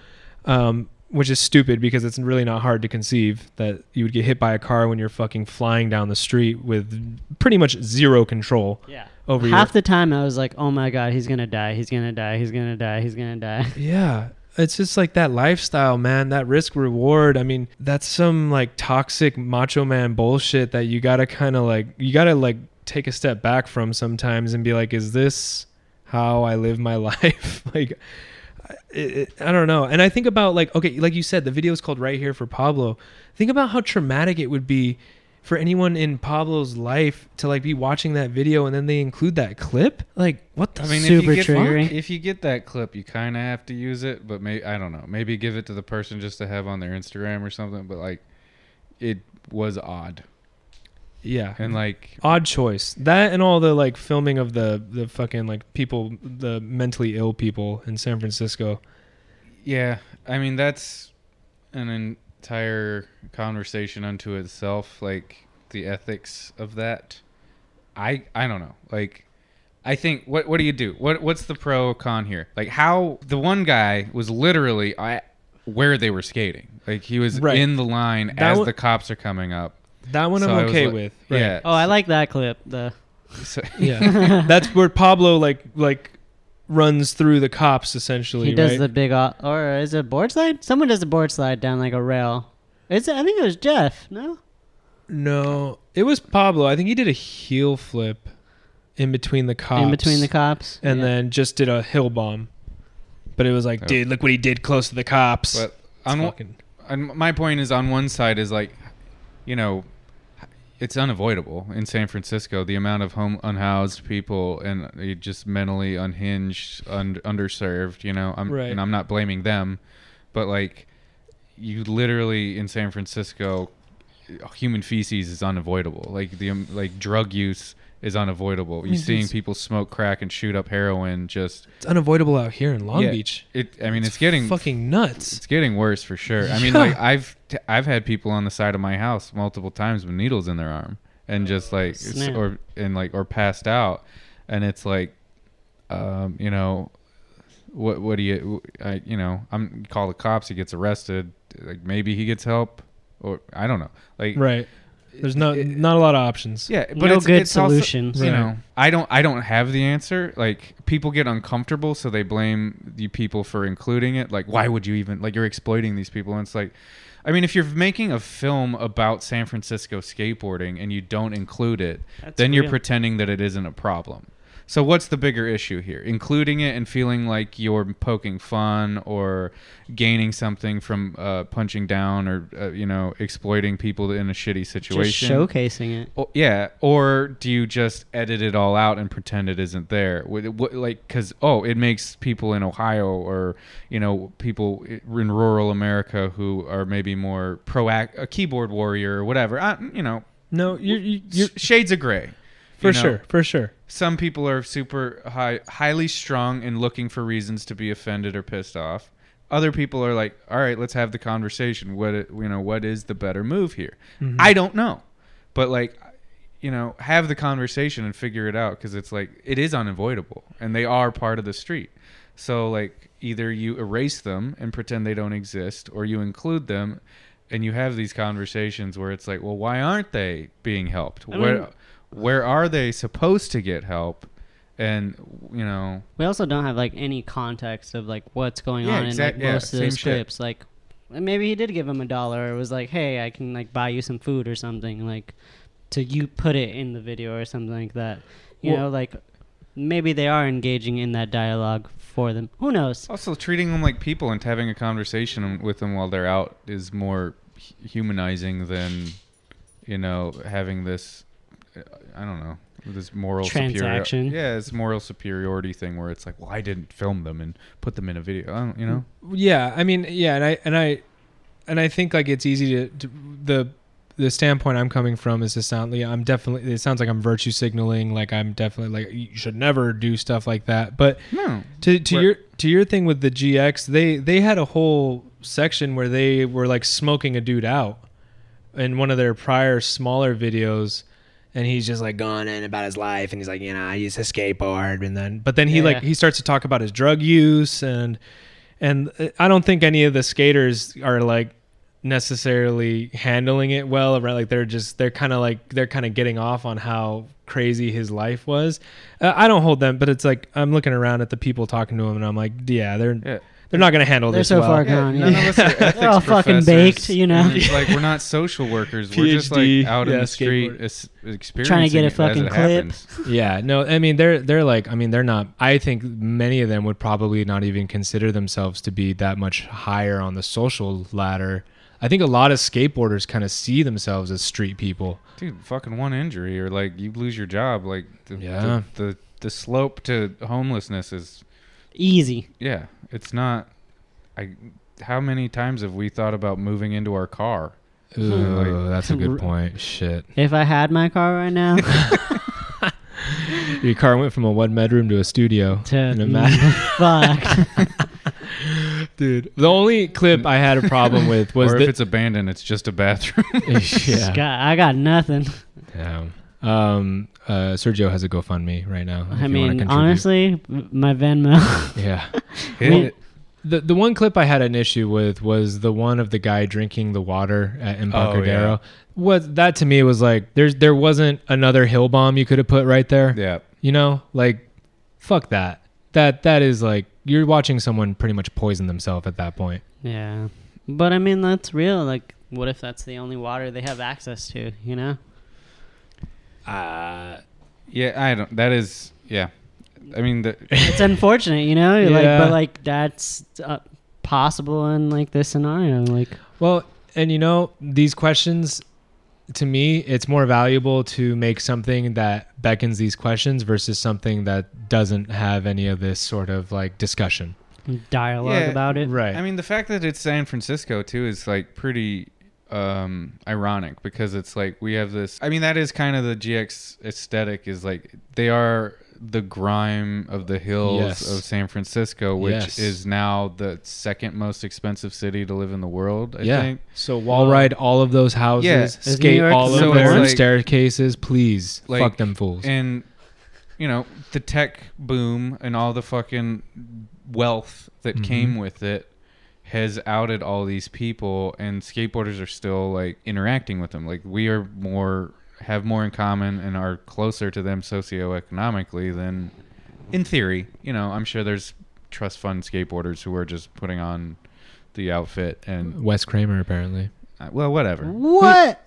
Speaker 2: um, which is stupid because it's really not hard to conceive that you would get hit by a car when you're fucking flying down the street with pretty much zero control
Speaker 1: Yeah.
Speaker 2: over your
Speaker 1: Half the time I was like, oh my god, he's gonna die. He's gonna die. He's gonna die. He's gonna die.
Speaker 2: Yeah. It's just like that lifestyle, man, that risk reward. I mean, that's some like toxic macho man bullshit that you got to kind of like, you got to like take a step back from sometimes and be like, is this how I live my life? like, I- it, I don't know. And I think about like, okay, like you said, the video is called Right Here for Pablo. Think about how traumatic it would be for anyone in Pablo's life to like be watching that video and then they include that clip. Like, what the
Speaker 3: I mean,
Speaker 1: Super
Speaker 3: if you get,
Speaker 1: triggering.
Speaker 3: If you get that clip, you kind of have to use it, but may I don't know. Maybe give it to the person just to have on their Instagram or something. But like, it was odd,
Speaker 2: Yeah.
Speaker 3: and like,
Speaker 2: odd choice that and all the like filming of the the fucking like people the mentally ill people in san francisco
Speaker 3: yeah. I mean, that's an entire conversation unto itself. Like the ethics of that. I I don't know. Like, I think what what do you do? What what's the pro con here? Like how the one guy was literally I where they were skating. Like he was
Speaker 2: Right.
Speaker 3: in the line
Speaker 2: That
Speaker 3: as
Speaker 2: wa-
Speaker 3: the cops are coming up.
Speaker 2: that one
Speaker 3: So I
Speaker 2: i'm
Speaker 3: was
Speaker 2: okay
Speaker 3: like-
Speaker 2: with
Speaker 3: Yeah.
Speaker 1: Oh, I like that clip. The
Speaker 3: So-
Speaker 2: yeah that's where pablo like like runs through the cops essentially
Speaker 1: he does
Speaker 2: right?
Speaker 1: the big o- or is it board slide? Someone does a board slide down like a rail. It's I think it was Jeff. No,
Speaker 2: no it was pablo i think he did a heel flip in between the cops
Speaker 1: in between the cops.
Speaker 2: and
Speaker 1: Yeah.
Speaker 2: then just did a hill bomb but it was like
Speaker 3: Oh.
Speaker 2: dude look what he did close to the cops
Speaker 3: but
Speaker 2: It's
Speaker 3: on, one-
Speaker 2: fucking-
Speaker 3: on my point is on one side is like, you know, it's unavoidable in San Francisco the amount of home unhoused people and uh, just mentally unhinged, un- underserved. You know, I'm
Speaker 2: Right.
Speaker 3: and I'm not blaming them, but like, you literally in San Francisco, human feces is unavoidable. Like the um, like drug use is unavoidable. You're
Speaker 2: mean,
Speaker 3: seeing
Speaker 2: it's-
Speaker 3: people smoke crack and shoot up heroin. Just
Speaker 2: it's unavoidable out here in long
Speaker 3: Yeah,
Speaker 2: beach
Speaker 3: It. I mean, it's getting
Speaker 2: fucking nuts
Speaker 3: It's getting worse for sure. I mean,
Speaker 2: Yeah.
Speaker 3: like I've t- I've had people on the side of my house multiple times with needles in their arm and just like s-
Speaker 1: Snap.
Speaker 3: or and like or passed out, and it's like, um, you know, what what do you I you know I'm call the cops. He gets arrested. Like maybe he gets help, or I don't know. Like
Speaker 2: Right. There's not not a lot of options.
Speaker 3: yeah, but
Speaker 1: No
Speaker 3: it's,
Speaker 1: good
Speaker 3: it's also-
Speaker 1: solutions.
Speaker 2: Right.
Speaker 3: you know, I don't I don't have the answer. Like people get uncomfortable, so they blame you people for including it. Like why would you even like you're exploiting these people? And it's like, I mean, if you're making a film about San Francisco skateboarding and you don't include it,
Speaker 1: That's
Speaker 3: then
Speaker 1: real.
Speaker 3: you're pretending that it isn't a problem. So what's the bigger issue here? Including it and feeling like you're poking fun or gaining something from uh, punching down or uh, you know exploiting people in a shitty
Speaker 1: just
Speaker 3: situation.
Speaker 1: showcasing it.
Speaker 3: Oh, yeah, or do you just edit it all out and pretend it isn't there? Would it- what- Like, because oh, it makes people in Ohio or you know people in rural America who are maybe more proact, a keyboard warrior or whatever. I, you know,
Speaker 2: No, you're, you
Speaker 3: shades of gray.
Speaker 2: for
Speaker 3: you know?
Speaker 2: sure, for sure.
Speaker 3: some people are super high, highly strong and looking for reasons to be offended or pissed off. Other people are like, all right, let's have the conversation. What i- you know, what is the better move here?
Speaker 2: Mm-hmm.
Speaker 3: I don't know, but like, you know, have the conversation and figure it out because it's like it is unavoidable, and they are part of the street. So like, either you erase them and pretend they don't exist, or you include them, and you have these conversations where it's like, well, why aren't they being helped?
Speaker 1: I
Speaker 3: Where-
Speaker 1: mean-
Speaker 3: where are they supposed to get help and you know
Speaker 1: We also don't have like any context of like what's going
Speaker 3: Yeah,
Speaker 1: on
Speaker 3: exact-
Speaker 1: in like
Speaker 3: yeah,
Speaker 1: most of
Speaker 3: same
Speaker 1: those
Speaker 3: shit.
Speaker 1: scripts. Like maybe he did give him a dollar. It was like, hey, I can like buy you some food or something. Like to you put it in the video or something like that. You
Speaker 5: Well-
Speaker 1: know, like maybe they are engaging in that dialogue for them. Who knows?
Speaker 3: also treating them like people and having a conversation with them while they're out is more hu- humanizing than you know having this uh, i don't know this moral
Speaker 1: Transaction.
Speaker 3: superior yeah it's moral superiority thing where it's like well i didn't film them and put them in a video I don't, you know
Speaker 2: yeah i mean yeah and i and i and i think like it's easy to, to the the standpoint i'm coming from is to sound yeah i'm definitely it sounds like i'm virtue signaling like i'm definitely like you should never do stuff like that but
Speaker 3: no
Speaker 2: to, to
Speaker 3: Where-
Speaker 2: your to your thing with the gx they they had a whole section where they were like smoking a dude out in one of their prior smaller videos and he's just like going in about his life and he's like you know i use a skateboard and then but then he
Speaker 1: Yeah.
Speaker 2: like he starts to talk about his drug use and and uh, i don't think any of the skaters are like necessarily handling it well right like they're just they're kind of like they're kind of getting off on how crazy his life was uh, i don't hold them but it's like i'm looking around at the people talking to him and i'm like yeah they're
Speaker 3: Yeah.
Speaker 2: they're not gonna handle
Speaker 1: They're
Speaker 2: this
Speaker 1: so
Speaker 2: well.
Speaker 1: far
Speaker 3: Yeah,
Speaker 1: gone.
Speaker 3: none
Speaker 1: yeah.
Speaker 3: of us are ethics
Speaker 1: They're all fucking
Speaker 3: professors,
Speaker 1: baked, you know?
Speaker 3: and it's like we're not social workers. We're just
Speaker 2: PhD,
Speaker 3: like out in
Speaker 2: yeah,
Speaker 3: the street,
Speaker 2: skateboard.
Speaker 3: es- experiencing
Speaker 1: get a
Speaker 3: it as
Speaker 1: fucking
Speaker 3: it
Speaker 1: clip.
Speaker 3: happens.
Speaker 2: yeah no i mean they're they're like i mean they're not i think many of them would probably not even consider themselves to be that much higher on the social ladder i think a lot of skateboarders kind of see themselves as street people
Speaker 3: dude fucking one injury or like you lose your job like the,
Speaker 2: Yeah.
Speaker 3: the, the the slope to homelessness is
Speaker 1: Easy.
Speaker 3: yeah it's not i how many times have we thought about moving into our car
Speaker 1: Hmm.
Speaker 2: Ooh,
Speaker 3: Like-
Speaker 2: that's a good point shit
Speaker 1: If I had my car right now,
Speaker 2: your car went from a one bedroom to a studio
Speaker 1: to
Speaker 2: in a matter
Speaker 1: fuck.
Speaker 2: dude the only clip i had a problem with was
Speaker 3: or
Speaker 2: the-
Speaker 3: if it's abandoned it's just a bathroom
Speaker 2: yeah.
Speaker 1: Scott, I got nothing.
Speaker 2: Yeah. Um, uh, Sergio has a GoFundMe right now. if
Speaker 1: I
Speaker 2: you wanna
Speaker 1: mean,
Speaker 2: contribute.
Speaker 1: honestly, my Venmo.
Speaker 2: yeah.
Speaker 3: Hit
Speaker 1: Well,
Speaker 3: it.
Speaker 2: The the one clip I had an issue with was the one of the guy drinking the water at Embarcadero.
Speaker 3: Oh, yeah.
Speaker 2: What that to me was like there's there wasn't another hill bomb you could have put right there.
Speaker 3: yeah
Speaker 2: You know, like fuck that. That that is like you're watching someone pretty much poison themselves at that point.
Speaker 1: Yeah. But I mean, that's real. Like, what if that's the only water they have access to, you know?
Speaker 2: Uh,
Speaker 3: yeah i don't that is yeah i mean the,
Speaker 1: It's unfortunate, you know? Like,
Speaker 2: Yeah.
Speaker 1: but, like, that's uh, possible in, like, this scenario. Like,
Speaker 2: Well, and you know, these questions to me, it's more valuable to make something that beckons these questions versus something that doesn't have any of this sort of like discussion.
Speaker 1: dialogue
Speaker 3: Yeah,
Speaker 1: about it.
Speaker 2: Right.
Speaker 3: I mean, the fact that it's San Francisco too is like pretty um ironic because it's like we have this I mean that is kind of the GX aesthetic is like they are the grime of the hills
Speaker 2: Yes.
Speaker 3: of San Francisco which
Speaker 2: Yes.
Speaker 3: is now the second most expensive city to live in the world I
Speaker 2: yeah.
Speaker 3: think.
Speaker 2: So wall ride all of those houses,
Speaker 3: Yeah. Is
Speaker 1: New
Speaker 2: skate
Speaker 1: York
Speaker 2: all
Speaker 1: the
Speaker 2: of
Speaker 1: number
Speaker 2: their
Speaker 1: one?
Speaker 2: staircases, please.
Speaker 3: Like,
Speaker 2: Fuck them fools.
Speaker 3: And you know, the tech boom and all the fucking wealth that
Speaker 2: Mm-hmm.
Speaker 3: came with it has outed all these people and skateboarders are still like interacting with them. Like we are more have more in common and are closer to them socioeconomically than in theory. You know, I'm sure there's trust fund skateboarders who are just putting on the outfit and
Speaker 2: Wes Kramer apparently.
Speaker 3: uh, well whatever.
Speaker 1: What?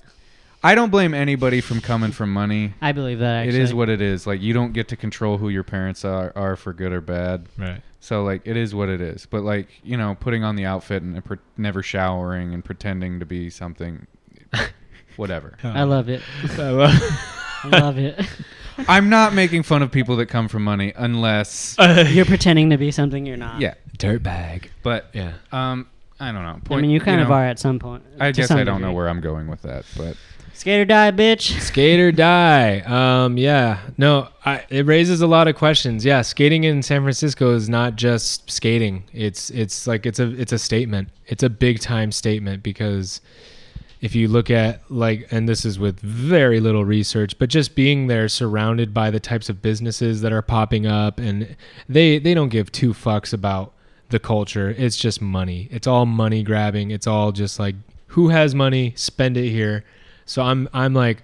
Speaker 3: I don't blame anybody from coming from money.
Speaker 1: I believe that,
Speaker 3: It
Speaker 1: actually.
Speaker 3: is what it is. Like you don't get to control who your parents are, are for good or bad.
Speaker 2: Right.
Speaker 3: So like it is what it is. But like you know, putting on the outfit and pre- never showering and pretending to be something, whatever.
Speaker 1: I love it. I love it.
Speaker 3: I'm not making fun of people that come from money unless
Speaker 1: You're pretending to be something you're not.
Speaker 3: yeah.
Speaker 2: Dirtbag.
Speaker 3: But
Speaker 2: Yeah.
Speaker 3: um, I don't know.
Speaker 1: I mean, you kind of
Speaker 3: know,
Speaker 1: are at some point.
Speaker 3: I
Speaker 1: to
Speaker 3: guess
Speaker 1: some
Speaker 3: I don't know
Speaker 1: degree.
Speaker 3: where I'm going with that, but
Speaker 1: Skater die, bitch.
Speaker 2: Skate or die. Um, yeah, no, I, it raises a lot of questions. Yeah, skating in San Francisco is not just skating. It's it's like it's a it's a statement. It's a big time statement because if you look at like, and this is with very little research, but just being there, surrounded by the types of businesses that are popping up, and they they don't give two fucks about the culture. It's just money. It's all money grabbing. It's all just like who has money, spend it here. So I'm I'm like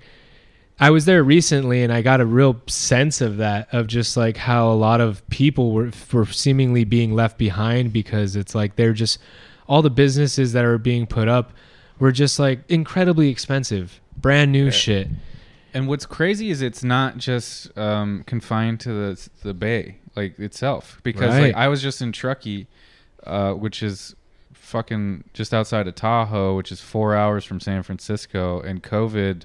Speaker 2: I was there recently and I got a real sense of that of just like how a lot of people were were seemingly being left behind because it's like they're just all the businesses that are being put up were just like incredibly expensive, brand new shit.
Speaker 3: And what's crazy is it's not just um, confined to the the bay like itself because
Speaker 2: Right.
Speaker 3: like I was just in Truckee, uh, which is fucking just outside of Tahoe, which is four hours from San Francisco, and COVID,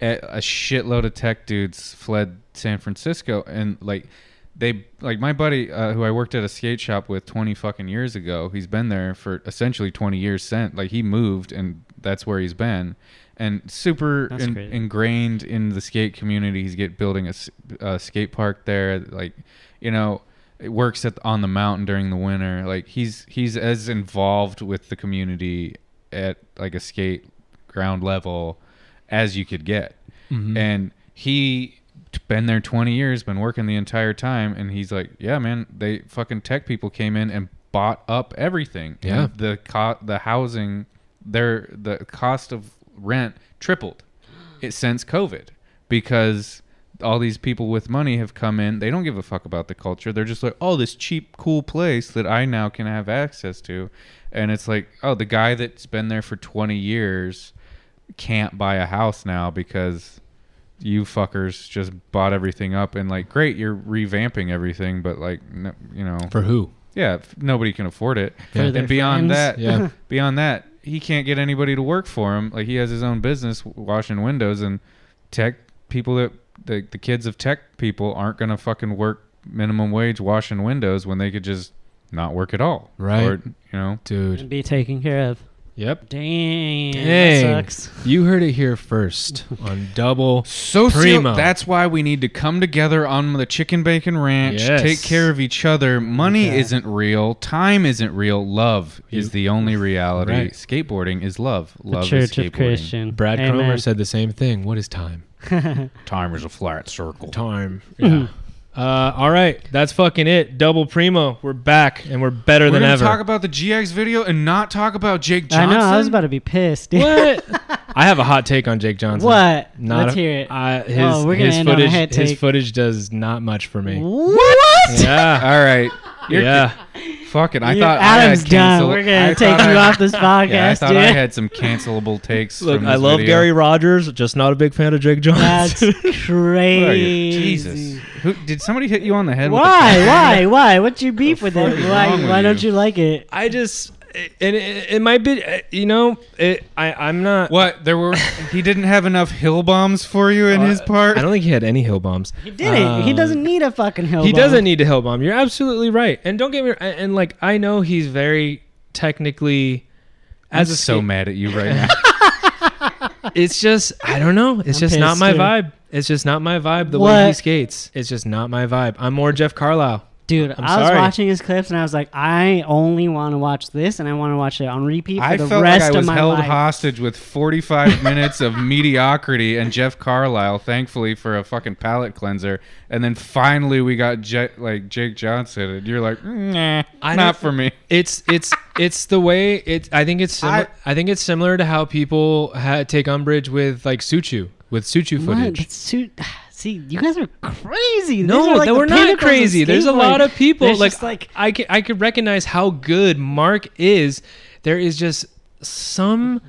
Speaker 3: a a shitload of tech dudes fled San Francisco, and like they like my buddy uh, who I worked at a skate shop with 20 fucking years ago. He's been there for essentially 20 years since like he moved and that's where he's been and super
Speaker 1: That's
Speaker 3: in-
Speaker 1: crazy.
Speaker 3: ingrained in the skate community. He's get building a, s- a skate park there like you know it works at on the mountain during the winter. Like he's he's as involved with the community at like a skate ground level as you could get. And he t- been there 20 years, been working the entire time and he's like, "Yeah, man, they fucking tech people came in and bought up everything.
Speaker 2: Yeah.
Speaker 3: And the co- the housing, their the cost of rent tripled it since COVID because all these people with money have come in. They don't give a fuck about the culture. They're just like, oh, this cheap, cool place that I now can have access to. And it's like, oh, the guy that's been there for 20 years can't buy a house now because you fuckers just bought everything up. And like, great, you're revamping everything, but like, no, you know,
Speaker 2: For who?
Speaker 3: yeah, f- nobody can afford it.
Speaker 1: For their
Speaker 3: And beyond that,
Speaker 1: friends.
Speaker 2: Yeah.
Speaker 3: beyond that, he can't get anybody to work for him. Like he has his own business w- washing windows and tech people that the, the kids of tech people aren't going to fucking work minimum wage washing windows when they could just not work at all.
Speaker 2: Right.
Speaker 3: Or, you know,
Speaker 2: Dude.
Speaker 1: And be taken care of.
Speaker 2: Yep.
Speaker 1: Dang.
Speaker 2: Dang.
Speaker 1: That sucks.
Speaker 2: You heard it here first on double
Speaker 3: So
Speaker 2: Primo.
Speaker 3: That's why we need to come together on the chicken bacon ranch.
Speaker 2: Yes.
Speaker 3: Take care of each other. Money
Speaker 1: Okay.
Speaker 3: isn't real. Time isn't real. Love
Speaker 2: You-
Speaker 3: is the only reality.
Speaker 2: Right.
Speaker 3: Skateboarding is love.
Speaker 1: The
Speaker 3: Love is
Speaker 1: Church
Speaker 3: skateboarding.
Speaker 1: of Christian.
Speaker 2: Brad
Speaker 1: Amen.
Speaker 2: Cromer said the same thing. What is time?
Speaker 3: Time is a flat circle.
Speaker 2: Time. Yeah. uh, all right. That's fucking it. Double primo. We're back and we're better
Speaker 3: We're
Speaker 2: than
Speaker 3: gonna
Speaker 2: ever.
Speaker 3: talk about the GX video and not talk about Jake
Speaker 1: I
Speaker 3: Johnson.
Speaker 1: know. I was about to be pissed. dude.
Speaker 2: what? I have a hot take on Jake Johnson.
Speaker 1: What?
Speaker 2: Not
Speaker 1: Let's
Speaker 2: a-
Speaker 1: hear it.
Speaker 2: I, his
Speaker 1: Oh, we're gonna
Speaker 2: his
Speaker 1: end on a
Speaker 2: footage.
Speaker 1: hot
Speaker 2: His
Speaker 1: take.
Speaker 2: footage does not much for me.
Speaker 1: What?
Speaker 6: Uh,
Speaker 2: Yeah.
Speaker 3: All right. You're-
Speaker 2: yeah.
Speaker 3: Fuck it. I
Speaker 1: Dude,
Speaker 3: thought
Speaker 1: Adam's
Speaker 3: I had
Speaker 1: done.
Speaker 3: cancel-
Speaker 1: We're gonna
Speaker 3: I
Speaker 1: take
Speaker 3: thought
Speaker 1: you
Speaker 3: I-
Speaker 1: off this
Speaker 3: Yeah, I
Speaker 1: podcast,
Speaker 3: thought
Speaker 1: dude.
Speaker 3: I had some cancelable takes.
Speaker 6: Look,
Speaker 3: from
Speaker 6: I
Speaker 3: this
Speaker 6: love
Speaker 3: video.
Speaker 6: Gary Rogers, just not a big fan of Jake
Speaker 1: That's
Speaker 6: Johnson.
Speaker 3: Who are
Speaker 1: crazy.
Speaker 3: you? Jesus. Who, did somebody hit you on the head? with
Speaker 1: Why?
Speaker 3: a-
Speaker 1: Why? Why? What's your beef with
Speaker 3: fuck
Speaker 1: it?
Speaker 3: is
Speaker 1: Why?
Speaker 3: wrong with
Speaker 1: Why don't
Speaker 3: you?
Speaker 1: you like it?
Speaker 6: I just, and it, it might be, uh, you know, it, I, I'm not.
Speaker 3: What? There were. He didn't have enough hill bombs for you in
Speaker 6: Uh,
Speaker 3: his part.
Speaker 6: I don't think he had any hill bombs.
Speaker 1: He did it. He
Speaker 6: Um,
Speaker 1: doesn't need a fucking hill.
Speaker 6: He
Speaker 1: bomb.
Speaker 6: doesn't need a hill bomb. You're absolutely right. And don't get me. And, and like, I know he's very technically.
Speaker 3: I'm
Speaker 6: As a
Speaker 3: so
Speaker 6: skate-
Speaker 3: mad at you right now.
Speaker 6: it's just I don't know. It's
Speaker 1: I'm
Speaker 6: just not
Speaker 1: pissed,
Speaker 6: my
Speaker 1: too.
Speaker 6: vibe. It's just not my vibe. The way he
Speaker 1: What?
Speaker 6: skates, it's just not my vibe. I'm more Jeff Carlisle.
Speaker 1: Dude, i was
Speaker 6: sorry.
Speaker 1: watching his clips and I was like, I only want to watch this and I want to watch it on repeat for
Speaker 3: I
Speaker 1: the
Speaker 3: felt
Speaker 1: rest
Speaker 3: like I
Speaker 1: of
Speaker 3: was
Speaker 1: my
Speaker 3: held
Speaker 1: life.
Speaker 3: hostage with 45 minutes of mediocrity and Jeff Carlisle, thankfully for a fucking palate cleanser, and then finally we got Je- like Jake Johnson, and you're like, "Mm, nah,
Speaker 6: I
Speaker 3: not
Speaker 6: don't-
Speaker 3: for me.
Speaker 6: It's it's it's the way it. I think it's similar. I, think it's similar to how people ha- take umbrage with like Suchu with Suchu
Speaker 1: What?
Speaker 6: footage.
Speaker 1: That's too- See, you guys are crazy. These
Speaker 6: No,
Speaker 1: are like
Speaker 6: they
Speaker 1: the
Speaker 6: we're not
Speaker 1: pinnacles of
Speaker 6: crazy. There's a
Speaker 1: skateboarding.
Speaker 6: lot of people
Speaker 1: There's
Speaker 6: like,
Speaker 1: just, like
Speaker 6: I can I could recognize how good Mark is. There is just some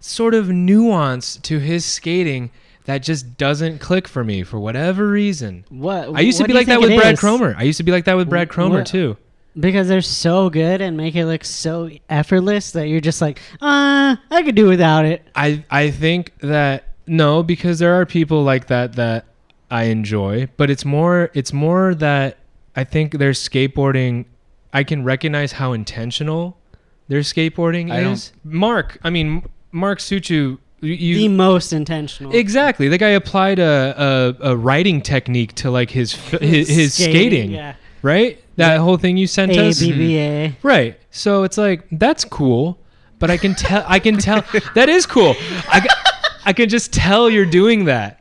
Speaker 6: sort of nuance to his skating that just doesn't click for me for whatever reason.
Speaker 1: what
Speaker 6: I used to
Speaker 1: what
Speaker 6: be
Speaker 1: do you
Speaker 6: like that
Speaker 1: think
Speaker 6: with
Speaker 1: it
Speaker 6: Brad
Speaker 1: is?
Speaker 6: Cromer. I used to be like that with Brad Cromer
Speaker 1: What-
Speaker 6: too.
Speaker 1: because they're so good and make it look so effortless that you're just like, uh, I could do without it.
Speaker 6: I I think that no, because there are people like that that I enjoy, but it's more it's more that I think their skateboarding. I can recognize how intentional their skateboarding
Speaker 3: I don't-
Speaker 6: is. Mark, I mean Mark Suchu
Speaker 2: You, you-
Speaker 1: the most intentional.
Speaker 2: exactly. The guy applied a, a, a writing technique to like his f- his, his skating,
Speaker 1: Yeah.
Speaker 2: right? That whole thing you sent
Speaker 1: A
Speaker 2: us,
Speaker 1: B B A.
Speaker 2: right? So it's like that's cool, but I can tell. I can tell that is cool. I, ca- I can just tell you're doing that.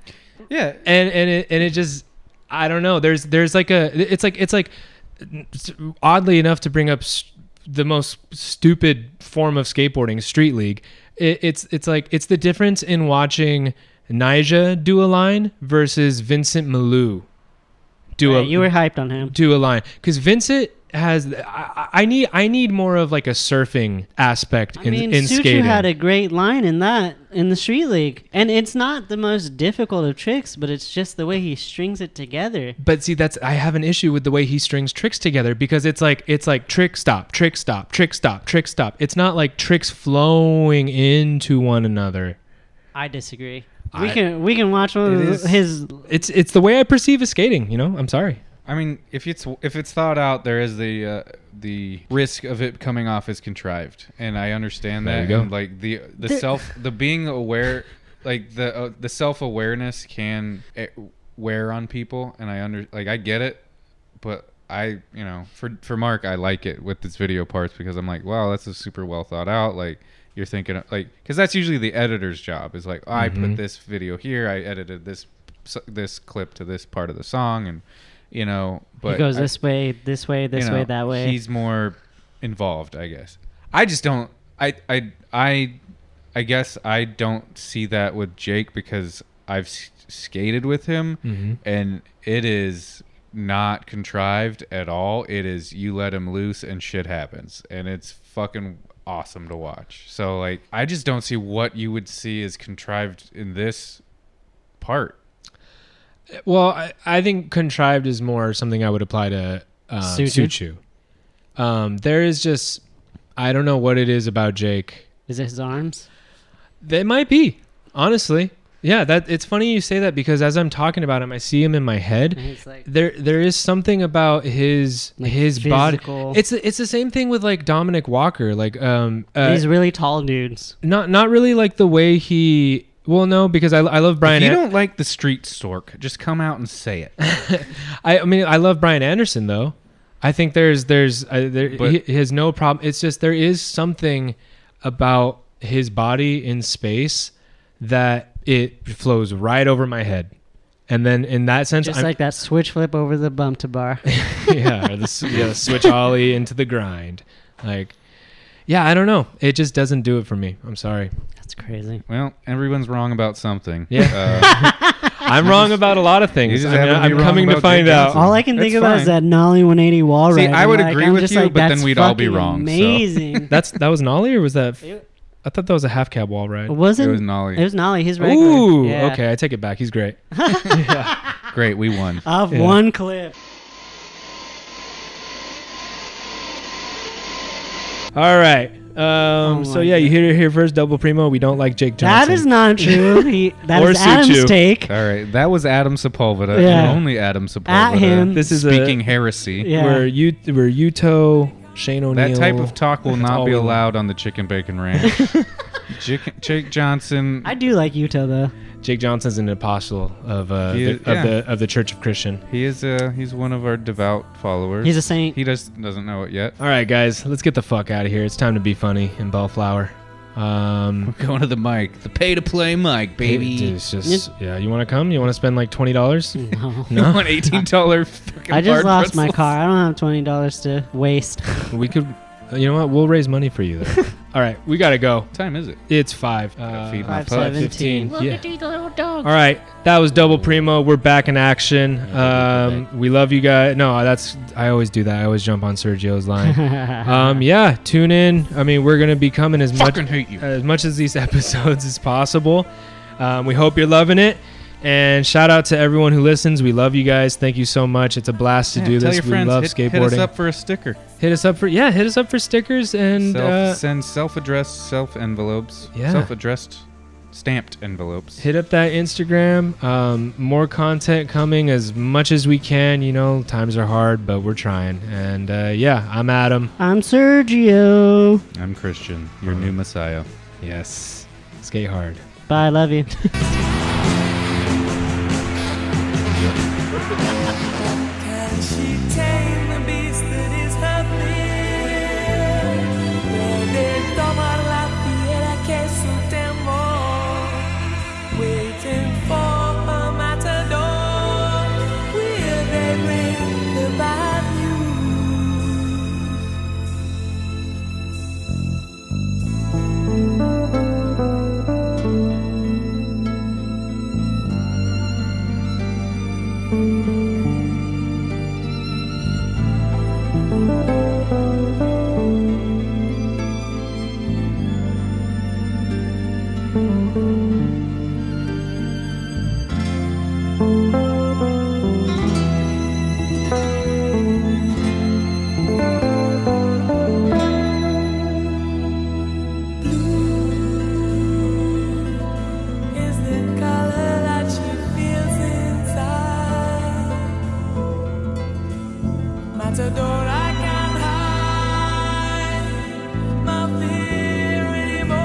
Speaker 3: Yeah.
Speaker 2: and and it and it just I don't know. There's there's like a it's like it's like oddly enough to bring up s the most stupid form of skateboarding, street league. It, it's it's like it's the difference in watching Nyjah do a line versus Vincent Malou do a
Speaker 1: Right, you were hyped on him.
Speaker 2: do a line because Vincent has I, I need I need more of like a surfing aspect
Speaker 1: I
Speaker 2: in
Speaker 1: mean,
Speaker 2: in
Speaker 1: Suchu
Speaker 2: skating.
Speaker 1: had a great line in that in the street league, and it's not the most difficult of tricks, but it's just the way he strings it together.
Speaker 2: But see, that's I have an issue with the way he strings tricks together because it's like it's like trick stop, trick stop, trick stop, trick stop. It's not like tricks flowing into one another.
Speaker 1: I disagree.
Speaker 2: I-
Speaker 1: we can we can watch one
Speaker 3: It
Speaker 1: of
Speaker 3: is-
Speaker 1: his.
Speaker 2: It's it's the way I perceive as skating. You know, I'm sorry.
Speaker 3: I mean, if it's if it's thought out, there is the uh, the risk of it coming off as contrived, and I understand
Speaker 2: There
Speaker 3: that.
Speaker 2: you go.
Speaker 3: And, like the the
Speaker 1: There-
Speaker 3: self the being aware, like the uh, the self awareness can eh, wear on people, and I under like I get it, but I you know for for Mark I like it with this video parts because I'm like wow that's a super well thought out like. You're thinking of- like because that's usually the editor's job is like I
Speaker 2: Mhm.
Speaker 1: Mm-hmm.
Speaker 3: put this video here I edited this this clip to this part of the song and you know but
Speaker 1: he goes
Speaker 3: I-
Speaker 1: this way, this way, this
Speaker 3: you
Speaker 1: way,
Speaker 3: know,
Speaker 1: that way.
Speaker 3: he's more involved i guess i just don't i i i i guess i don't see that with jake because i've s- skated with him
Speaker 1: Mm-hmm.
Speaker 2: Mhm.
Speaker 3: and it is not contrived at all it is you let him loose and shit happens and it's fucking awesome to watch so like i just don't see what you would see as contrived in this part
Speaker 2: Well, I, I think contrived is more something I would apply to um,
Speaker 1: Suchu?
Speaker 2: Suchu. Um, there is just I don't know what it is about Jake.
Speaker 1: Is it his arms?
Speaker 2: They might be, honestly. Yeah, that it's funny you say that because as I'm talking about him, I see him in my head.
Speaker 1: And he's like,
Speaker 2: there there is something about his
Speaker 1: Like
Speaker 2: his
Speaker 1: physical-
Speaker 2: body it's it's the same thing with like Dominic Walker like um uh,
Speaker 1: these really tall dudes.
Speaker 2: not not really like the way he well no because I, I love Brian
Speaker 3: if you
Speaker 2: An-
Speaker 3: don't like the street stork just come out and say it
Speaker 2: I, I mean I love Brian Anderson though I think there's there's uh, there
Speaker 3: But-
Speaker 2: he, he has no problem it's just there is something about his body in space that it flows right over my head and then in that sense
Speaker 1: Just
Speaker 2: I'm-
Speaker 1: like that switch flip over the bump to bar.
Speaker 2: yeah, or the, s- yeah, the switch ollie into the grind. Like, yeah, I don't know. It just doesn't do it for me. I'm sorry.
Speaker 1: That's crazy.
Speaker 3: Well, everyone's wrong about something.
Speaker 2: Yeah.
Speaker 3: Uh,
Speaker 2: I'm wrong about a lot of things.
Speaker 3: just
Speaker 2: I
Speaker 3: happen to be
Speaker 2: am
Speaker 3: wrong
Speaker 2: coming to
Speaker 3: about
Speaker 2: find
Speaker 3: Jake
Speaker 2: out.
Speaker 3: Johnson.
Speaker 1: All I can
Speaker 3: That's
Speaker 1: think about
Speaker 3: fine.
Speaker 1: is that Nolly 180 wall
Speaker 3: See,
Speaker 1: ride.
Speaker 3: I would
Speaker 1: Like,
Speaker 3: agree
Speaker 1: I'm
Speaker 3: with
Speaker 1: just
Speaker 3: you,
Speaker 1: like,
Speaker 3: but then
Speaker 1: "That's
Speaker 3: we'd all be
Speaker 1: fucking
Speaker 3: wrong, so."
Speaker 1: Amazing.
Speaker 2: That's that was an ollie or was that? I thought that was a half cab wall ride.
Speaker 1: It wasn't.
Speaker 3: it was Nolly.
Speaker 1: It was Nolly. He's regular.
Speaker 2: Ooh,
Speaker 1: Yeah.
Speaker 2: okay, I take it back. He's great.
Speaker 3: Great, we won.
Speaker 1: Of
Speaker 2: Yeah.
Speaker 1: one clip.
Speaker 2: All right. Um,
Speaker 1: Oh
Speaker 2: so
Speaker 1: my
Speaker 2: yeah, you
Speaker 1: God.
Speaker 2: hear it here first, double primo. We don't like Jake Johnson.
Speaker 1: That is not true. He, that
Speaker 2: Or
Speaker 1: is Adam's
Speaker 2: Suchu.
Speaker 1: take.
Speaker 3: All right, that was Adam Sepulveda,
Speaker 1: Yeah.
Speaker 3: and only Adam Sepulveda.
Speaker 1: him.
Speaker 2: This is a-
Speaker 3: speaking heresy.
Speaker 1: Yeah.
Speaker 2: We're you. We're Uto, Shane O'Neill.
Speaker 3: That type of talk will
Speaker 2: all
Speaker 3: not
Speaker 2: we
Speaker 3: be
Speaker 2: want.
Speaker 3: allowed on the Chicken Bacon Ranch. Jake, Jake Johnson.
Speaker 1: I do like Utah though.
Speaker 2: Jake Johnson's an apostle of uh,
Speaker 3: He
Speaker 2: the,
Speaker 3: is-
Speaker 2: of
Speaker 3: yeah.
Speaker 2: the of the Church of Christian.
Speaker 3: He is uh he's one of our devout followers.
Speaker 1: He's a saint.
Speaker 3: he just doesn't know it yet.
Speaker 2: All right, guys, let's get the fuck out of here. It's time to be funny in Bellflower. Um,
Speaker 3: Going to the mic, the pay to play mic,
Speaker 2: it- it's just yeah. You want to come? You want to spend like twenty dollars?
Speaker 1: No.
Speaker 3: You want eighteen dollar?
Speaker 1: I just lost my car. I don't have twenty dollars to waste.
Speaker 2: We could. You know what? We'll raise money for you. Though. All right, we gotta go.
Speaker 3: What time is it?
Speaker 2: It's five.
Speaker 3: Gotta feed my
Speaker 1: Five
Speaker 3: pup.
Speaker 1: seventeen.
Speaker 2: Look at these little dogs. All right, that was Double Primo. We're back in action. Um, we love you guys. No, that's I always do that. I always jump on Sergio's line. um, yeah, tune in. I mean, we're gonna be coming as much
Speaker 3: Fucking hate you.
Speaker 2: as much as these episodes as possible. Um, we hope you're loving it. And shout out to everyone who listens. We love you guys. Thank you so much. It's a blast to
Speaker 3: Yeah,
Speaker 2: do
Speaker 3: tell
Speaker 2: this.
Speaker 3: your
Speaker 2: we
Speaker 3: friends,
Speaker 2: love
Speaker 3: hit,
Speaker 2: skateboarding.
Speaker 3: Hit us up for a sticker.
Speaker 2: for yeah, hit us up for stickers and
Speaker 3: self,
Speaker 2: uh,
Speaker 3: send self-addressed self envelopes.
Speaker 2: Yeah.
Speaker 3: Self-addressed stamped envelopes.
Speaker 2: hit up that Instagram. Um, more content coming as much as we can. You know, times are hard, but we're trying. And uh, yeah, I'm Adam.
Speaker 1: I'm Sergio.
Speaker 3: I'm Christian, your new messiah. Yes.
Speaker 2: Skate hard.
Speaker 1: Bye, love you.
Speaker 7: Can she tame the beast that is her fear? Puede tomar la fiera que es su temor. Waiting for a matador. Will they bring the bad news? Is the color that she feels inside? Matador, I can't hide my fear anymore.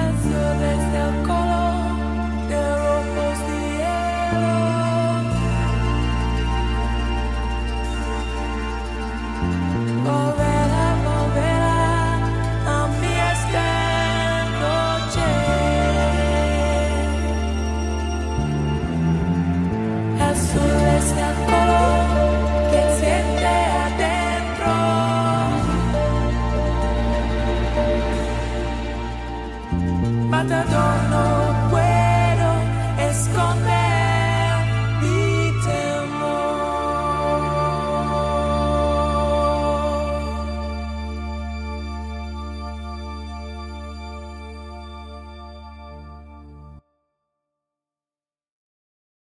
Speaker 7: And so there's the color, the rose, the yellow. Volverá, volverá a mi esta noche. Azul es el color que siente adentro. Matador,